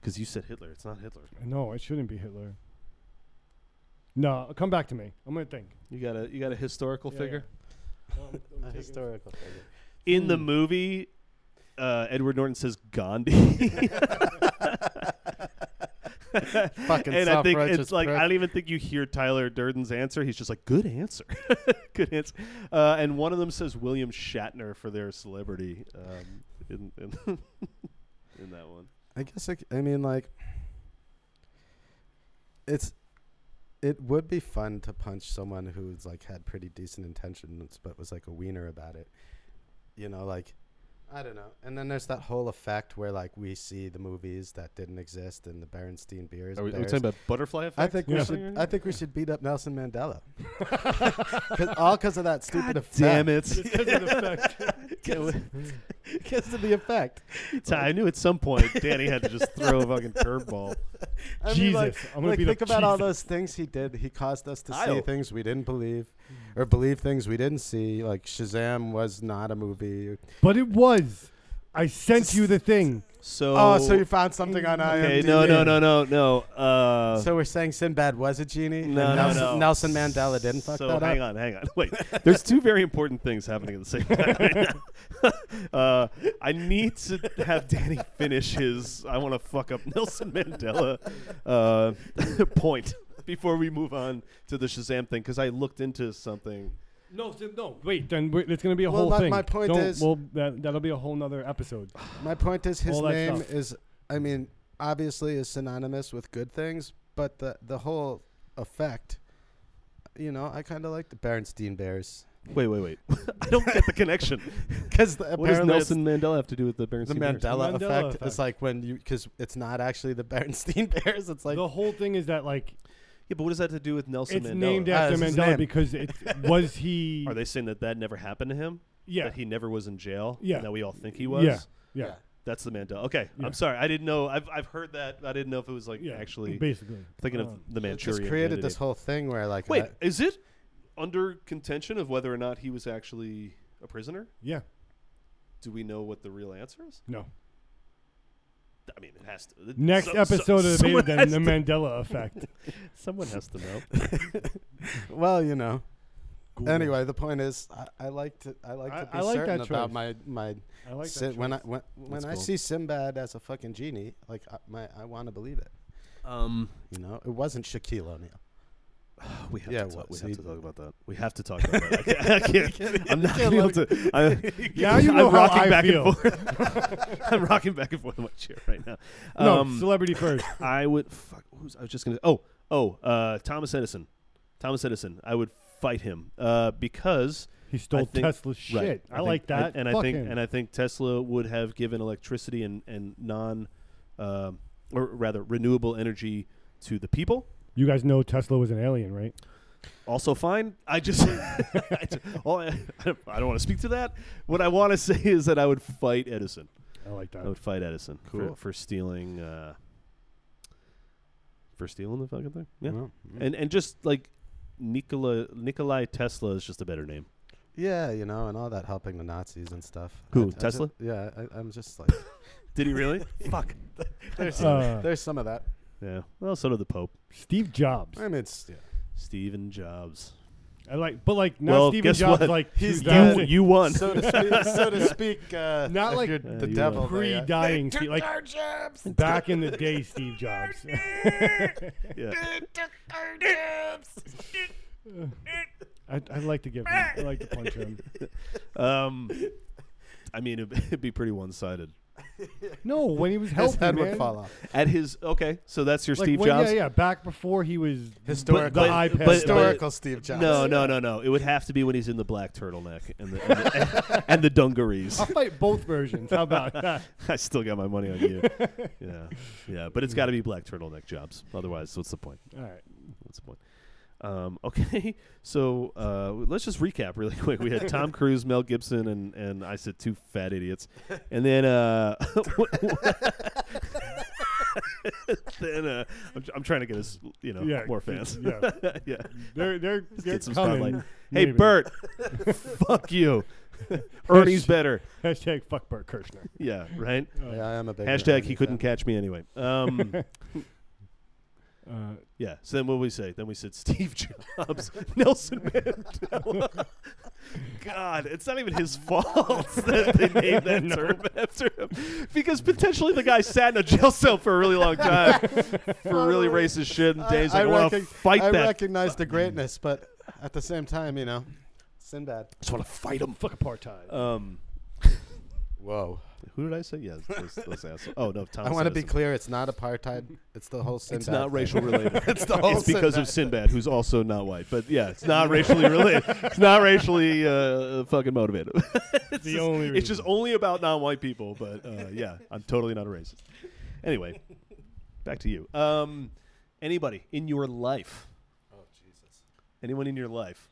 Because you said Hitler. It's not Hitler.
No, it shouldn't be Hitler. No, come back to me. I'm gonna think.
You got a you got a historical
Yeah,
figure
A historical figure.
in the movie. Uh, Edward Norton says Gandhi,
Fucking
and I think
self-righteous
it's like
prick.
I don't even think you hear Tyler Durden's answer. He's just like, "Good answer, good answer." Uh, and one of them says William Shatner for their celebrity um, in in, in that one.
I guess I, c- I mean like it's it would be fun to punch someone who's like had pretty decent intentions but was like a wiener about it. You know, like I don't know. And then there's that whole effect where like we see the movies that didn't exist and the Berenstein beers.
Are we, are we
bears.
talking about butterfly effect?
I think we
Yeah.
should. I think we should beat up Nelson Mandela, 'Cause- all because of that stupid effect.
Damn it!
Just 'cause of the fact-
because of the effect.
I knew at some point Danny had to just throw a fucking curveball.
I
Jesus,
like,
I'm gonna
like,
beat up
think about all
Jesus.
those things he did. He caused us to see
I'll-
things we didn't believe,
Hmm.
or believe things we didn't see. Like Shazam was not a movie.
but it was. I sent you the thing.
So
Oh, so you found something on
okay?
IMDb?
No, no, no, no, no. Uh,
So we're saying Sinbad was a genie. and
no, no,
Nelson,
no.
Nelson Mandela didn't fuck
so
that
hang
up.
on, hang on. Wait, there's two very important things happening at the same time. Right now. uh, I need to have Danny finish his. I want to fuck up Nelson Mandela uh, point before we move on to the Shazam thing because I looked into something.
No, no. Wait, then we it's gonna be a
Well,
whole
my-
thing.
my point
Don't-
is-
well, that, that'll be a whole nother episode.
My point is his
All that
name
stuff.
is. I mean, obviously, is synonymous with good things, but the the whole effect. You know, I kind of like the Berenstein Bears
Wait, wait, wait. I don't get the connection.
because apparently
what does
it's-
Nelson Mandela have to do with the Berenstein
The
Bears?
Mandela,
Mandela
effect,
effect.
is like when you because it's not actually the Bernstein Bears. It's like
the whole thing is that like
Yeah, but what does that have to do with Nelson
it's
Mandela?
named
Ah,
after
it's his
Mandela
name.
because it was he.
Are they saying that that never happened to him?
Yeah,
That he never was in jail?
Yeah.
And that we all think he was?
Yeah. yeah,
That's the Mandela. Okay.
Yeah.
I'm sorry. I didn't know. I've, I've heard that. I didn't know if it was like
yeah.
actually
basically
thinking
Uh,
of the
it just
Manchurian.
created
candidate.
this whole thing where like
Wait,
I-
is it under contention of whether or not he was actually a prisoner?
yeah.
Do we know what the real answer is?
No.
I mean, it has to. it-
Next
so- so-
episode of the
someone
Beta then
has
the
to-
Mandela effect.
Someone has to know.
well, you know.
Google.
Anyway, the point is, I, I like to I like
I-
to be
I like
certain
that
about
choice.
my my
I like
si-
that.
when I
choice.
when, when
That's
I
cool.
see Sinbad as a fucking genie, like I, my I want to believe it.
Um,
You know, it wasn't Shaquille O'Neal.
We have
Yeah,
to talk.
what,
we
so
have
you-
to talk about that. We have to talk about that. I can't. I can't I'm not gonna be able to. I,
Now you know
I'm
how
rocking
I
back
feel.
and forth. I'm rocking back and forth in my chair right now.
No,
Um,
celebrity first.
I would. Fuck, who's, I was just gonna. Oh, oh, uh, Thomas Edison. Thomas Edison. I would fight him uh, because
He stole
think-
Tesla's shit.
right,
I,
think-
like that.
And, and
Fuck
I think
him.
and I think Tesla would have given electricity and and non, um or rather renewable energy to the people.
you guys know Tesla was an alien, right?
Also fine. I just, I, ju- all I, I don't want to speak to that. What I want to say is that I would fight Edison.
I like that.
I would fight Edison
Cool.
for, for stealing uh, for stealing the fucking thing. Yeah.
Mm-hmm.
Well, mm.
and and just like Nikola Nikolai Tesla is just a better name.
yeah, you know, and all that helping the Nazis and stuff.
Who,
I- I ju-
Tesla?
yeah, I, I'm just like,
Did he really? Fuck.
there's,
Uh,
there's some of that.
Yeah. Well, so did the Pope,
Steve Jobs.
I mean, it's yeah.
Steven Jobs.
I like, but like not
Well,
Steven
guess
Jobs.
what?
Like
He's
he's
dead.
You you won.
so to speak. So to speak uh,
Not
if
like
you're
Yeah,
the
you
devil.
are.
they, uh,
pre-dying, Steve, like back in the day, Steve Jobs.
yeah.
I'd, I'd like to give. Him, I'd like to punch him.
Um, I mean, it'd, it'd be pretty one-sided.
No, when he was
His
healthy,
head
man.
would fall off.
At his okay, so that's your
Like,
Steve
when-
Jobs.
Yeah, yeah. Back before he was
Historical-
the iPad.
But-
Historical Steve Jobs.
No, no, no, no. It would have to be when he's in the black turtleneck and the and the, and the dungarees.
I'll fight both versions. How about that?
I still got my money on you. Yeah, yeah, but it's got to be black turtleneck jobs. Otherwise, what's the point?
All right.
What's the point? Um, okay, so uh, let's just recap really quick. We had Tom Cruise, Mel Gibson, and and I said two fat idiots, and then uh, what- what- then uh, I'm, I'm trying to get us you know
Yeah,
more fans.
Yeah,
yeah,
they're they're they're
get some
coming.
spotlight. Hey
Maybe.
Bert, fuck you. Ernie's better.
Hashtag fuck Bert Kirshner.
Yeah, right.
Oh, Yeah, I am a big
Hashtag he
Ernie
couldn't
fan.
catch me anyway. Um,
Uh,
yeah. So then what did we say? Then we said Steve Jobs, Nelson Mandela. God, it's not even his fault that they named that term after him, because potentially the guy sat in a jail cell for a really long time for really racist shit, and Dave's like, I, want to
recog-
fight
I
that.
recognize the greatness, but at the same time, you know, Sinbad.
just want to fight him.
fuck apartheid.
Um,
Whoa.
who did I say? Yes, those, those assholes. Oh no, Tom.
I want to be
Edison.
clear. It's not apartheid. It's the whole Sinbad.
It's not
thing.
racial related.
it's the whole.
it's because of Sinbad, who's also not white. But yeah, it's not racially related. It's not racially uh, fucking motivated. it's
the
just,
only
It's just
reason.
only about non-white people. But uh, yeah, I'm totally not a racist. Anyway, back to you. Um, anybody in your life?
Oh Jesus.
Anyone in your life?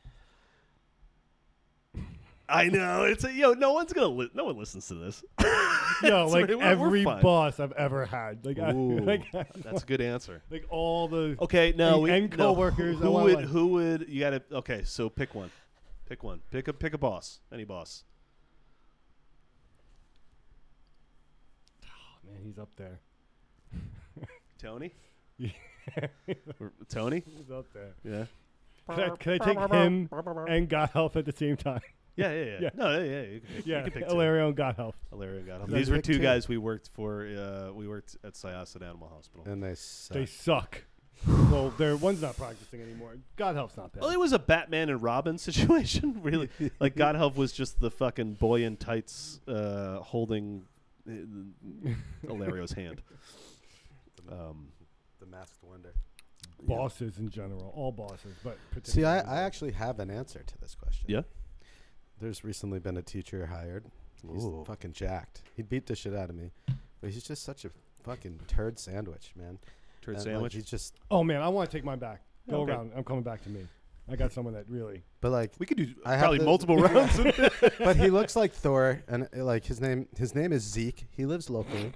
I know it's a, yo. No one's gonna. Li- no one listens to this.
Yo, like
we're- we're
every
fine.
boss I've ever had. Like, I,
Ooh,
like,
that's a good answer.
like all the. oh,
Okay, no,
And-
we,
and
no,
coworkers, I
Who,
want
would?
one.
Who would? You gotta. Okay, so pick one. Pick one. Pick a pick a boss. Any boss.
Man, he's up there.
Tony.
Yeah.
Or- Tony.
He's up there.
Yeah.
Could I, could I take him and God Health at the same time?
Yeah, yeah, yeah.
Yeah.
No, yeah, yeah. You can pick,
Yeah,
you can pick two.
Hilario and God Health.
Hilario got him.
You
These
gotta
were
pick
two
two.
guys we worked for. Uh, we worked at Syosset Animal Hospital.
And they suck.
They suck. well, their one's not practicing anymore. God Health's not bad.
Well, Oh, it was a Batman and Robin situation, really. like God help was just the fucking boy in tights uh, holding uh, Hilario's hand. Um,
The masked wonder.
bosses in general, all bosses, but
See, I,
particularly-
I actually have an answer to this question.
Yeah?
There's recently been a teacher hired. He's
Ooh.
fucking jacked. He beat the shit out of me, but he's just such a fucking turd sandwich, man.
turd
And, like,
sandwich.
he's just.
Oh man, I want to take mine back. Go
Okay.
around. I'm coming back to me. I got someone that really.
But like,
we could do
I have
probably
to-
multiple rounds.
but he looks like Thor, and uh, like his name, his name is Zeke. He lives locally,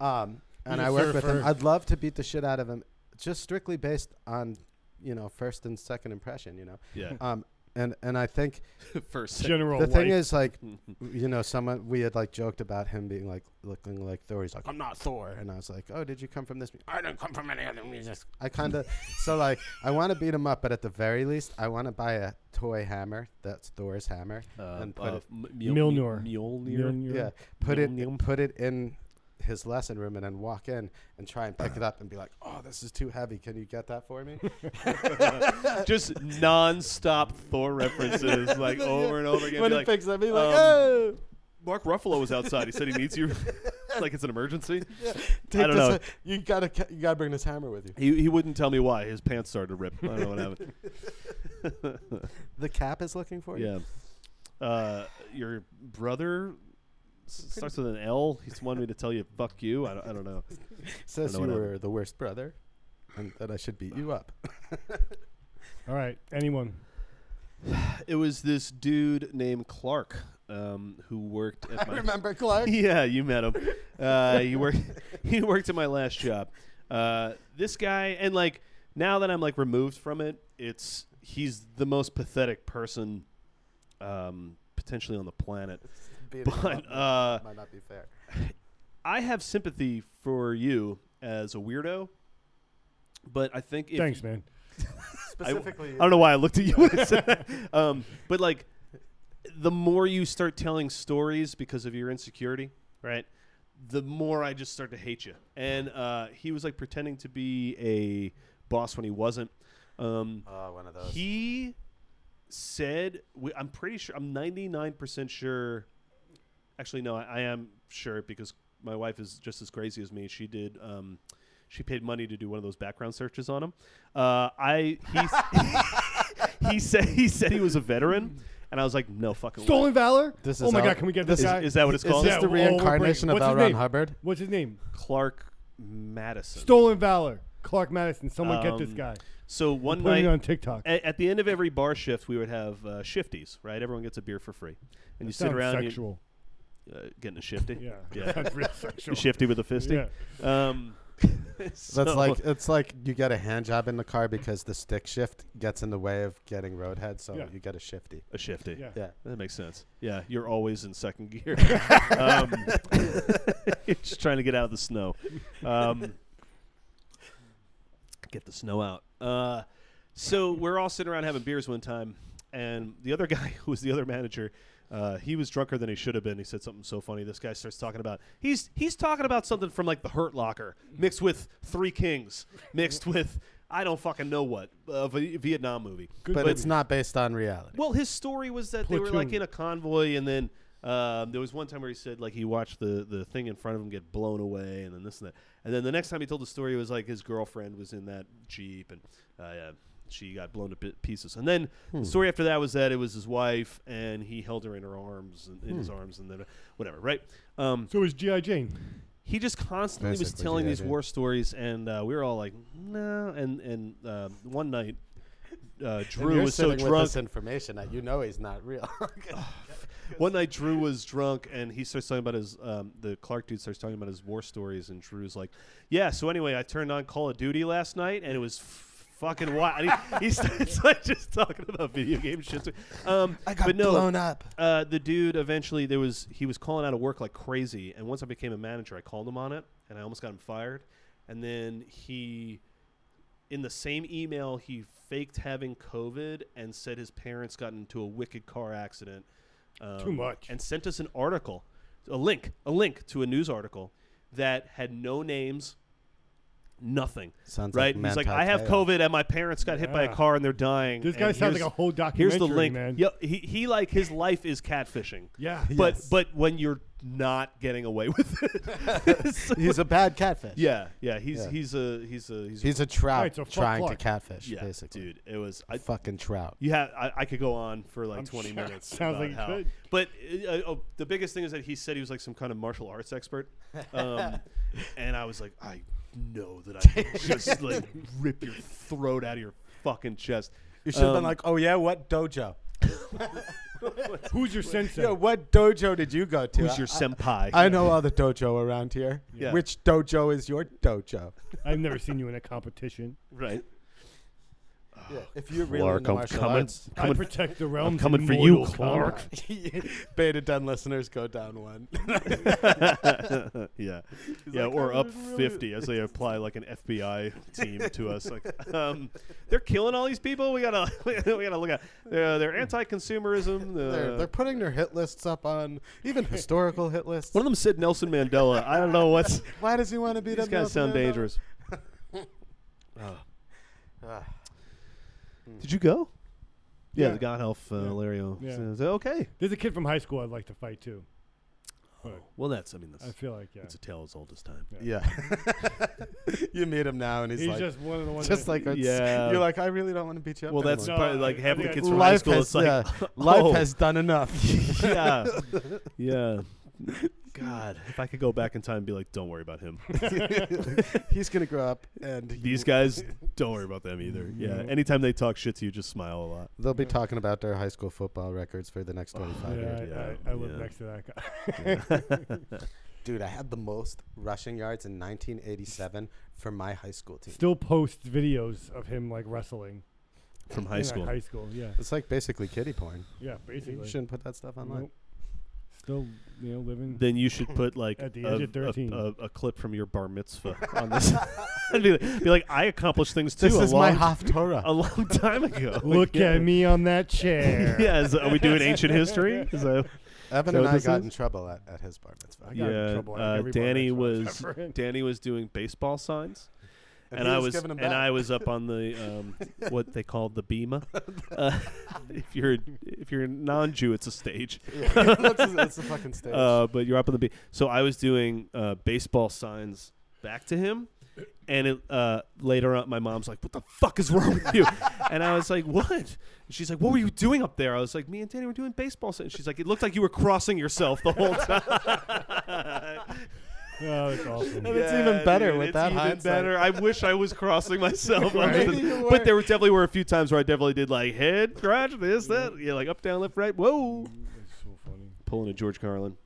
um,
He's
and
a
I work with him.
surfer.
I'd love to beat the shit out of him, just strictly based on, you know, first and second impression. You know,
yeah,
um, and and I think
first.
General.
the
White.
thing is like,
Um,
you know, someone we had like joked about him being like looking like Thor. He's like, I'm not Thor, and I was like, Oh, did you come from this? mu-" I didn't come from any other music. I kind of so like I want to beat him up, but at the very least, I want to buy a toy hammer that's Thor's hammer
Uh,
and put
uh,
it
M- Mjol-
Milnor.
Mjolnir.
You're- you're-
yeah, put it
Yum, yum.
put it in his lesson room and then walk in and try and pick it up and be like, "Oh, this is too heavy. Can you get that for me?"
Just nonstop Thor references, like over and over again.
when
Be
he
like,
picks it up, he's like,
um,
"Oh,
Mark Ruffalo was outside. He said he needs you. It's like it's an emergency.
take
I don't
this,
know.
uh, You gotta, ca- you gotta bring this hammer with you."
He, he wouldn't tell me why. His pants started to rip. I don't know what happened.
The cap is looking for you.
Yeah. Uh, your brother s- starts with an L. He's wanted me to tell you, fuck you. I don't, I don't know.
Says
know
you
what
were
happened.
the worst brother, and that I should beat you up.
All right, anyone?
It was this dude named Clark um, who worked at
I
my.
remember Clark.
yeah, you met him. Uh, he worked. He worked at my last job. Uh, this guy, and like now that I'm like removed from it, it's he's the most pathetic person, um, potentially on the planet.
Beating him
But
up
uh,
might not be fair.
I have sympathy for you as a weirdo. But I think if
Thanks, man.
Specifically,
I don't know why I looked at you. when I said that. um, but like, the more you start telling stories because of your insecurity, right? The more I just start to hate you. And uh, he was like pretending to be a boss when he wasn't. Um,
Oh, one of those.
he said, we, "I'm pretty sure. I'm 99 percent sure. Actually, no, I, I am sure because my wife is just as crazy as me. She did. Um, she paid money to do one of those background searches on him. Uh, I he, s- he said he said he was a veteran, and I was like, no fucking way.
Stolen Valor.
This
oh
is
my
all-
god, can we get this,
Is,
guy?
is that what it's
is
called?
this
Yeah,
the
we'll- we'll bring-
reincarnation of
what's his
L.
name?
Ron Hubbard?
What's his name?
Clark Madison.
Stolen Valor. Clark Madison. Someone get this
Um,
guy.
so one
Putting
night
it on TikTok.
A- at the end of every bar shift, we would have uh, shifties, right? Everyone gets a beer for free, and you sit
Sounds
around and you-
Sexual.
uh, getting a shifty.
Yeah.
yeah.
That's real sexual.
You shifty with a fisty. Um,
That's like it's like you get a hand job in the car because the stick shift gets in the way of getting roadhead, so
Yeah.
you get a shifty.
a shifty.
Yeah.
Yeah.
That makes sense. Yeah, you're always in second gear. um, you're just trying to get out of the snow. Um, get the snow out. Uh, so we're all sitting around having beers one time, and the other guy who was the other manager, uh, he was drunker than he should have been. He said something so funny. This guy starts talking about he's he's talking about something from like the Hurt Locker, mixed with Three Kings, mixed with I don't fucking know what of a Vietnam movie.
Good
But
movie.
it's not based on reality.
Well, his story was that they were like
Platoon.
in a convoy, and then um, there was one time where he said like he watched the the thing in front of him get blown away, and then this and that, and then the next time he told the story it was like his girlfriend was in that jeep, and uh, yeah, she got blown to pi- pieces, and then
Hmm.
the story after that was that it was his wife, and he held her in her arms, and, in
Hmm.
his arms, and then uh, whatever, right? Um,
So is G.I. Jane.
he just constantly was
Basically,
telling
yeah,
these
dude.
war stories, and uh, we were all like, no. And and uh, one night, uh,
And
Drew
you're
was so
sitting
drunk.
With this information that you know he's not real.
One night, Drew was drunk, and he starts talking about his. Um, the Clark dude starts talking about his war stories, and Drew's like, "Yeah." So anyway, I turned on Call of Duty last night, and it was f- fucking wild. And he, he starts like just talking about video game shit. Um,
I got
but no,
blown up.
Uh, the dude eventually there was he was calling out of work like crazy, and once I became a manager, I called him on it, and I almost got him fired. And then he in the same email he faked having covid and said his parents got into a wicked car accident um,
much.
and sent us an article a link a link to a news article that had no names nothing
Sounds
right
like
he's like
Manti
i have
Teo.
covid and my parents got hit by a
Yeah.
car and they're dying
This
and
guy sounds like
here's-
a whole documentary,
here's the link
man.
Yo, he, he like his life is catfishing
Yeah.
but
Yes.
but when you're not getting away with it So-
He's a bad catfish.
yeah yeah he's
Yeah.
he's a he's a he's, a
He's a trout
Right, so fuck
trying
Clark.
to catfish,
yeah
basically.
dude it was I,
Fucking trout.
you have I, I could go on for like
I'm
20
sure it
minutes.
sounds
about
like you
how-
could.
But uh, uh, oh, the biggest thing is that he said he was like some kind of martial arts expert, um, and I was like, I know that I could just like rip your throat out of your fucking chest.
You should have
Um,
been like, oh yeah, what dojo?
Who's your sensei?
Yeah, what dojo did you go to?
Who's your
I-
senpai?
I know all the dojo around here.
Yeah.
Which dojo is your dojo?
I've never seen you in a competition.
right. Uh,
Yeah, if you're really
Clark,
into
I'm
martial
coming.
arts,
I
Coming-
protect the realm.
coming for you, Clark.
beta done listeners go down one.
yeah, yeah,
like,
or
"I'm
up
just really-"
fifty as they apply like an FBI team to us. Like, um, they're killing all these people. We gotta, we gotta look at. They're, they're anti-consumerism. Uh,
they're, they're putting their hit lists up on even historical hit lists.
one of them said Nelson Mandela. I don't know what's.
Why does he want to be?
These guys sound dangerous. Ah.
Ah. Hmm.
Did you go? Yeah,
Yeah.
the God Health uh,
Yeah.
Lario.
Yeah.
says, okay.
There's a kid from high school I'd like to fight too. But
Well, that's. I mean, that's.
I feel like yeah.
It's a tale as old as time.
Yeah, you meet him now, and he's,
He's
like, just,
just one of the ones. that-
like, it's-
Yeah.
you're like, I really don't want to beat you up.
Well, that's
anymore."
No,
probably
I-
like
I
half the
think I-
kids from high
life
school.
has
it's like,
yeah, life
oh.
has done enough.
yeah, yeah. God, if I could go back in time and be like, don't worry about him.
he's gonna grow up, and he-
These guys, don't worry about them either. Yeah.
Yeah.
Anytime they talk shit to you, just smile a lot.
they'll be talking about their high school football records for the
Oh,
next 25
Yeah,
years.
I,
Yeah,
I, I live
yeah.
next to that guy.
Dude, I had the most rushing yards in 1987 for my high school team.
Still posts videos of him like wrestling
From
in,
high
like,
school.
high school, yeah,
It's like basically kiddie porn.
yeah,
You
basically.
shouldn't put that stuff online.
Nope. Still, you know, living.
Then you should put like
At the
a,
age of
a-
13.
a, a clip from your bar mitzvah on this. and be, like, be like, I accomplished things too.
This
a
is
long,
my Haftorah.
a long time ago. Like,
Look
yeah.
at me on that chair.
Yeah, is, are we doing ancient history? Is that-
Evan
So
and I
this
got
is-
in trouble at, at his bar mitzvah.
I got in
yeah.
trouble, like,
Uh,
every bar
Danny
mitzvah I was
was
ever in.
Danny was doing baseball signs. and,
he
I was,
giving 'em
and
back.
I was up on the um, what they called the bema. Uh, if you're if you're non-Jew, it's a stage.
Yeah. that's, that's the fucking stage.
Uh, but you're up on the bema. So I was doing uh, baseball signs back to him, and it, uh, later on, my mom's like, "What the fuck is wrong with you?" and I was like, "What?" And she's like, "What were you doing up there?" I was like, "Me and Danny were doing baseball signs." She's like, "It looked like you were crossing yourself the whole time."
Oh, that's awesome.
And it's even better with
it's
that
even
hindsight.
better. I wish I was crossing myself, on
Right?
this.
You were.
but there were definitely were a few times where I definitely did like head crotch this that yeah like up down left right whoa
That's so funny.
pulling a George Carlin.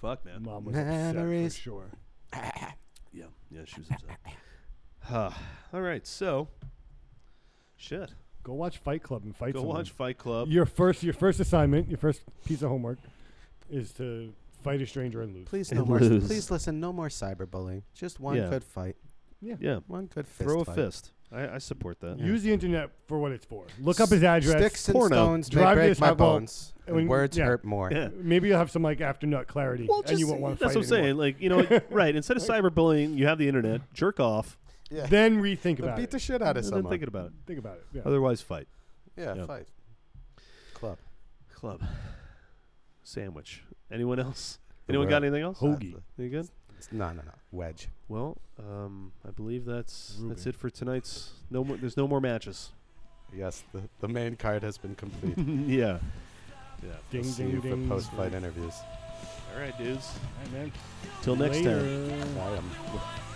Fuck man.
Mom was upset for
Memories.
sure.
Yeah yeah she was upset. Huh. All right so shit
Go watch Fight Club and fight
go
someone.
watch Fight Club.
your first your first assignment, your first piece of homework is to fight a stranger and lose.
please,
and
no more,
lose.
please listen, no more cyberbullying. Just one
Yeah.
good fight.
yeah
One good fist
throw a
fight.
fist. I, I support that.
Use the internet for what it's for. Look up his address.
Sticks and
porno.
stones may
Drive
break
this
my
hard ball.
bones.
I mean,
and words
yeah.
hurt more.
Yeah.
Maybe you'll have some like after nut clarity,
Well,
and
just-
you won't want to
that's
fight
what I'm saying.
anymore.
Like you know, right? Instead of cyberbullying, you have the internet. Jerk off.
Yeah.
Then rethink
But
about
beat the
it.
shit out of
and then
someone.
thinking about it.
Think about it. Yeah.
Otherwise, fight.
yeah,
Yeah.
fight. Club.
Club. Sandwich. Anyone else?
The
Anyone got
world.
anything else?
Hoagie.
You good?
No, no, no. Wedge.
Well, um, I believe that's that's
Ruby.
it for tonight's. No more. There's no more matches.
Yes, the, the main card has been completed.
yeah. Yeah.
Ding
See
ding
you
ding.
for post-fight interviews.
All right, dudes.
All right, man.
Till next time.
Later.
Bye. um,
Bye.